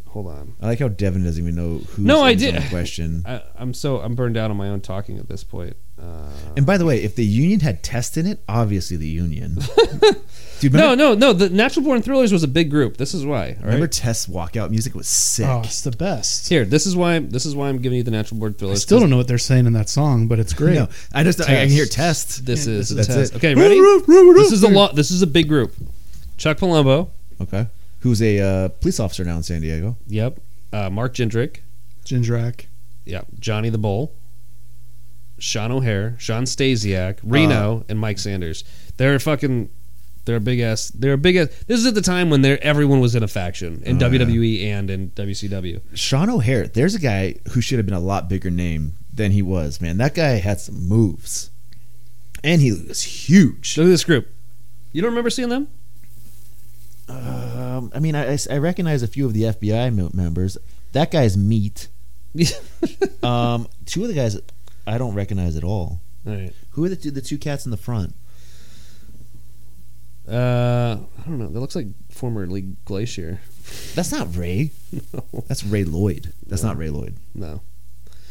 Speaker 1: hold on.
Speaker 2: I like how Devin doesn't even know who.
Speaker 1: No, I did-
Speaker 2: Question.
Speaker 1: I, I'm so I'm burned out on my own talking at this point. Uh,
Speaker 2: And by the way, if the Union had test in it, obviously
Speaker 1: *laughs*
Speaker 2: the Union. Dude, remember,
Speaker 1: no, no, no. The Natural Born Thrillers was a big group. This is why. All right.
Speaker 2: remember Test's walkout music was sick.
Speaker 3: Oh, it's the best.
Speaker 1: Here, this is why. This is why I'm giving you the Natural Born
Speaker 3: I
Speaker 1: Thrillers.
Speaker 3: still don't know what they're saying in that song, but it's
Speaker 2: *laughs*
Speaker 3: great.
Speaker 2: No, I just I can hear
Speaker 1: Test.
Speaker 2: Test.
Speaker 1: This is
Speaker 2: That's
Speaker 1: a test.
Speaker 2: it.
Speaker 1: Okay, ready? this is a lot. This is a big group. Chuck Palumbo.
Speaker 2: Okay. Who's a uh, police officer now in San Diego?
Speaker 1: Yep. Uh, Mark Jindrak.
Speaker 3: Jindrak.
Speaker 1: Yep. Johnny the Bull. Sean O'Hare, Sean
Speaker 2: Uh,
Speaker 1: Stasiak, Reno, and Mike Sanders. They're fucking. They're a big ass. They're a big ass. This is at the time when they're, everyone was in a faction in
Speaker 2: Oh, yeah.
Speaker 1: WWE and in WCW.
Speaker 2: Sean O'Hare. There's a guy who should have been a lot bigger name than he was. Man, that guy had some moves, and he was huge.
Speaker 1: Look at this group. You don't remember seeing
Speaker 2: *laughs*
Speaker 1: them?
Speaker 2: Um, I mean, I, I s- I recognize a few of the FBI mem- members. That guy's meat. Um, two of the guys I don't recognize at all.
Speaker 1: All right.
Speaker 2: Who are the two, the two cats in the front?
Speaker 1: Uh, I don't know. That looks like former League Glacier.
Speaker 2: That's not Ray. That's Ray Lloyd. That's not Ray Lloyd.
Speaker 1: *laughs* No.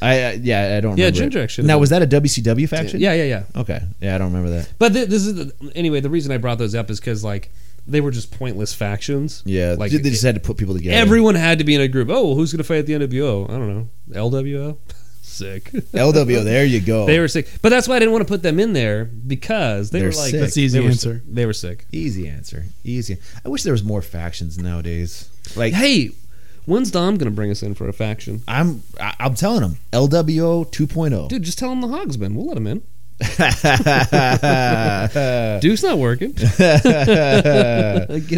Speaker 2: I, I yeah, I don't.
Speaker 1: Yeah,
Speaker 2: remember
Speaker 1: Ginger
Speaker 2: it.
Speaker 1: actually-
Speaker 2: Now was that a WCW faction?
Speaker 1: Yeah, yeah, yeah.
Speaker 2: Okay. Yeah, I don't remember that.
Speaker 1: But th- this is the, anyway. The reason I brought those up is because like they were just pointless factions.
Speaker 2: Yeah,
Speaker 1: like e-,
Speaker 2: they just had to put people together.
Speaker 1: everyone had to be in a group. Oh, who's gonna fight the NWO? I don't know. LWO. *laughs* sick.
Speaker 2: LWO. There you go.
Speaker 1: They were sick, but that's why I didn't want to put them in there because they
Speaker 2: They're
Speaker 1: were like
Speaker 2: sick.
Speaker 3: That's the easy
Speaker 1: they were
Speaker 3: answer.
Speaker 1: sick. They were sick.
Speaker 2: Easy answer. Easy. I wish there was more factions nowadays. Like
Speaker 1: Hey, when's Dom gonna bring us in for a faction?
Speaker 2: I'm, I- I'm telling them LWO 2.0.
Speaker 1: Dude, *laughs* just tell him the Hogsman. We'll let him in.
Speaker 2: Dude.
Speaker 1: Duke's not working. *laughs* Get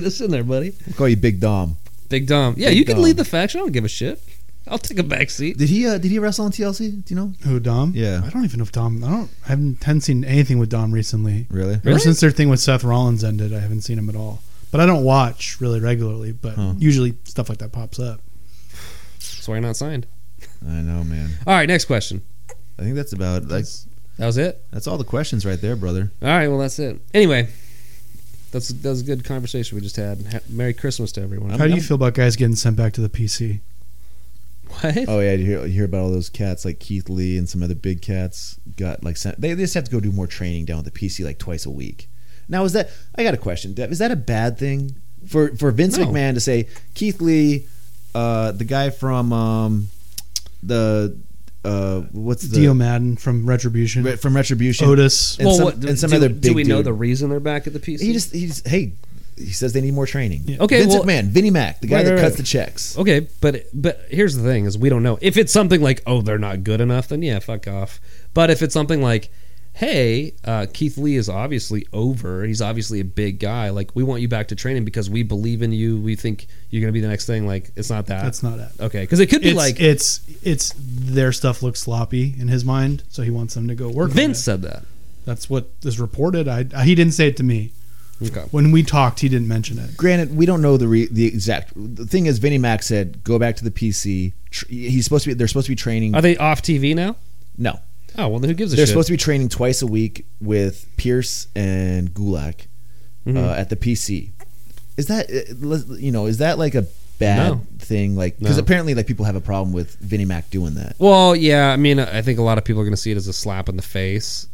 Speaker 1: us in there, buddy.
Speaker 2: *laughs* call you Big Dom.
Speaker 1: Big Dom. Yeah,
Speaker 2: Big
Speaker 1: you can
Speaker 2: Dom.
Speaker 1: lead the faction. I don't give a shit. I'll take a back seat.
Speaker 2: Did he? Uh, did he wrestle on TLC? Do you know?
Speaker 3: Who Dom?
Speaker 2: Yeah.
Speaker 3: I don't even know if Dom. I don't. I haven't, haven't seen anything with Dom recently.
Speaker 2: Really?
Speaker 1: Really?
Speaker 3: Ever since their thing with Seth Rollins ended, I haven't seen him at all. But I don't watch really regularly. But
Speaker 2: Huh.
Speaker 3: usually stuff like that pops up.
Speaker 1: That's why you're not signed.
Speaker 2: I know, man.
Speaker 1: All right, next question.
Speaker 2: I think that's about like
Speaker 1: That was it.
Speaker 2: that's all the questions right there, brother.
Speaker 1: All right, well that's it. Anyway, that's that was a good conversation we just had. Ha- Merry Christmas to everyone.
Speaker 3: How do you feel about guys getting sent back to the PC?
Speaker 1: *laughs* What?
Speaker 2: Oh yeah, you hear, you hear about all those cats like Keith Lee and some other big cats got like sent. They, they just have to go do more training down with the PC like twice a week. Now is that I got a question, Dev? Is that a bad thing for for Vince
Speaker 1: No.
Speaker 2: McMahon to say Keith Lee, uh, the guy from um, the uh, what's the
Speaker 3: Dio Madden from Retribution.
Speaker 2: Re- from Retribution?
Speaker 3: Otis.
Speaker 2: and some, and some
Speaker 1: do,
Speaker 2: other
Speaker 1: do
Speaker 2: big
Speaker 1: we know
Speaker 2: dude.
Speaker 1: the reason they're back at the PC?
Speaker 2: He just he just hey, he says they need more training.
Speaker 3: Yeah.
Speaker 1: Okay,
Speaker 2: Vince
Speaker 1: well-
Speaker 2: McMahon, Vinnie Mac, the guy
Speaker 1: Right,
Speaker 2: that
Speaker 1: right,
Speaker 2: cuts
Speaker 1: right.
Speaker 2: the checks.
Speaker 1: Okay, but but here's the thing: is we don't know if it's something like, oh, they're not good enough, then yeah, fuck off. But if it's something like, hey, uh, Keith Lee is obviously over. He's obviously a big guy. Like, we want you back to training because we believe in you. We think you're gonna be the next thing. Like, it's not that.
Speaker 3: That's not it.
Speaker 1: okay. Because it could be
Speaker 3: It's,
Speaker 1: like
Speaker 3: it's it's their stuff looks sloppy in his mind, so he wants them to go work. on
Speaker 1: Vince
Speaker 3: it.
Speaker 1: said that.
Speaker 3: That's what is reported. I, I he didn't say it to me
Speaker 1: Okay.
Speaker 3: when we talked. He didn't mention it.
Speaker 2: Granted, we don't know the re- the exact. The thing is, Vinnie Mac said go back to the PC. Tr- he's supposed to be. They're supposed to be training.
Speaker 1: Are they off TV now?
Speaker 2: no,
Speaker 1: Oh well, then who gives a
Speaker 2: they're
Speaker 1: Uh, shit?
Speaker 2: supposed to be training twice a week with Pierce and Gulak
Speaker 1: Mm-hmm.
Speaker 2: uh, at the PC. Is that uh, le- you know? Is that like a bad
Speaker 1: No.
Speaker 2: thing? Like because
Speaker 1: No.
Speaker 2: apparently, like people have a problem with Vinnie Mac doing that.
Speaker 1: well, yeah. I mean, I think a lot of people are gonna see it as a slap in the face.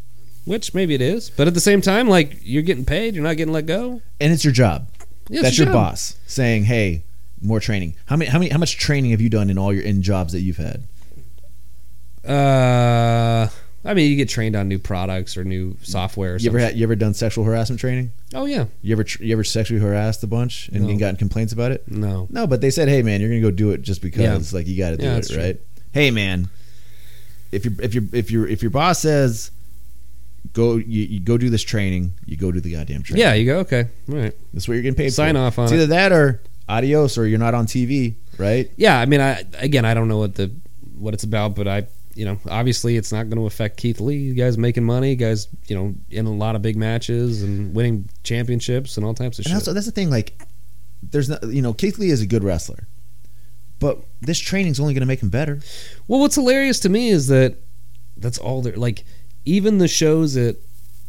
Speaker 1: Which maybe it is, but at the same time, like you're getting paid, you're not getting let go.
Speaker 2: and it's your job.
Speaker 1: Yeah, it's
Speaker 2: That's
Speaker 1: your
Speaker 2: your,
Speaker 1: job.
Speaker 2: boss saying, "Hey, more training. How many? How many? How much training have you done in all your in jobs that you've had?
Speaker 1: Uh, I mean, you get trained on new products or new software. Or
Speaker 2: you ever
Speaker 1: something.
Speaker 2: had? You ever done sexual harassment training?
Speaker 1: Oh yeah,
Speaker 2: You ever? tr- You ever sexually harassed a bunch and,
Speaker 1: No.
Speaker 2: and gotten complaints about it?
Speaker 1: no.
Speaker 2: No, but they said, "Hey, man, you're gonna go do it just because. Like you got to do
Speaker 1: Yeah,
Speaker 2: it,
Speaker 1: that's true.
Speaker 2: right? Hey, man, if you if you if you if your boss says." Go you, you go do this training. You go do the goddamn training.
Speaker 1: Yeah, you go okay. All right.
Speaker 2: that's what you're getting paid.
Speaker 1: Sign
Speaker 2: for.
Speaker 1: off on
Speaker 2: It's
Speaker 1: it.
Speaker 2: either that or adios, or you're not on TV, right?
Speaker 1: Yeah, I mean, I again, I don't know what the what it's about, but I, you know, obviously it's not going to affect Keith Lee. You guys making money, you guys, you know, in a lot of big matches and winning championships and all types of
Speaker 2: And
Speaker 1: shit.
Speaker 2: also, that's the thing. Like, there's not, you know, Keith Lee is a good wrestler, but this training's only going to make him better.
Speaker 1: Well, what's hilarious to me is that that's all they're like. Even the shows at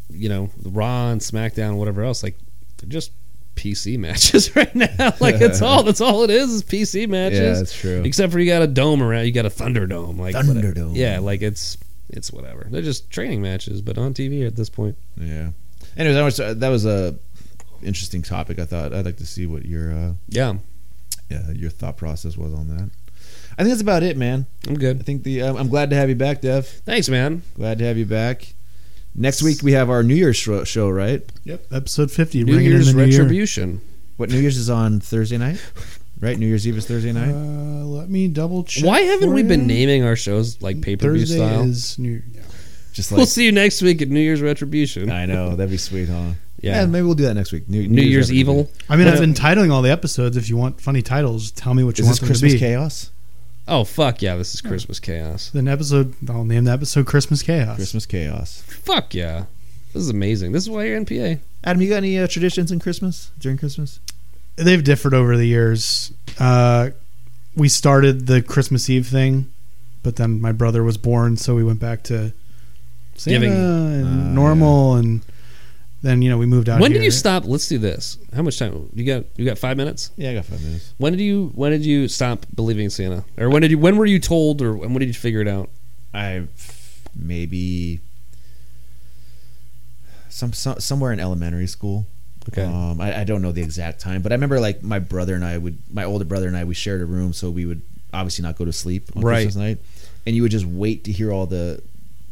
Speaker 1: you know Raw and SmackDown, whatever else, like they're just PC *laughs* matches right now. *laughs* like that's all. That's all it is is PC matches.
Speaker 2: true.
Speaker 1: Except for you got a dome around. You got a Thunderdome. Like whatever.
Speaker 2: Thunderdome.
Speaker 1: Yeah, like it's it's whatever. They're just training matches, but on TV at this point.
Speaker 2: Yeah. Anyways, that was uh, that was a interesting topic. I thought I'd like to see what your uh,
Speaker 1: Yeah,
Speaker 2: yeah, your thought process was on that. I think that's about it, man.
Speaker 1: I'm
Speaker 2: I
Speaker 1: good.
Speaker 2: think the um, I'm glad to have you back, Dev.
Speaker 1: Thanks, man.
Speaker 2: Glad to have you back. Next week we have our New Year's show, show right?
Speaker 3: Yep, episode fifty.
Speaker 1: New
Speaker 3: ringing in
Speaker 1: Year's
Speaker 3: the new year.
Speaker 1: retribution.
Speaker 2: What New Year's is on Thursday night, right? New Year's Eve is Thursday night.
Speaker 3: Uh, let me double check.
Speaker 1: Why haven't
Speaker 3: for
Speaker 1: we been
Speaker 3: you.
Speaker 1: naming our shows like pay per view
Speaker 3: Thursday
Speaker 1: style?
Speaker 3: is New Year. Yeah.
Speaker 2: Just *laughs*
Speaker 1: we'll see you next week at New Year's retribution.
Speaker 2: I know that'd be sweet, huh? Yeah. maybe we'll do that next week.
Speaker 1: New, Year's Evil.
Speaker 3: I mean,
Speaker 1: Well-
Speaker 3: I've been titling all the episodes. If you want funny titles, tell me what you
Speaker 2: Is
Speaker 3: want
Speaker 2: this
Speaker 3: them
Speaker 2: Christmas
Speaker 3: to be.
Speaker 2: chaos?
Speaker 1: Oh fuck yeah, this is Christmas chaos.
Speaker 3: Then episode, I'll name the episode Christmas Chaos.
Speaker 2: Christmas chaos.
Speaker 1: Fuck yeah. This is amazing. This is why you're NPA.
Speaker 2: Adam, you got any uh, traditions in Christmas during Christmas?
Speaker 3: They've differed over the years. Uh, we started the Christmas Eve thing, but then my brother was born, so we went back to Santa
Speaker 1: Giving.
Speaker 3: and
Speaker 2: Ah,
Speaker 3: normal, and then you know we moved out.
Speaker 1: when
Speaker 3: here.
Speaker 1: did you stop? Let's do this. How much time? You got you got 5 minutes?
Speaker 2: Yeah, I got five minutes.
Speaker 1: When did you when did you stop believing in Santa? Or when did you when were you told or when did you figure it out?
Speaker 2: I maybe some, some somewhere in elementary school.
Speaker 1: Okay.
Speaker 2: Um, I, I don't know the exact time, but I remember like my brother and I would, my older brother and I, we shared a room, so we would obviously not go to sleep on
Speaker 1: Right.
Speaker 2: Christmas night, and you would just wait to hear all the,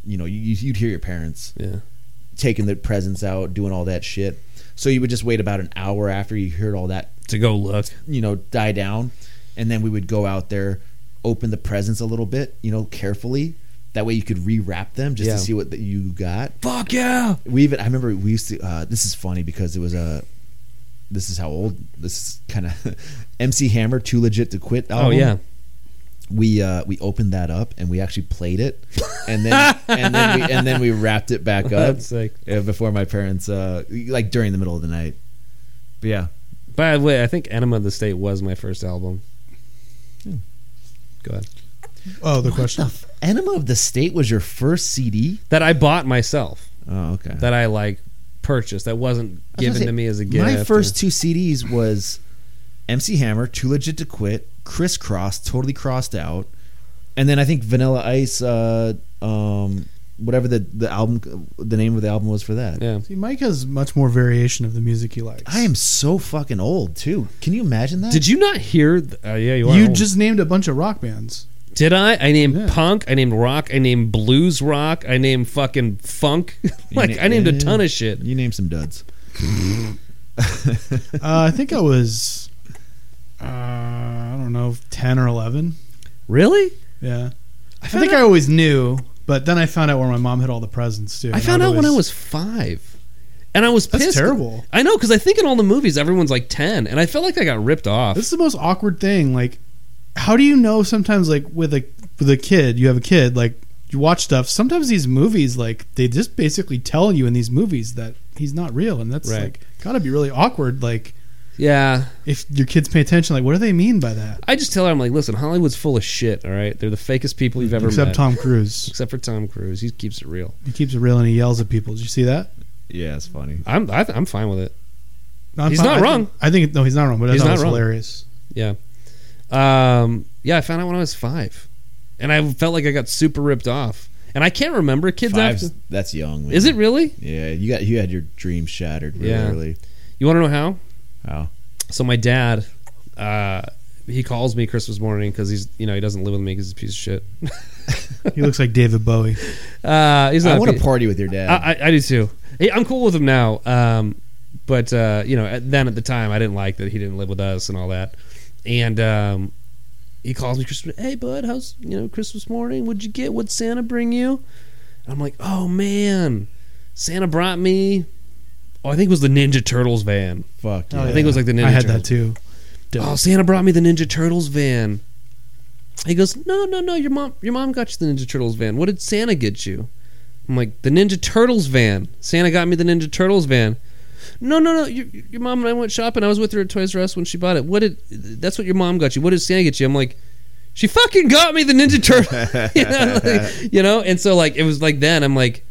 Speaker 2: you know, you, you'd hear your parents
Speaker 1: Yeah.
Speaker 2: taking the presents out, doing all that shit. So you would just wait about an hour after you heard all that
Speaker 1: To go look.
Speaker 2: you know die down and then we would go out there open the presents a little bit you know carefully that way you could rewrap them just
Speaker 1: Yeah.
Speaker 2: to see what that you got
Speaker 1: Fuck yeah.
Speaker 2: we even i remember we used to uh, this is funny because it was a this is how old this is kind *laughs* of mc hammer too legit to quit
Speaker 1: Oh
Speaker 2: album.
Speaker 1: yeah.
Speaker 2: we uh we opened that up and we actually played it and then and then we and then we wrapped it back up
Speaker 1: *laughs* That's like
Speaker 2: uh, before my parents uh like during the middle of the night but yeah
Speaker 1: By the way, I think Enema of the State was my first album.
Speaker 2: Hmm.
Speaker 1: Go ahead.
Speaker 3: Oh, the
Speaker 2: what the
Speaker 3: question.
Speaker 2: f- enema of the state was your first cd
Speaker 1: That I bought myself.
Speaker 2: Oh, okay.
Speaker 1: That I like purchased. That wasn't
Speaker 2: I was gonna
Speaker 1: given
Speaker 2: say,
Speaker 1: to me as a gift.
Speaker 2: My
Speaker 1: or-
Speaker 2: first two CDs was MC Hammer, Too Legit to Quit, Crisscross, Totally Crossed Out, and then I think Vanilla Ice, uh, um, whatever the the album, the name of the album was for that.
Speaker 1: Yeah.
Speaker 3: See, Mike has much more variation of the music he likes.
Speaker 2: I am so fucking old too. Can you imagine that?
Speaker 1: Did you not hear? th- uh, yeah, you are.
Speaker 3: You
Speaker 1: old.
Speaker 3: just named a bunch of rock bands.
Speaker 1: did. I. I named
Speaker 3: Yeah.
Speaker 1: punk. I named rock. I named blues rock. I named fucking funk. *laughs* like
Speaker 2: na-
Speaker 1: I named
Speaker 2: yeah.
Speaker 1: a ton of shit.
Speaker 2: You name some duds.
Speaker 3: Uh, I think I was, uh, I don't know, ten or eleven.
Speaker 1: Really?
Speaker 3: Yeah, I,
Speaker 1: found
Speaker 3: think I always knew, but then I found out where my mom had all the presents too.
Speaker 1: I
Speaker 3: and
Speaker 1: found
Speaker 3: I'd
Speaker 1: out when I
Speaker 3: always-
Speaker 1: was five, and I was
Speaker 3: That's
Speaker 1: pissed.
Speaker 3: terrible.
Speaker 1: I know because I think in all the movies everyone's like ten, and I felt like I got ripped off.
Speaker 3: This is the most awkward thing. Like, how do you know? Sometimes, like with a with a kid, you have a kid. Like you watch stuff. Sometimes these movies, like they just basically tell you in these movies that he's not real, and that's
Speaker 1: Right.
Speaker 3: like gotta be really awkward. Like
Speaker 1: yeah,
Speaker 3: if your kids pay attention, like what do they mean by that?
Speaker 1: I just tell her I'm like, listen, Hollywood's full of shit. All right, they're the fakest people you've ever
Speaker 3: Except
Speaker 1: met.
Speaker 3: Tom Cruise,
Speaker 1: Except for Tom Cruise, he keeps it real.
Speaker 3: he keeps it real and he yells at people. Did you see that?
Speaker 2: Yeah, it's funny.
Speaker 1: I'm I, I'm fine with it.
Speaker 3: No, I'm
Speaker 1: He's
Speaker 3: fine.
Speaker 1: not
Speaker 3: I
Speaker 1: wrong.
Speaker 3: Think, I think no, he's not wrong. But I
Speaker 1: He's
Speaker 3: thought it
Speaker 1: not
Speaker 3: was
Speaker 1: wrong.
Speaker 3: hilarious.
Speaker 1: Yeah, um, yeah. I found out when I was five, and I felt like I got super ripped off. And I can't remember kids.
Speaker 2: Five's,
Speaker 1: After,
Speaker 2: that's young. Man.
Speaker 1: is it really?
Speaker 2: Yeah, you got you had your dream shattered really
Speaker 1: Yeah.
Speaker 2: early.
Speaker 1: You want to know how?
Speaker 2: Wow.
Speaker 1: so my dad uh he calls me christmas morning because he's you know he doesn't live with me because he's a piece of shit
Speaker 3: He looks like
Speaker 1: *laughs*
Speaker 3: David Bowie.
Speaker 1: uh he's not
Speaker 2: I
Speaker 1: a
Speaker 2: want
Speaker 1: pi-
Speaker 2: to party with your dad.
Speaker 1: I, I, I do too Hey, i'm cool with him now um but uh you know at, then at the time i didn't like that he didn't live with us and all that and um he calls me christmas hey bud how's you know christmas morning what'd you get what'd santa bring you and i'm like oh man santa brought me oh i think it was the ninja turtles van
Speaker 2: Fuck.
Speaker 3: Oh,
Speaker 1: i think it was like the ninja
Speaker 3: I had
Speaker 1: turtles
Speaker 3: that too. Dope.
Speaker 1: Oh, Santa brought me the Ninja Turtles van. He goes, no, no, no. Your mom, your mom got you the Ninja Turtles van. What did Santa get you? I'm like, the Ninja Turtles van. Santa got me the Ninja Turtles van. No, no, no. Your, your mom and I went shopping. I was with her at Toys R Us when she bought it. What did? That's what your mom got you. What did Santa get you? I'm like, she fucking got me the Ninja Turtle. *laughs* you, know? Like, you know? And so like it was like then I'm like,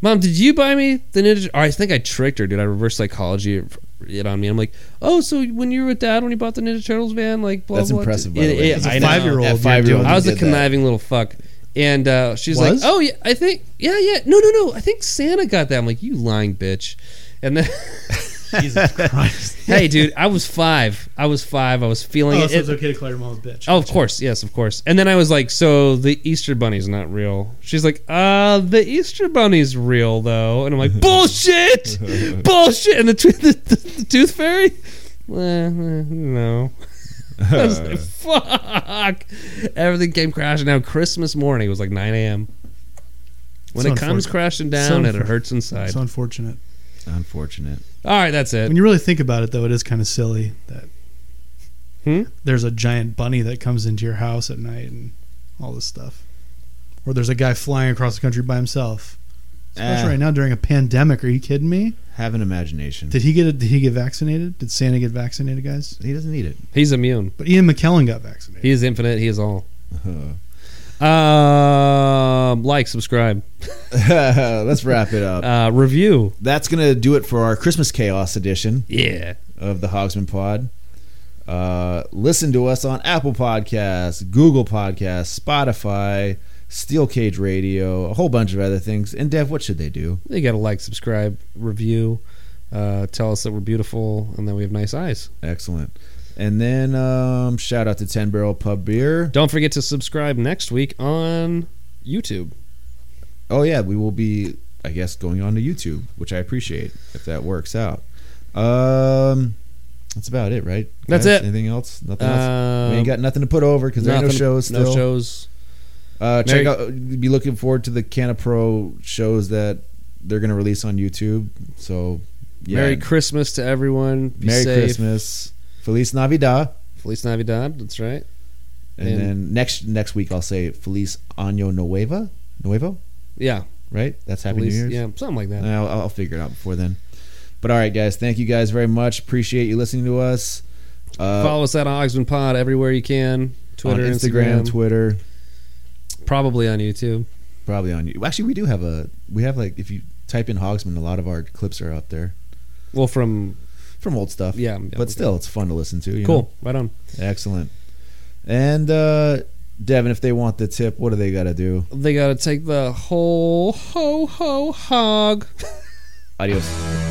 Speaker 1: mom, did you buy me the Ninja? Or I think I tricked her, dude. I reverse psychology it on me. I'm like, oh, so when you were with dad when you bought the Ninja Turtles van, like blah
Speaker 2: That's
Speaker 1: blah.
Speaker 2: impressive, by
Speaker 1: Yeah,
Speaker 2: the way.
Speaker 1: yeah,
Speaker 2: As
Speaker 3: a
Speaker 1: I know.
Speaker 3: five-year-old,
Speaker 2: At
Speaker 3: you're
Speaker 2: five-year-old,
Speaker 3: doing
Speaker 1: I was
Speaker 2: you
Speaker 1: a
Speaker 2: did that.
Speaker 1: conniving little fuck. And uh, she's like,
Speaker 3: Was?
Speaker 1: "Oh yeah, I think yeah, yeah, no, no, no, I think Santa got that." I'm like, "You lying bitch!" And then, *laughs*
Speaker 2: *laughs*
Speaker 3: Jesus Christ!
Speaker 1: hey, dude, I was five. I was five. I was feeling
Speaker 3: Oh,
Speaker 1: it.
Speaker 3: so it's
Speaker 1: It-
Speaker 3: okay to call your mom a bitch.
Speaker 1: Oh, of course, yes, of course. And then I was like, "So the Easter Bunny's not real?" She's like, "Uh, the Easter Bunny's real though." And I'm
Speaker 3: *laughs*
Speaker 1: like, "Bullshit, bullshit!" And the, tw- the, the, the Tooth Fairy, "Eh, eh, no. *laughs* I was
Speaker 3: *laughs*
Speaker 1: like, fuck. Everything came crashing down. Christmas morning it was like 9 a.m. When
Speaker 3: So
Speaker 1: it comes
Speaker 3: unfortunate.
Speaker 1: crashing
Speaker 3: So
Speaker 1: down, and it
Speaker 3: unfortunate.
Speaker 1: hurts inside.
Speaker 3: It's unfortunate.
Speaker 2: Unfortunate.
Speaker 1: All right, that's it.
Speaker 3: When you really think about it, though, it is kind of silly that
Speaker 1: Hmm?
Speaker 3: there's a giant bunny that comes into your house at night and all this stuff. Or there's a guy flying across the country by himself. Especially
Speaker 2: Ah.
Speaker 1: Eh.
Speaker 3: right now during a pandemic. Are you kidding me?
Speaker 2: Have an imagination.
Speaker 3: Did he get a, did he get vaccinated? Did Santa get vaccinated, guys?
Speaker 2: He doesn't need it.
Speaker 1: He's immune.
Speaker 3: But Ian McKellen got vaccinated.
Speaker 1: He is infinite. He is all.
Speaker 3: Uh-huh.
Speaker 1: Um, like, subscribe,
Speaker 2: *laughs* Let's wrap it up.
Speaker 1: uh, review.
Speaker 2: That's gonna do it for our Christmas chaos edition
Speaker 1: Yeah.
Speaker 2: of the Hogsman Pod. Uh, listen to us on Apple Podcasts, Google Podcasts, Spotify, Steel Cage Radio, a whole bunch of other things. And Dev, what should they do?
Speaker 1: They got to like, subscribe, review, uh, tell us that we're beautiful and that we have nice eyes.
Speaker 2: Excellent. And then um, shout out to Ten Barrel Pub Beer.
Speaker 1: Don't forget to subscribe next week on YouTube.
Speaker 2: Oh yeah, we will be, I guess, going on to YouTube, which I appreciate if that works out. Um, that's about it, right?
Speaker 1: That's
Speaker 2: Guys,
Speaker 1: it.
Speaker 2: Anything else? Nothing else.
Speaker 1: Um,
Speaker 2: We ain't got nothing to put over because there are no
Speaker 1: nothing-
Speaker 2: shows. Still.
Speaker 1: No shows.
Speaker 2: Uh,
Speaker 1: Merry-
Speaker 2: check out. Be looking forward to the Canna Pro shows that they're going to release on YouTube. So, yeah.
Speaker 1: Merry Christmas to everyone. Be
Speaker 2: Merry
Speaker 1: safe.
Speaker 2: Christmas. Feliz Navidad.
Speaker 1: Feliz Navidad. That's right.
Speaker 2: And,
Speaker 1: And-
Speaker 2: then next next week I'll say Feliz Año Nueva. Nuevo,
Speaker 1: Yeah.
Speaker 2: right? That's Happy
Speaker 1: Feliz-
Speaker 2: New Year's.
Speaker 1: Yeah. Something like that.
Speaker 2: I'll, I'll figure it out before then. But all right, guys, thank you guys very much. Appreciate you listening to us. Uh,
Speaker 1: Follow us at Oxman Pod everywhere you can. Twitter,
Speaker 2: on
Speaker 1: Instagram,
Speaker 2: Instagram, Twitter,
Speaker 1: probably on YouTube.
Speaker 2: probably on. Actually, we do have a. We have like if you type in Hogsman, a lot of our clips are up there
Speaker 1: Well, from
Speaker 2: from old stuff.
Speaker 1: yeah, yeah,
Speaker 2: but
Speaker 1: okay.
Speaker 2: still, it's fun to listen to. you
Speaker 1: cool. Right on.
Speaker 2: know? excellent. And uh, Devin, if they want the tip, what do they got to do?
Speaker 1: They got to take the whole ho ho hog.
Speaker 2: Adios.